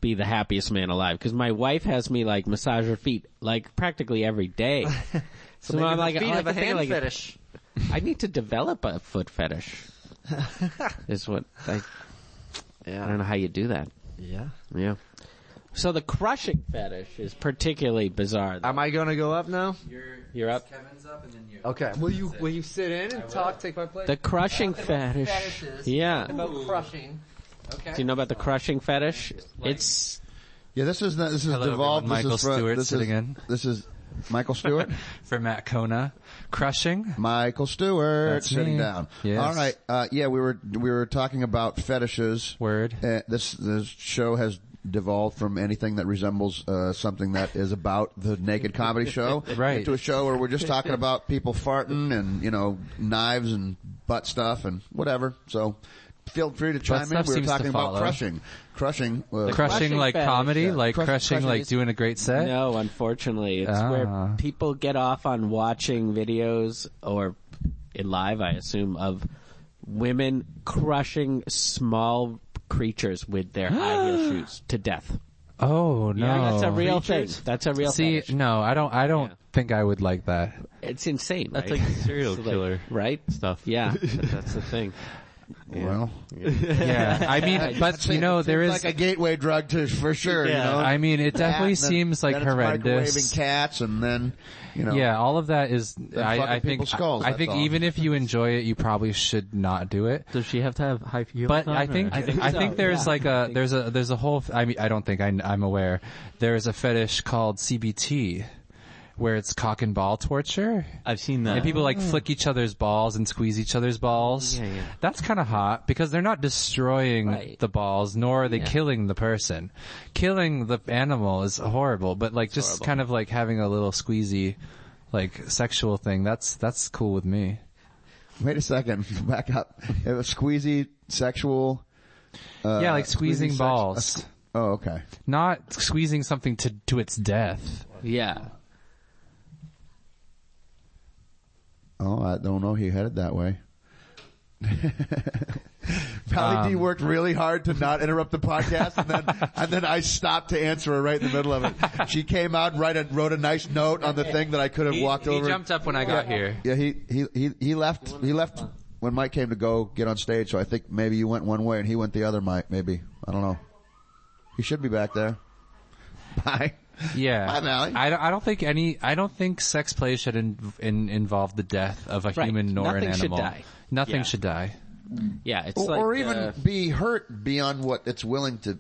Speaker 7: be the happiest man alive because my wife has me like massage her feet like practically every day. so
Speaker 3: Maybe
Speaker 7: I'm
Speaker 3: the
Speaker 7: like,
Speaker 3: feet
Speaker 7: all I
Speaker 3: have a
Speaker 7: can think
Speaker 3: hand
Speaker 7: of, like,
Speaker 3: fetish.
Speaker 7: I need to develop a foot fetish. is what I. I don't know how you do that.
Speaker 3: Yeah.
Speaker 7: Yeah. So the crushing fetish is particularly bizarre. though.
Speaker 3: Am I gonna go up now?
Speaker 7: You're up.
Speaker 3: Okay. Will you will you sit in and talk? Take my place.
Speaker 7: The crushing fetish.
Speaker 3: fetishes.
Speaker 7: Yeah.
Speaker 3: about crushing. Okay.
Speaker 7: Do you know about the crushing fetish? It's
Speaker 2: Yeah, this is not, this is
Speaker 12: Hello,
Speaker 2: devolved.
Speaker 12: everyone.
Speaker 2: this is
Speaker 12: Michael
Speaker 2: from-
Speaker 12: Stewart
Speaker 2: this
Speaker 12: sitting
Speaker 2: is,
Speaker 12: in.
Speaker 2: This is Michael Stewart.
Speaker 12: for Matt Kona. Crushing.
Speaker 2: Michael Stewart
Speaker 12: That's
Speaker 2: sitting
Speaker 12: me.
Speaker 2: down.
Speaker 12: Yes.
Speaker 2: All right. Uh, yeah, we were we were talking about fetishes.
Speaker 12: Word.
Speaker 2: Uh, this this show has devolved from anything that resembles uh, something that is about the naked comedy show
Speaker 12: Right.
Speaker 2: into a show where we're just talking about people farting and you know knives and butt stuff and whatever. So feel free to chime in.
Speaker 12: stuff
Speaker 2: We were
Speaker 12: seems to
Speaker 2: talking about
Speaker 12: follow.
Speaker 2: crushing, crushing, uh,
Speaker 12: Crushing
Speaker 7: crushing
Speaker 12: like
Speaker 7: fetish,
Speaker 12: comedy,
Speaker 7: yeah.
Speaker 12: like
Speaker 2: Crush-
Speaker 12: crushing,
Speaker 2: crushing
Speaker 12: like
Speaker 2: is-
Speaker 12: doing a great set.
Speaker 7: no, unfortunately, it's
Speaker 12: Ah.
Speaker 7: where people get off on watching videos or in live, I assume, of women crushing small creatures with their high heel shoes to death.
Speaker 12: Oh no,
Speaker 7: Yeah, that's a real thing. That's a real
Speaker 12: See,
Speaker 7: fetish.
Speaker 12: no, I don't. I don't think I would like that.
Speaker 7: It's insane.
Speaker 11: That's
Speaker 7: right?
Speaker 11: like serial
Speaker 7: It's like-
Speaker 11: killer
Speaker 7: right?
Speaker 11: stuff.
Speaker 7: Yeah, that's the thing.
Speaker 2: Well,
Speaker 12: Yeah, I mean, but you know, there
Speaker 2: like
Speaker 12: is.
Speaker 2: a gateway drug to for sure. You know?
Speaker 12: I mean, it definitely
Speaker 2: And then-
Speaker 12: seems like
Speaker 2: then it's
Speaker 12: horrendous.
Speaker 2: Microwaving cats and then you know.
Speaker 12: Yeah, all of that is.
Speaker 2: fucking
Speaker 12: I, I think.
Speaker 2: people's skulls,
Speaker 12: I
Speaker 2: that's
Speaker 12: think
Speaker 2: all.
Speaker 12: even if you enjoy it, you probably should not do it.
Speaker 11: Does she have to have high heels?
Speaker 12: But
Speaker 11: on,
Speaker 12: I
Speaker 11: or-
Speaker 12: think I think, there's like a there's a there's a whole. I mean, I don't think I, am aware. There is a fetish called CBT, where it's cock and ball torture,
Speaker 11: I've seen that.
Speaker 12: and people
Speaker 2: Hmm.
Speaker 12: like flick each other's balls and squeeze each other's balls.
Speaker 7: Yeah, yeah.
Speaker 12: That's kind of hot because they're not destroying
Speaker 7: Right.
Speaker 12: the balls, nor are they killing the person. Killing the animal is horrible, but like just kind of like having a little squeezy, like sexual thing. That's that's cool with me.
Speaker 2: Wait a second, back up. It was squeezy, sexual. Uh,
Speaker 12: yeah, like squeezing
Speaker 2: sex-
Speaker 12: balls.
Speaker 2: Oh, okay.
Speaker 12: not squeezing something to to its death.
Speaker 7: Yeah.
Speaker 2: Oh, I don't know. He headed that way. Pally
Speaker 12: Um,
Speaker 2: D worked really hard to not interrupt the podcast, and then and then I stopped to answer her right in the middle of it. She came out, right, and wrote a nice note on the thing that I could have walked over.
Speaker 12: up when I got here.
Speaker 2: Yeah, he, he, he, he left, he left when Mike came to go get on stage, so I think maybe you went one way and he went the other, Mike, maybe. I don't know. He should be back there. Bye.
Speaker 12: Yeah,
Speaker 2: Hi, Mally.
Speaker 12: I, don't- I don't think any. I don't think sex play should in, in, involve the death of a
Speaker 7: Right.
Speaker 12: human nor an
Speaker 7: Nothing should
Speaker 12: animal.
Speaker 7: die.
Speaker 12: Nothing
Speaker 7: Yeah.
Speaker 12: should die.
Speaker 7: Yeah, it's
Speaker 2: Or,
Speaker 7: like,
Speaker 2: or even
Speaker 7: uh,
Speaker 2: be hurt beyond what it's willing to.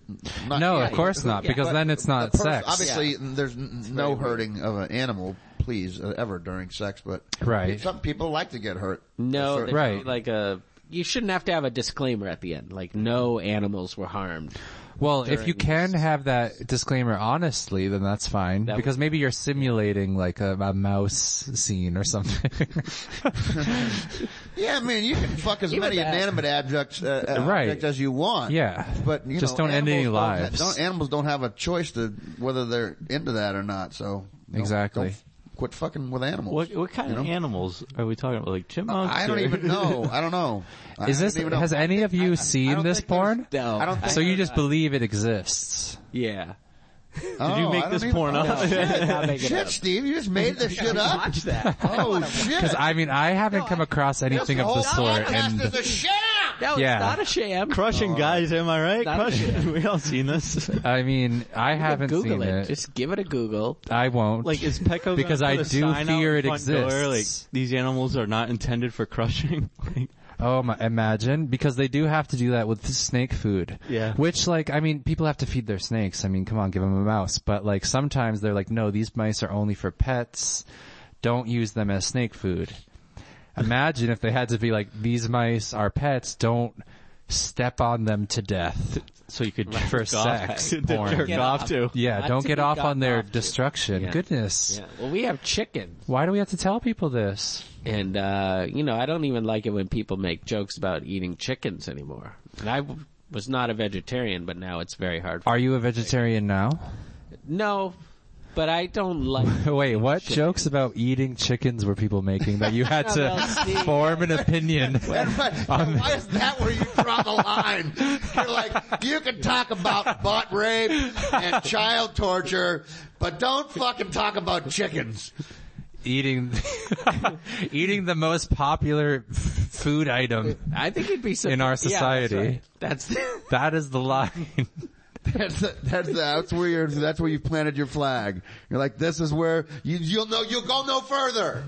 Speaker 2: Not
Speaker 12: No,
Speaker 2: Yeah,
Speaker 12: of course not,
Speaker 2: but
Speaker 12: because then it's
Speaker 2: the
Speaker 12: not
Speaker 2: pers-
Speaker 12: sex.
Speaker 2: Obviously, there's n- no hurting of an animal please uh, ever during sex, but
Speaker 12: Right.
Speaker 2: Some people like to get hurt.
Speaker 7: No,
Speaker 2: Sure.
Speaker 7: there should be Like a, you shouldn't have to have a disclaimer at the end. Like no animals were harmed.
Speaker 12: Well, if you
Speaker 7: during
Speaker 12: can have that disclaimer honestly, then that's fine. because maybe you're simulating like a, a mouse scene or something.
Speaker 2: Yeah, I mean, you can fuck as many inanimate objects, uh, uh,
Speaker 12: Right.
Speaker 2: objects as you want.
Speaker 12: Yeah.
Speaker 2: But, you
Speaker 12: Just
Speaker 2: know,
Speaker 12: don't end any
Speaker 2: animals don't ha-
Speaker 12: lives.
Speaker 2: don't- animals don't have a choice to whether they're into that or not, so. don't-
Speaker 12: Exactly.
Speaker 2: don't f- quit fucking with animals.
Speaker 13: What, what kind
Speaker 2: you know?
Speaker 13: of animals are we talking about? Like chipmunks?
Speaker 2: I don't
Speaker 13: or-
Speaker 2: even know. I don't know. I
Speaker 12: Is this,
Speaker 2: don't even know.
Speaker 12: has any of you seen this porn?
Speaker 7: No. I don't think
Speaker 12: so you
Speaker 7: there's
Speaker 12: just believe it exists.
Speaker 7: Yeah.
Speaker 12: Did you make
Speaker 2: Oh, I
Speaker 12: this
Speaker 2: don't
Speaker 12: porn
Speaker 2: even-
Speaker 12: up?
Speaker 2: Oh, shit.
Speaker 12: Not make it
Speaker 2: Shit,
Speaker 12: up.
Speaker 2: Steve, you just made this shit up. Watch that. Oh shit!
Speaker 12: Cause I mean, I haven't come across anything of the
Speaker 2: This whole
Speaker 12: sort.
Speaker 2: podcast
Speaker 12: And
Speaker 2: is a sham.
Speaker 7: No,
Speaker 12: Yeah.
Speaker 7: it's not a sham.
Speaker 13: Crushing guys, am I right?
Speaker 7: Not a
Speaker 13: Crushing. We all seen this.
Speaker 12: I mean, I haven't
Speaker 7: Google
Speaker 12: seen
Speaker 7: it.
Speaker 12: it.
Speaker 7: Just give it a Google.
Speaker 12: I won't.
Speaker 13: Like is Pecco gonna
Speaker 12: Because I
Speaker 13: put a
Speaker 12: do
Speaker 13: sign out
Speaker 12: fear
Speaker 13: the
Speaker 12: it
Speaker 13: front door,
Speaker 12: exists.
Speaker 13: like these animals are not intended for crushing. Like,
Speaker 12: Oh my, imagine. Because they do have to do that with snake food.
Speaker 13: Yeah.
Speaker 12: Which like, I mean, people have to feed their snakes. I mean, come on, give them a mouse. But like sometimes they're like, no, these mice are only for pets. Don't use them as snake food. Imagine if they had to be like, these mice are pets. Don't step on them to death.
Speaker 13: so you could
Speaker 12: For
Speaker 13: jerk off-
Speaker 12: sex
Speaker 13: to
Speaker 12: porn.
Speaker 13: jerk
Speaker 12: Get
Speaker 13: off to.
Speaker 12: Yeah,
Speaker 7: Not
Speaker 12: don't
Speaker 7: to
Speaker 12: get
Speaker 7: be
Speaker 12: off on
Speaker 7: gotten
Speaker 12: their
Speaker 7: off to.
Speaker 12: destruction.
Speaker 7: Yeah.
Speaker 12: Goodness.
Speaker 7: Yeah. Well, we have chicken.
Speaker 12: Why do we have to tell people this?
Speaker 7: And, uh, you know, I don't even like it when people make jokes about eating chickens anymore. And I w- was not a vegetarian, but now it's very hard. For-
Speaker 12: Are you a vegetarian now?
Speaker 7: no, but I don't like.
Speaker 12: Wait, what jokes about eating chickens were people making that you had to form an opinion? Um,
Speaker 2: Why why is that where you draw the line? You're like, you can talk about butt rape and child torture, but don't fucking talk about chickens.
Speaker 12: eating, eating the most popular f- food item
Speaker 7: I think it'd be some-
Speaker 12: in our
Speaker 7: yeah, that's
Speaker 12: society.
Speaker 7: right. that's
Speaker 12: That is the line.
Speaker 2: That's the, that's the, that's where you're, that's where you've planted your flag. You're like, this is where you, you'll know, you'll go no further.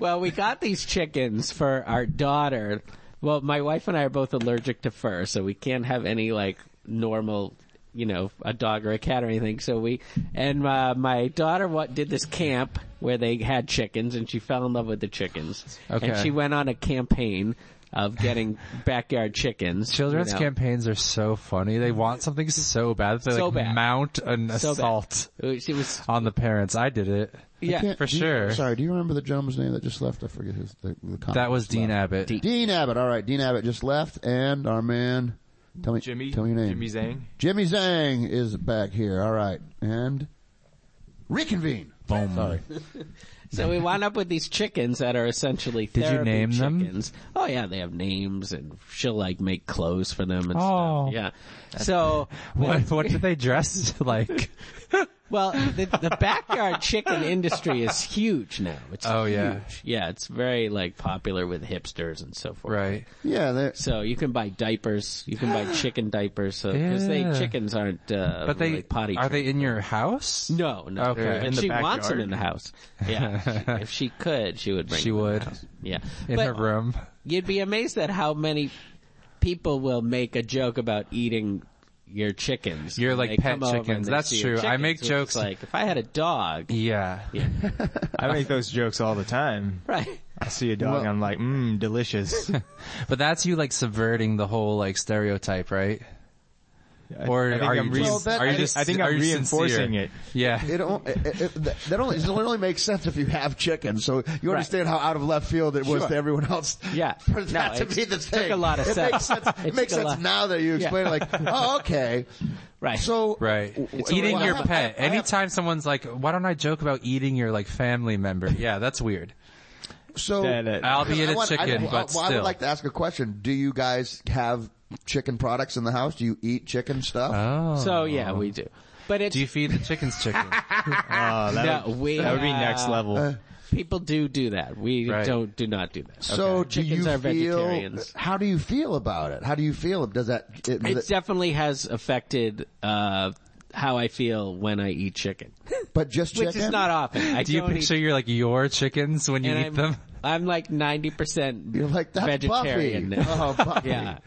Speaker 7: Well, we got these chickens for our daughter. Well, my wife and I are both allergic to fur, so we can't have any like normal, you know, a dog or a cat or anything. So we and uh, my daughter what did this camp where they had chickens, and she fell in love with the chickens, and
Speaker 12: Okay.
Speaker 7: she went on a campaign of getting backyard chickens.
Speaker 12: Children's
Speaker 7: you know.
Speaker 12: campaigns are so funny. They want something so bad that they
Speaker 7: So
Speaker 12: like
Speaker 7: bad.
Speaker 12: mount an
Speaker 7: So bad.
Speaker 12: assault
Speaker 7: Uh, She was
Speaker 12: on the parents. I did it.
Speaker 7: yeah.
Speaker 12: For sure.
Speaker 2: sorry, do you remember the gentleman's name that just left? I forget his, the, the comment
Speaker 12: That was
Speaker 2: just
Speaker 12: Dean
Speaker 2: left.
Speaker 12: Abbott.
Speaker 2: Dean Abbott. All right, Dean Abbott just left, and our man, tell me, tell me your name.
Speaker 13: Zang.
Speaker 2: Jimmy Zhang is back here. All right, and reconvene. Boom. Sorry.
Speaker 7: So we wound up with these chickens that are essentially
Speaker 12: Did you
Speaker 7: therapy
Speaker 12: name them?
Speaker 7: chickens. Oh yeah, they have names, and she'll like make clothes for them and
Speaker 12: Oh.
Speaker 7: stuff. Yeah. So
Speaker 12: What, what did they dress like?
Speaker 7: well, the, the backyard chicken industry is huge now. It's
Speaker 12: Oh, yeah.
Speaker 7: huge. yeah. It's very like popular with hipsters and so forth.
Speaker 12: Right.
Speaker 2: Yeah, they're-
Speaker 7: So you can buy diapers. You can buy chicken diapers. So because
Speaker 12: Yeah.
Speaker 7: they chickens aren't, uh,
Speaker 12: But they,
Speaker 7: like potty.
Speaker 12: are
Speaker 7: trained.
Speaker 12: they in your house?
Speaker 7: No, no.
Speaker 12: Okay. They're
Speaker 7: But
Speaker 13: in the
Speaker 7: she wants them
Speaker 13: backyard.
Speaker 7: in the house. Yeah. if she could, she would bring.
Speaker 12: She
Speaker 7: them in the
Speaker 12: would.
Speaker 7: house. Yeah.
Speaker 12: In
Speaker 7: But-
Speaker 12: her room.
Speaker 7: You'd be amazed at how many people will make a joke about eating your chickens.
Speaker 12: Your,
Speaker 7: when
Speaker 12: like,
Speaker 7: they
Speaker 12: pet
Speaker 7: come over and
Speaker 12: chickens.
Speaker 7: they
Speaker 12: That's
Speaker 7: see your
Speaker 12: true. I
Speaker 7: chickens,
Speaker 12: make
Speaker 7: which is
Speaker 12: jokes-
Speaker 7: like if I had a dog,
Speaker 12: Yeah.
Speaker 13: I make those jokes all the time.
Speaker 7: right?
Speaker 13: I see a dog,
Speaker 2: Well-
Speaker 13: I'm like, mmm, delicious.
Speaker 12: But that's you like subverting the whole like stereotype, right? Or
Speaker 13: I think
Speaker 12: are you
Speaker 13: I'm
Speaker 12: just-
Speaker 2: Well, that-
Speaker 12: are you
Speaker 2: I-
Speaker 12: just-
Speaker 13: I think
Speaker 12: are
Speaker 13: I'm
Speaker 12: you
Speaker 13: reinforcing
Speaker 12: sincere?
Speaker 13: it.
Speaker 12: Yeah.
Speaker 2: It, o- it, it, that only, it only makes sense if you have chickens. So you understand how out of left field it was
Speaker 7: Sure.
Speaker 2: to everyone else.
Speaker 7: Yeah.
Speaker 2: For that
Speaker 7: No,
Speaker 2: to
Speaker 7: it
Speaker 2: be the thing.
Speaker 7: a lot of
Speaker 2: it
Speaker 7: sense.
Speaker 2: Makes sense. It,
Speaker 7: It
Speaker 2: makes
Speaker 7: took a
Speaker 2: sense
Speaker 7: lot.
Speaker 2: now that you explain it like, oh, okay.
Speaker 7: Right.
Speaker 2: So.
Speaker 12: Right.
Speaker 2: It's
Speaker 12: eating
Speaker 2: all-
Speaker 12: your
Speaker 2: I- I-
Speaker 12: pet.
Speaker 2: I have-
Speaker 12: Anytime someone's like, why don't I joke about eating your like family member? Yeah, that's weird.
Speaker 2: So.
Speaker 13: That- uh, that-
Speaker 12: Albeit
Speaker 2: I
Speaker 12: a
Speaker 2: want- I-
Speaker 12: chicken,
Speaker 2: I-
Speaker 12: but
Speaker 2: well, I would
Speaker 12: still.
Speaker 2: like to ask a question. Do you guys have chicken products in the house? Do you eat chicken stuff?
Speaker 12: Oh.
Speaker 7: So yeah, we do. But it's
Speaker 12: do you feed the chickens chicken?
Speaker 2: Ah,
Speaker 13: Oh, that,
Speaker 7: no, we,
Speaker 13: that would be next
Speaker 7: uh,
Speaker 13: level.
Speaker 7: People do do that. We
Speaker 12: Right.
Speaker 7: don't do not do that.
Speaker 2: So do
Speaker 7: Chickens
Speaker 2: you
Speaker 7: are
Speaker 2: feel,
Speaker 7: vegetarians.
Speaker 2: How do you feel about it? How do you feel? Does that it,
Speaker 7: It definitely has affected uh, how I feel when I eat chicken,
Speaker 2: but just
Speaker 7: which
Speaker 2: chicken?
Speaker 7: is not often. I
Speaker 12: do you
Speaker 7: don't eat
Speaker 12: picture your like your chickens when you
Speaker 7: and
Speaker 12: eat
Speaker 7: I'm,
Speaker 12: them?
Speaker 7: I'm like 90%
Speaker 2: You're like that's
Speaker 7: vegetarian
Speaker 2: Buffy.
Speaker 7: now.
Speaker 2: Oh, Buffy.
Speaker 7: yeah.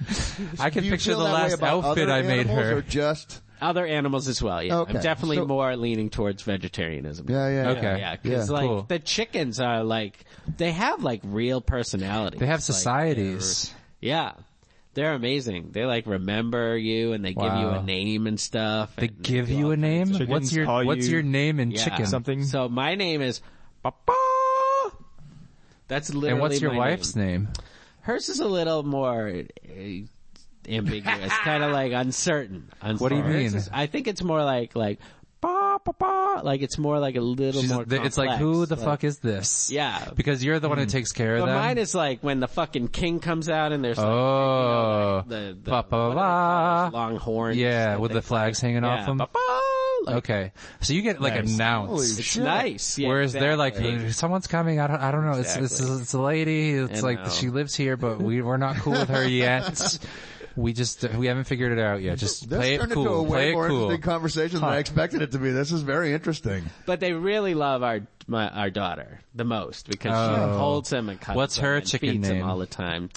Speaker 12: I can
Speaker 2: Do you
Speaker 12: picture
Speaker 2: feel
Speaker 12: the
Speaker 2: that way
Speaker 12: last
Speaker 2: about
Speaker 12: outfit
Speaker 2: other
Speaker 12: I made
Speaker 2: animals
Speaker 12: her.
Speaker 2: Or just
Speaker 7: Other animals as well. Yeah,
Speaker 2: Okay,
Speaker 7: I'm definitely
Speaker 2: so-
Speaker 7: more leaning towards vegetarianism.
Speaker 2: Yeah, yeah, yeah. Okay.
Speaker 7: yeah. Because
Speaker 2: Yeah,
Speaker 7: like
Speaker 2: cool.
Speaker 7: the chickens are like they have like real personality.
Speaker 12: They have societies.
Speaker 7: yeah, they're amazing. They like remember you and they give you
Speaker 12: Wow.
Speaker 7: a name and stuff.
Speaker 12: They give you a name? What's your what's your name in chicken?
Speaker 7: So my name is Papa. That's literally.
Speaker 12: And what's your
Speaker 7: my
Speaker 12: wife's name?
Speaker 7: Hers is a little more uh, ambiguous, kind of like uncertain.
Speaker 12: What do you
Speaker 7: uncertain. Hers
Speaker 12: mean?
Speaker 7: is- I think it's more like like ba ba ba. Like it's more like a little
Speaker 12: She's-
Speaker 7: more.
Speaker 12: th- it's like,
Speaker 7: complex,
Speaker 12: who the
Speaker 7: like-
Speaker 12: fuck is this?
Speaker 7: Yeah.
Speaker 12: Because you're the one who takes care of
Speaker 7: But
Speaker 12: them.
Speaker 7: mine is like when the fucking king comes out and there's like,
Speaker 12: oh.
Speaker 7: the,
Speaker 12: ba, ba, ba, ba.
Speaker 7: long horns.
Speaker 12: Yeah, with the flags hanging off
Speaker 7: Yeah,
Speaker 12: them.
Speaker 7: ba, ba, like-
Speaker 12: okay. So you get like
Speaker 7: Nice.
Speaker 12: announced.
Speaker 7: Holy It's shit. nice, yeah,
Speaker 12: Whereas they're like,
Speaker 7: exactly.
Speaker 12: someone's coming. I don't, I don't know. It's, it's,
Speaker 7: Exactly.
Speaker 12: it's a lady. It's
Speaker 7: I
Speaker 12: like,
Speaker 7: know.
Speaker 12: she lives here, but we, we're not cool with her yet. we just, we haven't figured it out yet. Just
Speaker 2: This
Speaker 12: play it
Speaker 2: turned
Speaker 12: cool.
Speaker 2: into a
Speaker 12: play
Speaker 2: way
Speaker 12: it
Speaker 2: more
Speaker 12: cool.
Speaker 2: interesting conversation than I expected it to be. This is very interesting.
Speaker 7: But they really love our my our daughter the most because
Speaker 12: Oh.
Speaker 7: she holds him and cuddles
Speaker 12: What's
Speaker 7: him
Speaker 12: her
Speaker 7: and
Speaker 12: chicken
Speaker 7: feeds him
Speaker 12: name?
Speaker 7: all the time.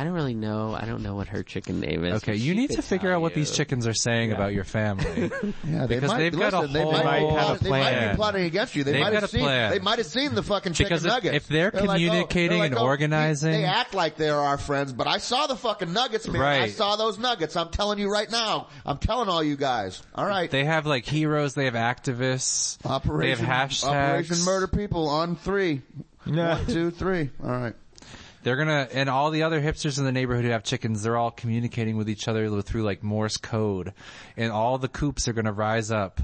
Speaker 7: I don't really know. I don't know what her chicken name is.
Speaker 12: Okay, you need to figure out what these chickens are saying about your family.
Speaker 2: Yeah, they
Speaker 12: because
Speaker 2: might-
Speaker 12: they've got a
Speaker 2: listen, they
Speaker 12: whole
Speaker 2: might be plotting- they might be plotting against you. They
Speaker 12: They've
Speaker 2: might
Speaker 12: got
Speaker 2: have
Speaker 12: a
Speaker 2: seen-
Speaker 12: plan.
Speaker 2: they might have seen the fucking chicken
Speaker 12: Because if-
Speaker 2: nuggets.
Speaker 12: if they're
Speaker 2: like, oh-
Speaker 12: communicating
Speaker 2: they're like,
Speaker 12: and
Speaker 2: oh,
Speaker 12: organizing-
Speaker 2: they, they act like they're our friends, but I saw the fucking nuggets, man. I
Speaker 12: Right.
Speaker 2: saw those nuggets. I'm telling you right now. I'm telling all you guys. All right,
Speaker 12: They have like heroes, they have activists,
Speaker 2: Operation,
Speaker 12: they have hashtags.
Speaker 2: Operation Murder People on three. One, two, three. All right.
Speaker 12: They're gonna, and all the other hipsters in the neighborhood who have chickens, they're all communicating with each other through like Morse code. And all the coops are gonna rise up.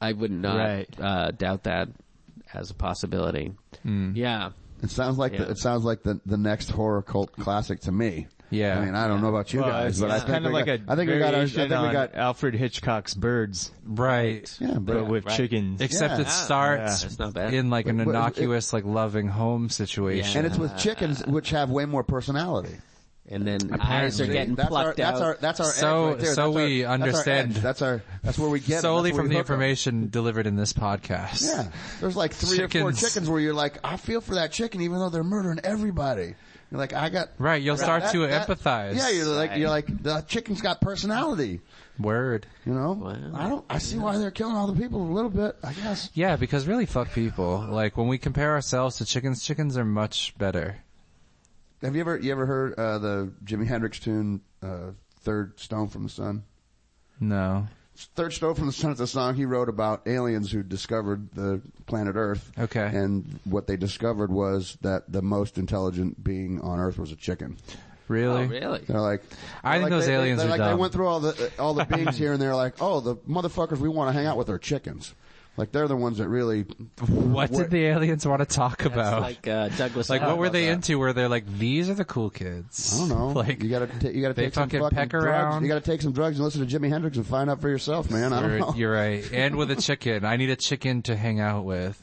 Speaker 7: I would not uh, doubt that as a possibility.
Speaker 12: Hmm.
Speaker 7: Yeah.
Speaker 2: It sounds like
Speaker 7: Yeah.
Speaker 2: the, it sounds like the the next horror cult classic to me.
Speaker 7: Yeah.
Speaker 2: I mean, I don't know about you
Speaker 7: Well,
Speaker 2: guys,
Speaker 7: it's-
Speaker 2: but I
Speaker 7: it's
Speaker 2: think
Speaker 7: kind
Speaker 2: we
Speaker 7: of like
Speaker 2: got,
Speaker 7: a
Speaker 2: I think we got our, I think
Speaker 13: Variation
Speaker 2: we
Speaker 13: on
Speaker 2: got
Speaker 13: Alfred Hitchcock's Birds.
Speaker 12: Right.
Speaker 2: Yeah,
Speaker 13: but,
Speaker 2: but-
Speaker 13: with
Speaker 2: Right.
Speaker 13: chickens.
Speaker 12: Except
Speaker 2: Yeah. Ah,
Speaker 12: it starts
Speaker 2: Yeah, it's not bad.
Speaker 12: in like an
Speaker 2: But- but-
Speaker 12: innocuous, like loving home situation.
Speaker 2: And it's with chickens, which have way more personality.
Speaker 7: And then
Speaker 12: Apparently.
Speaker 2: See, that's our, That's our that's our
Speaker 12: so
Speaker 2: edge right
Speaker 12: so
Speaker 2: there. That's our-
Speaker 12: we
Speaker 2: that's our
Speaker 12: understand.
Speaker 2: edge. That's our that's where we get it.
Speaker 12: solely
Speaker 2: That's where
Speaker 12: from
Speaker 2: we
Speaker 12: the
Speaker 2: hook 'em.
Speaker 12: information delivered in this podcast.
Speaker 2: Yeah, there's like three or four
Speaker 12: Chickens.
Speaker 2: chickens where you're like, I feel for that chicken, even though they're murdering everybody. You're like, I got
Speaker 12: Right, you'll
Speaker 2: I got
Speaker 12: start
Speaker 2: that-
Speaker 12: to
Speaker 2: that-
Speaker 12: empathize.
Speaker 2: Yeah, you're like you're like the chicken's got personality.
Speaker 12: Word.
Speaker 2: You know, I don't. I see why they're killing all the people a little bit. I guess.
Speaker 12: Yeah, because really fuck people. Like when we compare ourselves to chickens, chickens are much better.
Speaker 2: Have you ever you ever heard uh, the Jimi Hendrix tune uh, Third Stone from the Sun?
Speaker 12: No.
Speaker 2: Third Stone from the Sun is a song he wrote about aliens who discovered the planet Earth.
Speaker 12: Okay.
Speaker 2: And what they discovered was that the most intelligent being on Earth was a chicken.
Speaker 7: Oh,
Speaker 12: Really?
Speaker 2: They're like,
Speaker 12: I
Speaker 2: they're
Speaker 12: think
Speaker 2: like-
Speaker 12: those
Speaker 2: they- they-
Speaker 12: aliens
Speaker 2: they're
Speaker 12: are
Speaker 2: like, They
Speaker 12: dumb.
Speaker 2: went through all the all the beings here, and they're like, oh, the motherfuckers we want to hang out with are chickens. Like they're the ones that really.
Speaker 12: What did the aliens want to talk about?
Speaker 7: like uh, Douglas.
Speaker 12: Like,
Speaker 2: I
Speaker 12: what
Speaker 2: don't
Speaker 12: were
Speaker 2: know
Speaker 12: they
Speaker 2: that.
Speaker 12: into? Where they're like, these are the cool kids.
Speaker 2: I don't know.
Speaker 12: Like
Speaker 2: you gotta, ta- you gotta
Speaker 12: they
Speaker 2: take some
Speaker 12: fucking
Speaker 2: fucking
Speaker 12: peck
Speaker 2: drugs.
Speaker 12: around.
Speaker 2: You gotta take some drugs and listen to Jimi Hendrix and find out for yourself, man. I don't
Speaker 12: You're,
Speaker 2: know.
Speaker 12: you're right. And with a chicken, I need a chicken to hang out with,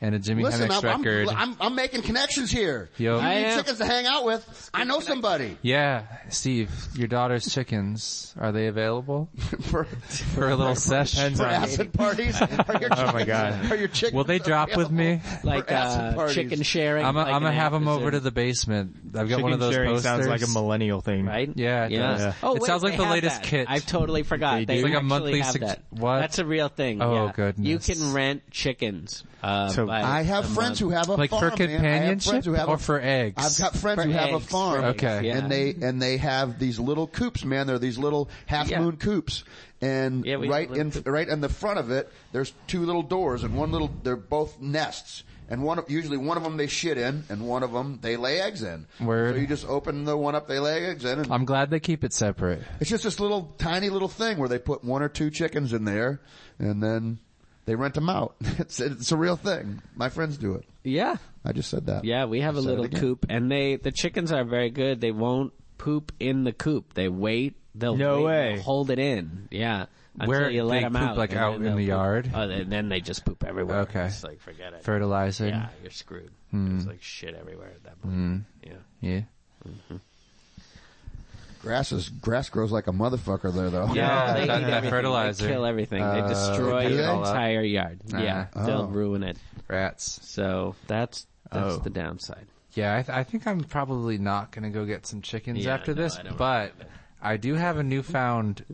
Speaker 12: and a Jimi
Speaker 2: Listen,
Speaker 12: Hendrix
Speaker 2: I'm, I'm,
Speaker 12: record.
Speaker 2: I'm, I'm making connections here.
Speaker 12: Yo.
Speaker 2: You
Speaker 12: I
Speaker 2: need
Speaker 12: am.
Speaker 2: chickens to hang out with. I know somebody.
Speaker 12: yeah, Steve, your daughter's chickens are they available
Speaker 2: for
Speaker 12: for a little session?
Speaker 2: For acid parties? Are your
Speaker 12: Oh my
Speaker 2: chickens-
Speaker 12: God.
Speaker 2: Are your chickens
Speaker 12: Will they drop with me?
Speaker 7: Like uh, chicken sharing.
Speaker 12: I'm
Speaker 7: like
Speaker 12: gonna
Speaker 7: an
Speaker 12: have them
Speaker 7: Anderson.
Speaker 12: over to the basement. I've got one
Speaker 13: Chicken
Speaker 12: of those
Speaker 13: sharing
Speaker 12: posters.
Speaker 13: sounds like a millennial thing.
Speaker 7: Right?
Speaker 12: Yeah, it
Speaker 7: yeah.
Speaker 12: does.
Speaker 7: Oh,
Speaker 12: it
Speaker 7: wait,
Speaker 12: sounds like
Speaker 7: they
Speaker 12: the
Speaker 7: have
Speaker 12: latest
Speaker 7: that.
Speaker 12: kit.
Speaker 7: I've totally forgot. They,
Speaker 12: It's like a
Speaker 7: actually
Speaker 12: monthly
Speaker 7: have
Speaker 12: sug-
Speaker 7: that.
Speaker 12: what?
Speaker 7: That's a real thing.
Speaker 12: Oh,
Speaker 7: yeah.
Speaker 12: goodness.
Speaker 7: You can rent chickens. Uh,
Speaker 12: So-
Speaker 7: by
Speaker 2: I have
Speaker 7: a
Speaker 2: friends who
Speaker 7: month.
Speaker 2: have a
Speaker 12: Like for
Speaker 2: farm. man. I have friends
Speaker 12: companionship
Speaker 2: who have a-
Speaker 12: or for eggs?
Speaker 2: I've got friends
Speaker 7: For
Speaker 2: who have a
Speaker 7: eggs,
Speaker 2: farm.
Speaker 7: for eggs,
Speaker 12: Okay. yeah.
Speaker 2: And they and they have these little coops, man. They're these little half moon coops. And
Speaker 7: Yeah, we have
Speaker 2: right
Speaker 7: little
Speaker 2: in right in the front of it, there's two little doors and one little they're both nests. And one of, usually one of them they shit in and one of them they lay eggs in.
Speaker 12: Word.
Speaker 2: So you just open the one up they lay eggs in and
Speaker 12: I'm glad they keep it separate.
Speaker 2: it's just this little tiny little thing where they put one or two chickens in there and then they rent them out. It's, it's a real thing. My friends do it.
Speaker 7: Yeah.
Speaker 2: I just said that.
Speaker 7: Yeah, we have a
Speaker 2: Said it
Speaker 7: little
Speaker 2: again.
Speaker 7: coop, and they the chickens are very good. They won't poop in the coop. They wait. They'll
Speaker 13: No
Speaker 7: wait,
Speaker 13: way.
Speaker 7: They'll hold it in. Yeah, until
Speaker 12: Where they
Speaker 7: you let 'em
Speaker 12: poop,
Speaker 7: out,
Speaker 12: like,
Speaker 7: and
Speaker 12: out
Speaker 7: then
Speaker 12: in
Speaker 7: they'll
Speaker 12: the
Speaker 7: poop.
Speaker 12: yard?
Speaker 7: Oh, and then they just poop everywhere.
Speaker 12: Okay.
Speaker 7: it's like forget it.
Speaker 12: Fertilizer. Hmm.
Speaker 7: Yeah, you're screwed. It's like shit everywhere at that point.
Speaker 12: Mm.
Speaker 7: Yeah.
Speaker 12: Yeah.
Speaker 7: Mm-hmm.
Speaker 2: Grass is grass grows like a motherfucker there though.
Speaker 12: Yeah, that-
Speaker 7: they eat
Speaker 12: that
Speaker 7: everything.
Speaker 12: fertilizer.
Speaker 7: They kill everything.
Speaker 12: Uh,
Speaker 7: they destroy
Speaker 12: they
Speaker 2: do
Speaker 7: your
Speaker 2: they?
Speaker 7: entire yard.
Speaker 12: Uh-huh.
Speaker 7: yeah,
Speaker 2: Oh.
Speaker 7: they'll ruin it.
Speaker 12: Rats.
Speaker 7: So that's that's
Speaker 12: Oh.
Speaker 7: the downside.
Speaker 12: Yeah, I, th- I think I'm probably not going to go get some chickens
Speaker 7: Yeah,
Speaker 12: after
Speaker 7: no,
Speaker 12: this,
Speaker 7: I don't
Speaker 12: but I do have a newfound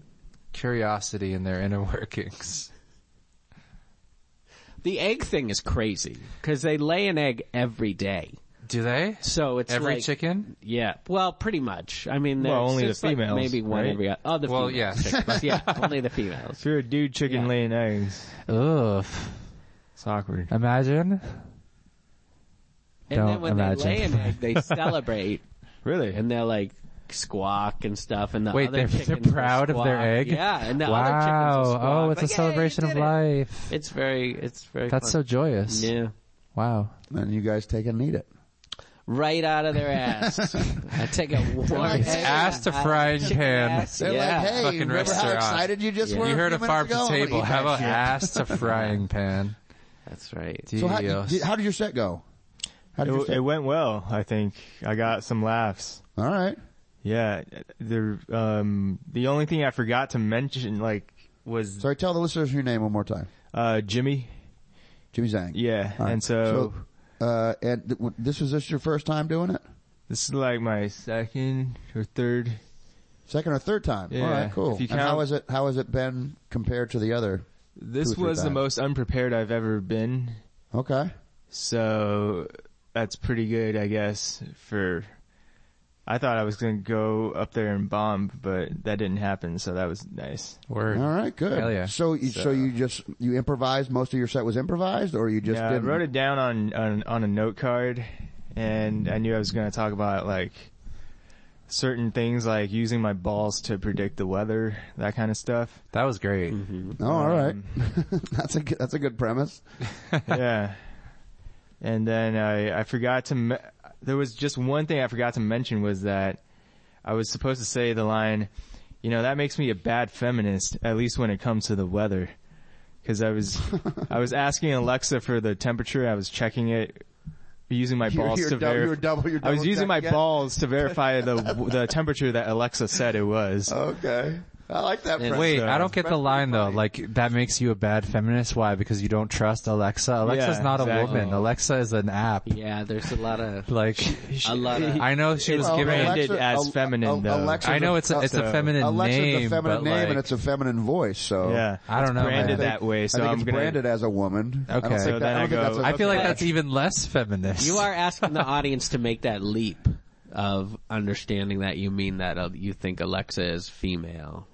Speaker 12: curiosity in their inner workings.
Speaker 7: The egg thing is crazy because they lay an egg every day.
Speaker 12: Do they?
Speaker 7: So it's
Speaker 12: Every
Speaker 7: like-
Speaker 12: chicken?
Speaker 7: Yeah. Well, pretty much. I mean,
Speaker 12: Well,
Speaker 7: there's-
Speaker 12: only the
Speaker 7: it's like
Speaker 12: females,
Speaker 7: maybe one
Speaker 12: right?
Speaker 7: every other. Oh, the
Speaker 12: Well,
Speaker 7: females
Speaker 12: yeah.
Speaker 7: chick, but yeah, only the females.
Speaker 14: If you're a dude chicken laying eggs.
Speaker 12: Ugh.
Speaker 14: It's awkward.
Speaker 12: Imagine.
Speaker 7: And then
Speaker 12: Don't
Speaker 7: when
Speaker 12: imagine.
Speaker 7: they lay an egg, they celebrate.
Speaker 14: really?
Speaker 7: And they're like squawk and stuff. And the
Speaker 12: Wait,
Speaker 7: other
Speaker 12: they're, they're
Speaker 7: chickens will
Speaker 12: proud of their
Speaker 7: squawk.
Speaker 12: egg?
Speaker 7: Yeah, and the
Speaker 12: wow.
Speaker 7: other chickens will squawk.
Speaker 12: Oh, it's
Speaker 7: like,
Speaker 12: a
Speaker 7: "Hey,
Speaker 12: celebration
Speaker 7: you
Speaker 12: of
Speaker 7: did it."
Speaker 12: life.
Speaker 7: It's very, it's very.
Speaker 12: That's so
Speaker 7: fun.
Speaker 12: joyous.
Speaker 7: Yeah.
Speaker 12: Wow.
Speaker 2: And you guys take and eat it.
Speaker 7: Right out of their ass. I take a warm
Speaker 2: like,
Speaker 7: egg.
Speaker 2: "Hey,
Speaker 12: Ass to frying pan.
Speaker 7: They're like, Yeah. "Hey,
Speaker 12: fucking
Speaker 7: remember how
Speaker 12: restaurant.
Speaker 7: excited you just were
Speaker 12: You
Speaker 7: a
Speaker 12: heard
Speaker 7: few
Speaker 12: a
Speaker 7: minutes
Speaker 12: farm
Speaker 7: ago?
Speaker 12: to
Speaker 7: I'm gonna
Speaker 12: table.
Speaker 7: eat
Speaker 12: How
Speaker 7: that
Speaker 12: about
Speaker 7: shit.
Speaker 12: ass to frying pan?
Speaker 7: That's right.
Speaker 14: So how-
Speaker 12: Dios.
Speaker 14: did-
Speaker 2: How did your set go?
Speaker 14: It,
Speaker 2: you say-
Speaker 14: it went well, I think. I got some laughs.
Speaker 2: All right.
Speaker 14: Yeah, the um the only thing I forgot to mention like was
Speaker 2: Sorry, tell the listeners your name one more time.
Speaker 14: uh Jimmy.
Speaker 2: Jimmy Zang.
Speaker 14: Yeah,
Speaker 2: All right.
Speaker 14: and so,
Speaker 2: uh, and th- w- this was just your first time doing it?
Speaker 14: this is like my second or third.
Speaker 2: Second or third time.
Speaker 14: Yeah.
Speaker 2: All right, cool.
Speaker 14: If you
Speaker 2: and how
Speaker 14: count-
Speaker 2: has it how has it been compared to the other? two or
Speaker 14: This
Speaker 2: three
Speaker 14: was the
Speaker 2: times?
Speaker 14: most unprepared I've ever been.
Speaker 2: Okay.
Speaker 14: So that's pretty good, I guess, for I thought I was going to go up there and bomb, but that didn't happen, so that was nice.
Speaker 12: Word.
Speaker 2: All right, good. So you, so, you just you improvised most of your set was improvised or you just
Speaker 14: yeah,
Speaker 2: did
Speaker 14: I wrote it down on, on on a note card, and I knew I was going to talk about like certain things, like using my balls to predict the weather, that kind of stuff. Um,
Speaker 12: That was great.
Speaker 2: Oh, all right. that's a good, that's a good premise.
Speaker 14: yeah. And then I, I forgot to, me- there was just one thing I forgot to mention was that I was supposed to say the line, you know, that makes me a bad feminist, at least when it comes to the weather. Cause I was, I was asking Alexa for the temperature. I was checking it using my
Speaker 2: You're-
Speaker 14: balls
Speaker 2: you're
Speaker 14: to
Speaker 2: double-
Speaker 14: verify.
Speaker 2: you're double- you're
Speaker 14: I was
Speaker 2: double
Speaker 14: using my
Speaker 2: checking it?
Speaker 14: balls to verify the, the temperature that Alexa said it was.
Speaker 2: Okay. I like that premise.
Speaker 12: Wait, I don't
Speaker 14: So-
Speaker 12: get the line though. Like that makes you a bad feminist. Why? Because you don't trust Alexa. Alexa's
Speaker 14: Yeah,
Speaker 12: not a
Speaker 14: exactly.
Speaker 12: woman. Alexa is an app.
Speaker 7: Yeah, there's a lot of
Speaker 12: like
Speaker 7: a lot of-
Speaker 12: I know she
Speaker 7: It's
Speaker 12: was given
Speaker 14: branded as feminine though.
Speaker 2: Alexa's
Speaker 12: I know it's a- it's a feminine
Speaker 2: Alexa's a
Speaker 12: name,
Speaker 2: feminine
Speaker 12: but,
Speaker 2: name
Speaker 12: like-
Speaker 2: and it's a feminine voice. So
Speaker 14: Yeah.
Speaker 12: I don't It's know, branded man. that way, so
Speaker 2: I think
Speaker 12: I'm
Speaker 2: it's
Speaker 12: gonna-
Speaker 2: branded as a woman. I don't
Speaker 12: Okay.
Speaker 2: think
Speaker 12: So
Speaker 2: that-
Speaker 12: then
Speaker 2: I,
Speaker 12: I
Speaker 2: don't think
Speaker 12: go-
Speaker 2: that's a-
Speaker 12: I feel like
Speaker 2: okay.
Speaker 12: that's even less feminist.
Speaker 7: You are asking the audience to make that leap of understanding that you mean that uh, you think Alexa is female.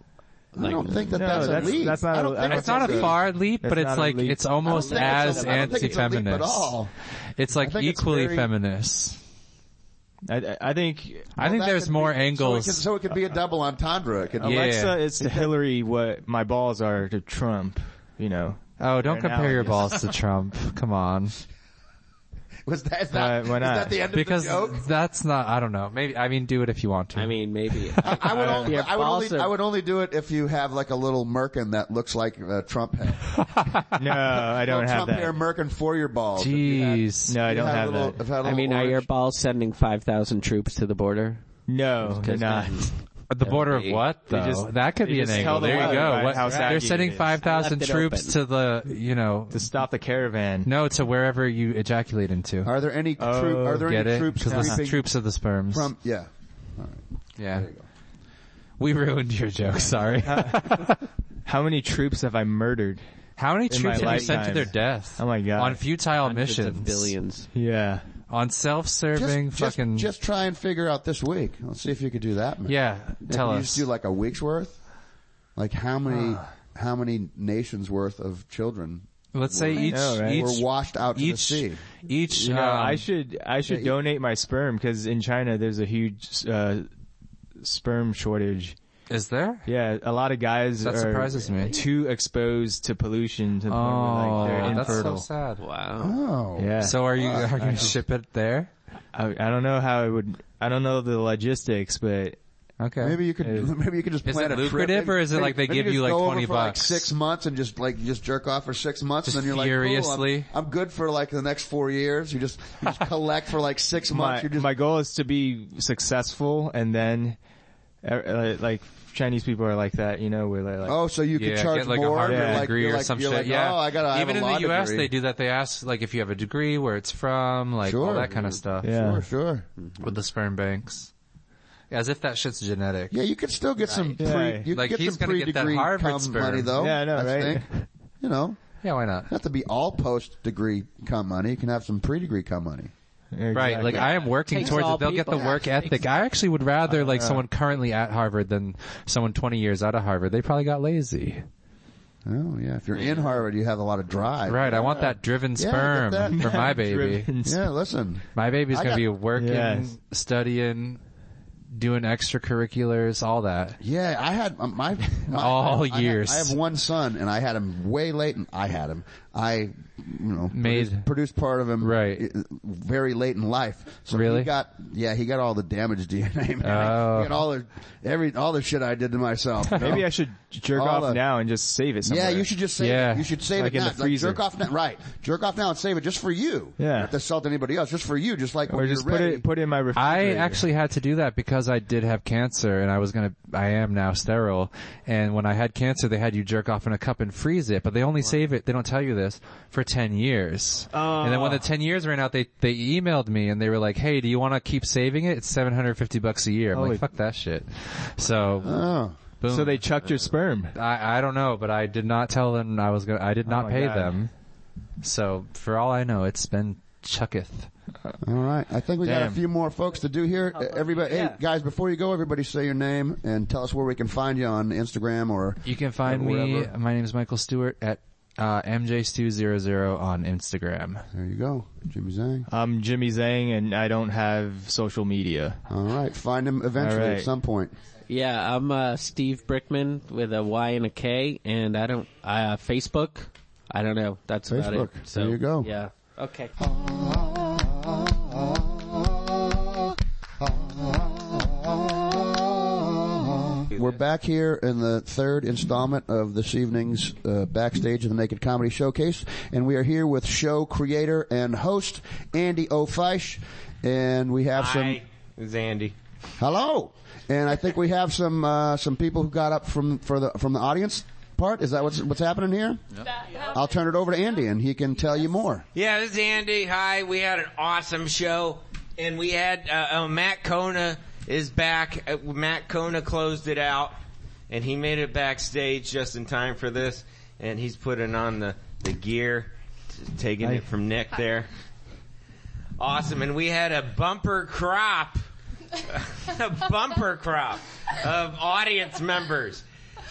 Speaker 2: I don't think that
Speaker 14: No,
Speaker 2: that's,
Speaker 14: that's-
Speaker 2: a leap.
Speaker 14: that's not
Speaker 2: I
Speaker 14: a-
Speaker 2: don't think
Speaker 14: I don't
Speaker 12: It's not
Speaker 2: that's
Speaker 12: a far leap,
Speaker 14: It's
Speaker 12: but
Speaker 14: not
Speaker 12: it's
Speaker 14: a
Speaker 12: like
Speaker 14: leap.
Speaker 12: it's almost
Speaker 2: I don't think it's
Speaker 12: as
Speaker 2: a- I don't think it's a leap at
Speaker 12: anti-feminist.
Speaker 2: all.
Speaker 12: It's
Speaker 2: I
Speaker 12: like
Speaker 2: think it's
Speaker 12: equally
Speaker 2: very-
Speaker 12: feminist.
Speaker 14: I, I think
Speaker 12: I think
Speaker 2: Well, that
Speaker 12: there's
Speaker 2: could
Speaker 12: more
Speaker 2: be- so it
Speaker 12: angles.
Speaker 2: could- So it could be a double entendre. It could be-
Speaker 12: Yeah.
Speaker 14: Alexa is to Hillary what my balls are to Trump, you know.
Speaker 12: oh, don't
Speaker 14: They're
Speaker 12: compare your
Speaker 14: analogous.
Speaker 12: balls to Trump. Um, Come on.
Speaker 2: Was that, is that,
Speaker 14: Why- why
Speaker 2: is
Speaker 14: not?
Speaker 2: that the end
Speaker 12: Because
Speaker 2: of the joke?
Speaker 12: that's not, I don't know. Maybe, I mean, do it if you want to.
Speaker 7: I mean, maybe. Uh,
Speaker 2: I would, only,
Speaker 7: Yeah,
Speaker 2: I, would
Speaker 7: balls
Speaker 2: only,
Speaker 7: are-
Speaker 2: I would only do it if you have like a little merkin that looks like a Trump head.
Speaker 14: No, I don't have
Speaker 2: Trump hair
Speaker 14: that.
Speaker 2: merkin for your balls. If you had-
Speaker 12: Jeez.
Speaker 14: No, I don't
Speaker 2: had a
Speaker 14: have
Speaker 2: little-
Speaker 14: that.
Speaker 2: if you had a
Speaker 7: I mean,
Speaker 2: little
Speaker 7: are your
Speaker 2: orange-
Speaker 7: balls sending 5,000 troops to the border?
Speaker 14: No, they're not.
Speaker 12: the border of what
Speaker 14: They
Speaker 12: though?
Speaker 14: just-
Speaker 12: that could
Speaker 14: they
Speaker 12: be an
Speaker 14: just tell
Speaker 12: angle.
Speaker 14: the
Speaker 12: There you
Speaker 14: weather
Speaker 12: go.
Speaker 14: by
Speaker 12: What,
Speaker 14: how saggy
Speaker 12: they're sending
Speaker 14: it is.
Speaker 7: I
Speaker 12: 5,000
Speaker 7: left it
Speaker 12: troops to the, you know,
Speaker 14: To stop the caravan.
Speaker 12: no, to wherever you ejaculate into.
Speaker 2: Are there any
Speaker 14: Oh,
Speaker 2: troop, are there
Speaker 12: Get
Speaker 2: any
Speaker 12: it?
Speaker 2: troops
Speaker 12: Because this
Speaker 2: creeping
Speaker 12: is troops of the sperms.
Speaker 2: from, yeah.
Speaker 12: yeah. We ruined your joke, sorry.
Speaker 14: How many troops have I murdered?
Speaker 12: How many
Speaker 14: In my
Speaker 12: troops have you sent to
Speaker 14: lifetime.
Speaker 12: their death?
Speaker 14: Oh my God.
Speaker 12: On futile
Speaker 7: Hundreds
Speaker 12: missions.
Speaker 7: of billions.
Speaker 14: Yeah.
Speaker 12: On self-serving
Speaker 2: Just, just,
Speaker 12: fucking,
Speaker 2: just try and figure out this week. Let's see if you could do that. man.
Speaker 12: yeah,
Speaker 2: If
Speaker 12: tell
Speaker 2: you
Speaker 12: us.
Speaker 2: just do like a week's worth, like how many, how many nations worth of children
Speaker 12: Let's say each,
Speaker 14: know, right?
Speaker 12: each,
Speaker 2: were washed out to the
Speaker 12: each,
Speaker 2: sea?
Speaker 12: each,
Speaker 14: You know,
Speaker 12: um,
Speaker 14: I should I should donate my sperm because in China there's a huge uh, sperm shortage.
Speaker 12: is there?
Speaker 14: Yeah, a lot of guys
Speaker 12: That
Speaker 14: are
Speaker 12: surprises me.
Speaker 14: too exposed to pollution to the point
Speaker 12: Oh,
Speaker 14: where like, they're
Speaker 12: that's
Speaker 14: infertile.
Speaker 12: so sad.
Speaker 7: Wow.
Speaker 2: Oh.
Speaker 14: yeah.
Speaker 12: So are you, are you gonna ship it there?
Speaker 14: I, I don't know how it would. I don't know the logistics, but
Speaker 12: Okay.
Speaker 2: Maybe you could maybe you could just
Speaker 12: Is
Speaker 2: plan
Speaker 12: it
Speaker 2: a trip.
Speaker 12: lucrative, or is it like they
Speaker 2: maybe
Speaker 12: give
Speaker 2: just
Speaker 12: you, like,
Speaker 2: go over
Speaker 12: 20
Speaker 2: for
Speaker 12: bucks?
Speaker 2: like six months and just like you just jerk off for six months
Speaker 12: Just
Speaker 2: and then you're like cool,
Speaker 12: furiously?
Speaker 2: I'm, I'm good for like the next four years. You just you just collect for like six months.
Speaker 14: my
Speaker 2: you just
Speaker 14: my goal is to be successful, and then uh, uh, like Chinese people are like that, you know, where they're like,
Speaker 2: oh, so you could
Speaker 12: yeah,
Speaker 2: charge
Speaker 12: get like
Speaker 2: more.
Speaker 12: a Harvard
Speaker 2: You're like-
Speaker 12: degree
Speaker 2: you're
Speaker 12: or
Speaker 2: like,
Speaker 12: some
Speaker 2: you're
Speaker 12: shit.
Speaker 2: Like,
Speaker 12: yeah.
Speaker 2: Oh, I gotta I have
Speaker 12: Even
Speaker 2: a
Speaker 12: in
Speaker 2: law
Speaker 12: the U.S.,
Speaker 2: degree.
Speaker 12: they do that. They ask like if you have a degree, where it's from, like all
Speaker 2: Sure.
Speaker 12: that kind of stuff. Mm-hmm.
Speaker 14: yeah,
Speaker 2: Sure, sure.
Speaker 12: With the sperm banks. As if that shit's genetic.
Speaker 2: Yeah, you could still get some pre. You
Speaker 12: like
Speaker 2: could get
Speaker 12: he's
Speaker 2: some
Speaker 12: gonna get that
Speaker 2: pre-degree
Speaker 12: Harvard
Speaker 2: cum
Speaker 12: sperm.
Speaker 2: money though. I think. You know.
Speaker 12: Yeah, why not?
Speaker 2: Not to be all post-degree cum money. You can have some pre-degree cum money.
Speaker 12: Right, like I am working
Speaker 2: Takes
Speaker 12: towards
Speaker 2: all
Speaker 12: it. They'll get the
Speaker 2: people.
Speaker 12: work
Speaker 2: Yeah.
Speaker 12: ethic. I actually would rather like
Speaker 2: Uh,
Speaker 12: someone currently at Harvard than someone 20 years out of Harvard. They probably got lazy.
Speaker 2: Oh yeah, if you're in Harvard, you have a lot of drive.
Speaker 12: Right, I want that driven
Speaker 2: Yeah, I get
Speaker 12: sperm
Speaker 2: that.
Speaker 12: for my baby.
Speaker 2: Driven Yeah, listen.
Speaker 12: My baby's
Speaker 2: I
Speaker 12: gonna
Speaker 2: got-
Speaker 12: be working,
Speaker 2: Yes.
Speaker 12: studying, doing extracurriculars, all that.
Speaker 2: Yeah, I had um, my, my
Speaker 12: All
Speaker 2: I had-
Speaker 12: years.
Speaker 2: I have one son, and I had him way late, and I had him. I, you know,
Speaker 12: Made-
Speaker 2: produced, produced part of him right very late in life. So
Speaker 12: Really?
Speaker 2: he got yeah, he got all the damaged DNA. Man.
Speaker 14: Oh.
Speaker 2: He got all the every all the shit I did to myself. you know?
Speaker 14: Maybe I should jerk
Speaker 2: All
Speaker 14: off
Speaker 2: oh, the-
Speaker 14: now and just save it. Somewhere.
Speaker 2: Yeah, you should just save it. You should save
Speaker 14: like
Speaker 2: it
Speaker 14: in
Speaker 2: now.
Speaker 14: the freezer.
Speaker 2: Like jerk off now, right? Jerk off now and save it just for you.
Speaker 14: Yeah.
Speaker 2: not to sell to anybody else, just for you. Just like
Speaker 12: Or
Speaker 2: when
Speaker 12: just
Speaker 2: you're
Speaker 12: put
Speaker 2: ready.
Speaker 14: put it in my
Speaker 12: I actually had to do that because I did have cancer and I was gonna, I am now sterile. And when I had cancer, they had you jerk off in a cup and freeze it, but they only save it, they don't tell you this, for 10 years. And then
Speaker 14: Ah.
Speaker 12: when the 10 years ran out, they, they emailed me and they were like, hey, do you wanna keep saving it? It's 750 bucks a year. I'm
Speaker 14: Holy- Ah.
Speaker 12: like, fuck that shit. So. boom.
Speaker 14: So they chucked your sperm. Oh
Speaker 12: I, I don't know, but I did not tell them I was gonna, I did not
Speaker 14: my
Speaker 12: pay
Speaker 14: God.
Speaker 12: them. So for all I know, it's been chucketh.
Speaker 2: All right, I think we got
Speaker 12: Damn.
Speaker 2: a few more folks to do here. Uh, Everybody, hey guys, before you go, everybody say your name and tell us where we can find you on Instagram or
Speaker 12: You can find me.
Speaker 2: wherever.
Speaker 12: My name is Michael Stewart at uh, MJStew00 on Instagram.
Speaker 2: There you go, Jimmy Zang.
Speaker 14: I'm Jimmy Zhang, and I don't have social media.
Speaker 2: All right, find him eventually at some point.
Speaker 7: Yeah, I'm uh, Steve Brickman with a Y and a K, and I don't uh, Facebook. I don't know. That's about
Speaker 2: Facebook.
Speaker 7: it. So
Speaker 2: There you go.
Speaker 7: Yeah. Okay.
Speaker 2: We're back here in the third installment of this evening's uh, backstage of the Naked Comedy Showcase, and we are here with show creator and host Andy O'Feish, and we have some.
Speaker 15: It's Andy.
Speaker 2: Hello, and I think we have some uh, some people who got up from for the from the audience part. Is that what's what's happening here? I'll turn it over to Andy, and he can tell you more.
Speaker 15: Yeah, this is Andy. Hi. We had an awesome show, and we had uh, uh, Matt Kona is back. Uh, Matt Kona closed it out, and he made it backstage just in time for this. And he's putting on the the gear, t- taking it from Nick there. Awesome, and we had a bumper crop, a bumper crop of audience members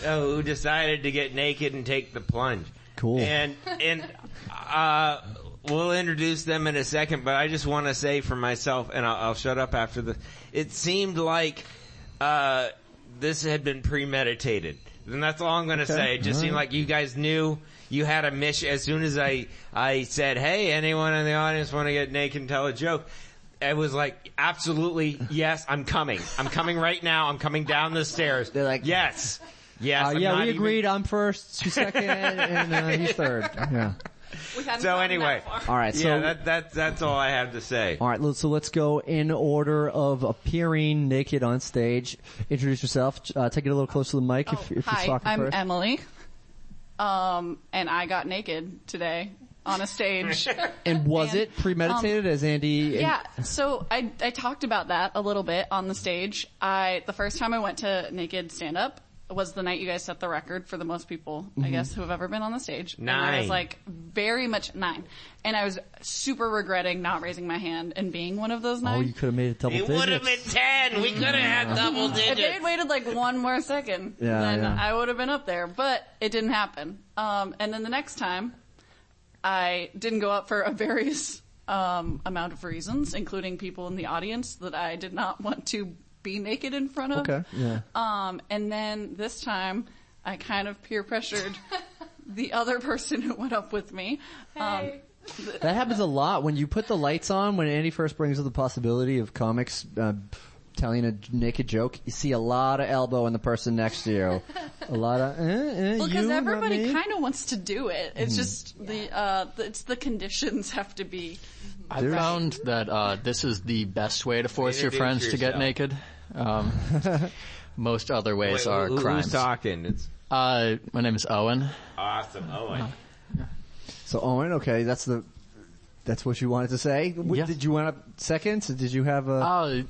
Speaker 15: uh, who decided to get naked and take the plunge. Cool. And and uh, we'll introduce them in a second, but I just want to say for myself, and I'll, I'll shut up after this. It seemed like uh, this had been premeditated, and that's all I'm going to
Speaker 16: Okay.
Speaker 15: say. It just
Speaker 16: All
Speaker 15: seemed
Speaker 16: right.
Speaker 15: like like you guys knew you had a mission as soon as I I said, "Hey, anyone in the audience want to get naked and tell a joke?" It was like, "Absolutely, yes, I'm coming. I'm coming right now. I'm coming down the stairs." They're like, "Yes." Yes,
Speaker 3: Uh,
Speaker 15: I'm
Speaker 3: yeah,
Speaker 15: not
Speaker 3: we
Speaker 15: even-
Speaker 3: agreed. I'm first, she's second, and uh, he's third. Yeah.
Speaker 15: So anyway,
Speaker 3: All right,
Speaker 15: yeah,
Speaker 3: so-
Speaker 15: that, that that's all I have to say.
Speaker 3: All right, so let's go in order of appearing naked on stage. Introduce yourself. Uh, take it a little closer to the mic if, if you're
Speaker 17: Oh, Hi,
Speaker 3: talking
Speaker 17: I'm
Speaker 3: first.
Speaker 17: Emily. Um, and I got naked today on a stage.
Speaker 3: And was it premeditated as Andy?
Speaker 17: um, yeah, so I, I talked about that a little bit on the stage. I, the first time I went to naked stand up was the night you guys set the record for the most people,
Speaker 3: Mm-hmm.
Speaker 17: I
Speaker 18: Mhm.
Speaker 17: guess, who have ever been on the stage. And I
Speaker 18: Nine.
Speaker 17: was like very much nine. And I was super regretting not raising my hand and being one of those nine.
Speaker 3: Oh, you could have made it double
Speaker 15: It
Speaker 3: digits. Mm-hmm.
Speaker 15: would have been ten. We could have had double
Speaker 17: If
Speaker 15: digits.
Speaker 17: they had waited like one more second,
Speaker 3: Yeah,
Speaker 17: then
Speaker 3: yeah.
Speaker 17: I would have been up there, but it didn't happen. Um, and then the next time, I didn't go up for a various um, amount of reasons, including people in the audience that I did not want to be naked in front of.
Speaker 3: Okay. Yeah.
Speaker 17: Um, and then this time, I kind of peer pressured the other person who went up with me. Um,
Speaker 3: That happens a lot when you put the lights on. When Andy first brings up the possibility of comics uh, telling a naked joke, you see a lot of elbow in the person next to you. A lot of eh, eh,
Speaker 17: Well,
Speaker 3: you,
Speaker 17: because
Speaker 3: not
Speaker 17: everybody
Speaker 3: me. Mm-hmm.
Speaker 17: kind of wants to do it. It's
Speaker 19: Mhm.
Speaker 17: just the, uh, the it's the conditions have to be.
Speaker 19: I found that uh, this is the best way to force your
Speaker 15: Introduce
Speaker 19: friends to get
Speaker 15: yourself.
Speaker 19: naked. Um, most other ways
Speaker 15: Wait,
Speaker 19: are
Speaker 15: who- who's
Speaker 19: crimes.
Speaker 15: talking?
Speaker 19: Uh, my name is Owen.
Speaker 15: Awesome, Owen.
Speaker 3: So Owen, okay, that's the that's what you wanted to say. W- Did you want up second? Did you have a?
Speaker 19: Uh,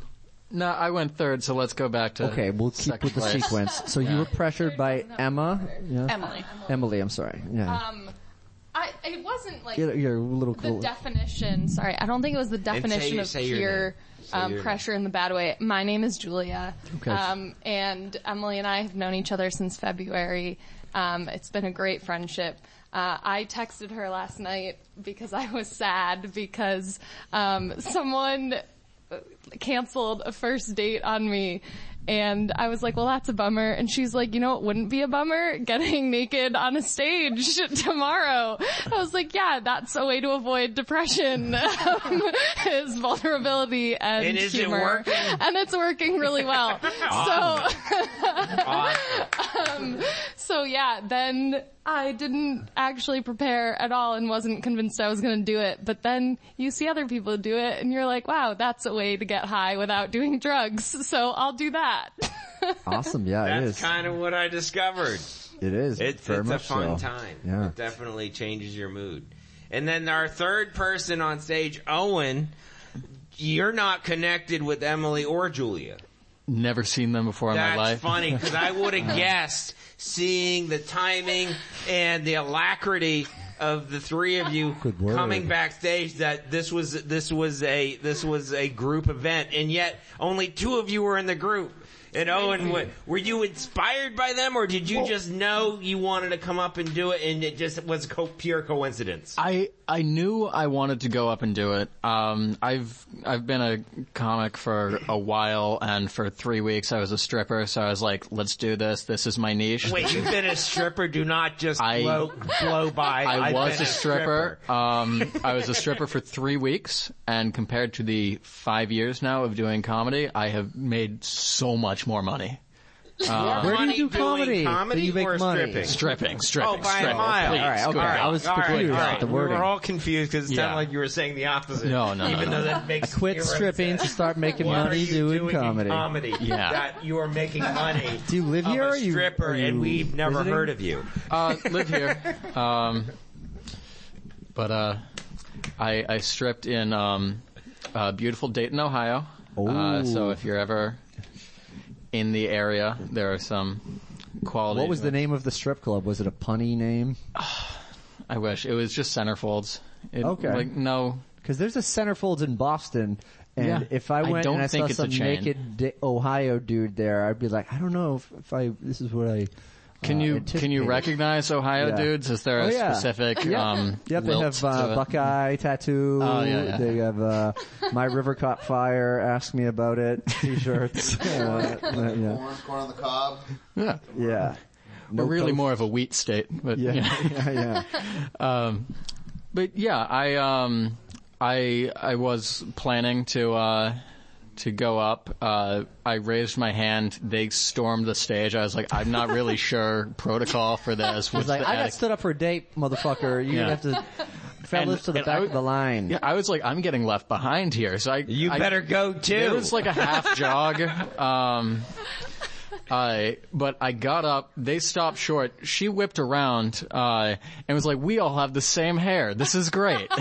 Speaker 19: No, I went third, so let's go back to.
Speaker 3: Okay, we'll keep
Speaker 19: second
Speaker 3: with the
Speaker 19: place.
Speaker 3: sequence. So you
Speaker 19: Yeah.
Speaker 3: were pressured by Emma, yeah?
Speaker 16: Emily.
Speaker 3: Emily, I'm sorry. Yeah,
Speaker 16: Um, I it wasn't like
Speaker 3: You're- you're a little
Speaker 16: the
Speaker 3: cool.
Speaker 16: definition. Sorry, I don't think it was the
Speaker 3: say-
Speaker 16: definition of
Speaker 3: say your
Speaker 16: peer
Speaker 3: name. Say your
Speaker 16: um,
Speaker 3: name.
Speaker 16: pressure in the bad way. My name is Julia,
Speaker 3: Okay.
Speaker 16: um, and Emily and I have known each other since February. Um, it's been a great friendship. Uh, I texted her last night because I was sad because um, someone uh, canceled a first date on me. And I was like, well, that's a bummer. And she's like, you know, it wouldn't be a bummer getting naked on a stage tomorrow. I was like, yeah, that's a way to avoid depression um, is vulnerability and,
Speaker 15: And is it
Speaker 16: humor.
Speaker 15: working?
Speaker 16: And it's working really well.
Speaker 15: Awesome.
Speaker 16: so, um, so yeah, then I didn't actually prepare at all and wasn't convinced I was going to do it. But then you see other people do it and you're like, wow, that's a way to get high without doing drugs. So I'll do that.
Speaker 3: awesome. Yeah, it
Speaker 15: That's
Speaker 3: is.
Speaker 15: kind of what I discovered.
Speaker 3: It is.
Speaker 15: It's,
Speaker 3: very
Speaker 15: it's a
Speaker 3: much
Speaker 15: fun
Speaker 3: so.
Speaker 15: time.
Speaker 3: Yeah.
Speaker 15: It definitely changes your mood. And then our third person on stage, Owen, you're not connected with Emily or Julia.
Speaker 19: Never seen them before
Speaker 15: That's
Speaker 19: in my life.
Speaker 15: funny because I would have guessed, seeing the timing and the alacrity of the three of you
Speaker 19: word.
Speaker 15: coming backstage, that this was this was a this was a group event, and yet only two of you were in the group. And Owen, what, were you inspired by them, or did you just know you wanted to come up and do it, and it just was co- pure coincidence?
Speaker 19: I I knew I wanted to go up and do it. Um, I've I've been a comic for a while, and for three weeks I was a stripper. So I was like, let's do this. This is my niche.
Speaker 15: Wait,
Speaker 19: This
Speaker 15: you've
Speaker 19: is-
Speaker 15: been a stripper. Do not just
Speaker 19: I-
Speaker 15: blow, blow by.
Speaker 19: I
Speaker 15: I've
Speaker 19: was
Speaker 15: been
Speaker 19: a stripper. um, I was a stripper for three weeks, and compared to the five years now of doing comedy, I have made so much more money. Um,
Speaker 15: More Where do you money do doing comedy? comedy Do you make or money? stripping?
Speaker 19: Stripping, stripping.
Speaker 15: Oh, by
Speaker 19: stripping.
Speaker 15: a mile.
Speaker 19: Please, go ahead.
Speaker 15: All right, all right. We were
Speaker 19: wording.
Speaker 15: all confused because it sounded
Speaker 19: Yeah.
Speaker 15: like you were saying the opposite.
Speaker 19: No, no, no,
Speaker 15: Even
Speaker 19: no.
Speaker 15: though that makes
Speaker 20: I quit
Speaker 15: zero
Speaker 20: stripping to
Speaker 15: sense.
Speaker 20: start making
Speaker 15: What
Speaker 20: money
Speaker 15: are you
Speaker 20: doing
Speaker 15: doing in
Speaker 20: comedy.
Speaker 15: comedy
Speaker 19: Yeah.
Speaker 15: that you are making money.
Speaker 20: Do you live
Speaker 15: of
Speaker 20: here?
Speaker 15: a
Speaker 20: or you-
Speaker 15: stripper,
Speaker 20: are you
Speaker 15: and we've never
Speaker 20: visiting?
Speaker 15: heard of you.
Speaker 19: Uh, live here. Um, but uh, I, I stripped in um, uh, beautiful Dayton, Ohio. Uh, so if you're ever in the area, there are some quality.
Speaker 3: What was the name of the strip club? Was it a punny name?
Speaker 19: I wish it was just centerfolds. It,
Speaker 3: Okay.
Speaker 19: Like no,
Speaker 3: Because there's a Centerfolds in Boston, and
Speaker 19: Yeah.
Speaker 3: if I
Speaker 19: I
Speaker 3: went
Speaker 19: don't
Speaker 3: and I
Speaker 19: think
Speaker 3: saw
Speaker 19: it's a
Speaker 3: some
Speaker 19: chain.
Speaker 3: naked da- Ohio dude there, I'd be like, I don't know if, if I this is what I.
Speaker 19: Can
Speaker 3: uh,
Speaker 19: you can
Speaker 3: anticipated.
Speaker 19: you recognize Ohio
Speaker 3: Yeah.
Speaker 19: dudes? Is there a
Speaker 3: Oh, yeah.
Speaker 19: specific?
Speaker 3: Yeah.
Speaker 19: Um,
Speaker 3: yep, they
Speaker 19: lilt
Speaker 3: have
Speaker 19: to
Speaker 3: uh,
Speaker 19: it?
Speaker 3: Buckeye tattoo.
Speaker 19: Oh, yeah, yeah.
Speaker 3: They have uh, My River Caught Fire. Ask me about it. T-shirts. uh, yeah.
Speaker 2: Corn, corn on the cob.
Speaker 19: Yeah.
Speaker 3: yeah. No
Speaker 19: We're really
Speaker 3: toast.
Speaker 19: more of a wheat state, but
Speaker 3: Yeah,
Speaker 19: yeah, yeah. um, but yeah, I um, I I was planning to uh, to go up. Uh, I raised my hand. They stormed the stage. I was like, I'm not really sure protocol for this.
Speaker 3: I was
Speaker 19: What's
Speaker 3: like,
Speaker 19: the
Speaker 3: I got
Speaker 19: etiquette?"
Speaker 3: stood up for a date, motherfucker. You
Speaker 19: Yeah.
Speaker 3: have to. Fellas
Speaker 19: And-
Speaker 3: to the
Speaker 19: and
Speaker 3: back
Speaker 19: I-
Speaker 3: of the line.
Speaker 19: Yeah, I was like, I'm getting left behind here, so I you
Speaker 15: better go, too.
Speaker 19: It was like a half jog. Um, I but I got up. They stopped short. She whipped around uh, and was like, "We all have the same hair. This is great."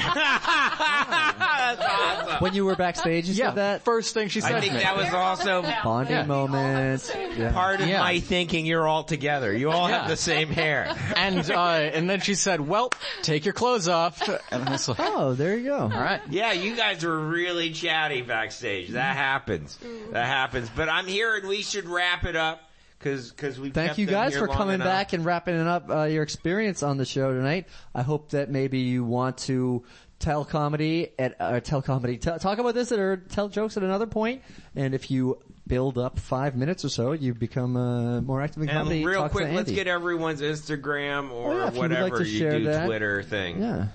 Speaker 3: When you were backstage, you
Speaker 19: yeah,
Speaker 3: said that.
Speaker 19: First thing she said.
Speaker 15: I think
Speaker 19: to me.
Speaker 15: that was also
Speaker 3: Bonding moment. Yeah.
Speaker 15: part of
Speaker 19: Yeah.
Speaker 15: my thinking. You're all together. You all have
Speaker 19: Yeah.
Speaker 15: the same hair.
Speaker 19: And uh, and then she said, "Well, take your clothes off." And I was like,
Speaker 3: "Oh, there you go." All
Speaker 19: right.
Speaker 15: Yeah, you guys were really chatty backstage.
Speaker 19: Mm-hmm.
Speaker 15: That happens. That happens. But I'm here, and we should wrap it up because because we.
Speaker 3: Thank you guys for coming back and wrapping it up uh, your experience on the show tonight. I hope that maybe you want to tell comedy at uh, tell comedy t- talk about this at, or tell jokes at another point. And if you build up five minutes or so, you become uh, more active in
Speaker 15: And
Speaker 3: comedy.
Speaker 15: real
Speaker 3: Talk to
Speaker 15: quick, let's
Speaker 3: Andy.
Speaker 15: get everyone's Instagram or
Speaker 3: Oh, yeah, if you would like
Speaker 15: whatever
Speaker 3: to
Speaker 15: you
Speaker 3: share
Speaker 15: do
Speaker 3: that.
Speaker 15: Twitter thing.
Speaker 3: Yeah.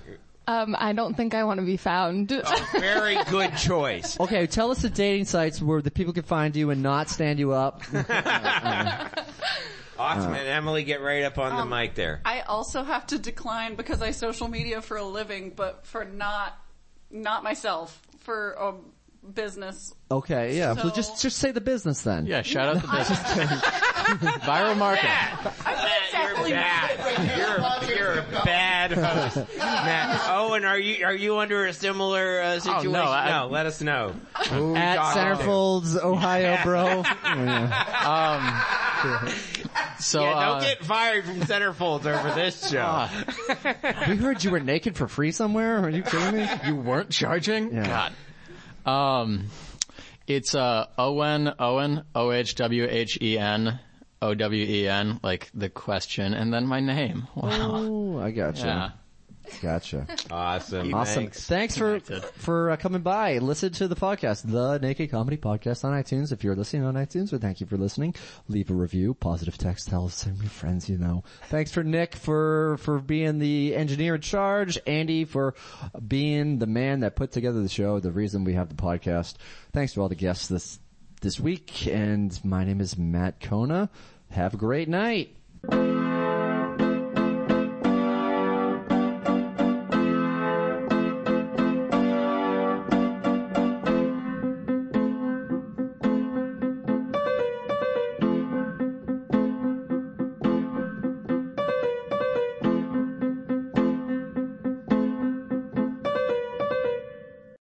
Speaker 16: Um, I don't think I want to be found.
Speaker 15: Oh, Very good choice.
Speaker 3: Okay, tell us the dating sites where the people can find you and not stand you up.
Speaker 15: Awesome.
Speaker 3: Uh,
Speaker 15: and Emily, get right up on
Speaker 17: um,
Speaker 15: the mic there.
Speaker 17: I also have to decline because I social media for a living, but for not, not myself, for a business.
Speaker 3: okay, yeah. So
Speaker 17: So-
Speaker 3: just just say the business then.
Speaker 19: Yeah, shout out the business.
Speaker 3: Just-
Speaker 19: Viral marketing.
Speaker 17: I, exactly. really
Speaker 15: bad. You're, you're a bad host, Matt. Owen, are you are you under a similar
Speaker 3: Oh,
Speaker 15: uh, situation?
Speaker 7: no, I-
Speaker 15: no, let us know.
Speaker 3: At
Speaker 15: Talk to us.
Speaker 3: Centerfolds, Ohio, bro.
Speaker 19: um, so
Speaker 15: yeah, don't
Speaker 19: uh,
Speaker 15: get fired from Centerfolds over this show.
Speaker 3: Ah. we heard you were naked for free somewhere. Are you kidding me?
Speaker 19: You weren't charging? God. Um, it's, uh, Owen, Owen, O-H-W-H-E-N, O-W-E-N, E like the question, and then my name. Wow.
Speaker 3: Oh, I gotcha. Gotcha.
Speaker 15: Awesome.
Speaker 3: Awesome. Thanks for for uh, coming by. Listen to the podcast, the Naked Comedy Podcast on iTunes. If you're listening on iTunes, we thank you for listening. Leave a review, positive text, tell some of your friends you know. Thanks for Nick for for being the engineer in charge. Andy for being the man that put together the show, the reason we have the podcast. Thanks to all the guests this this week. And my name is Matt Kona. Have a great night.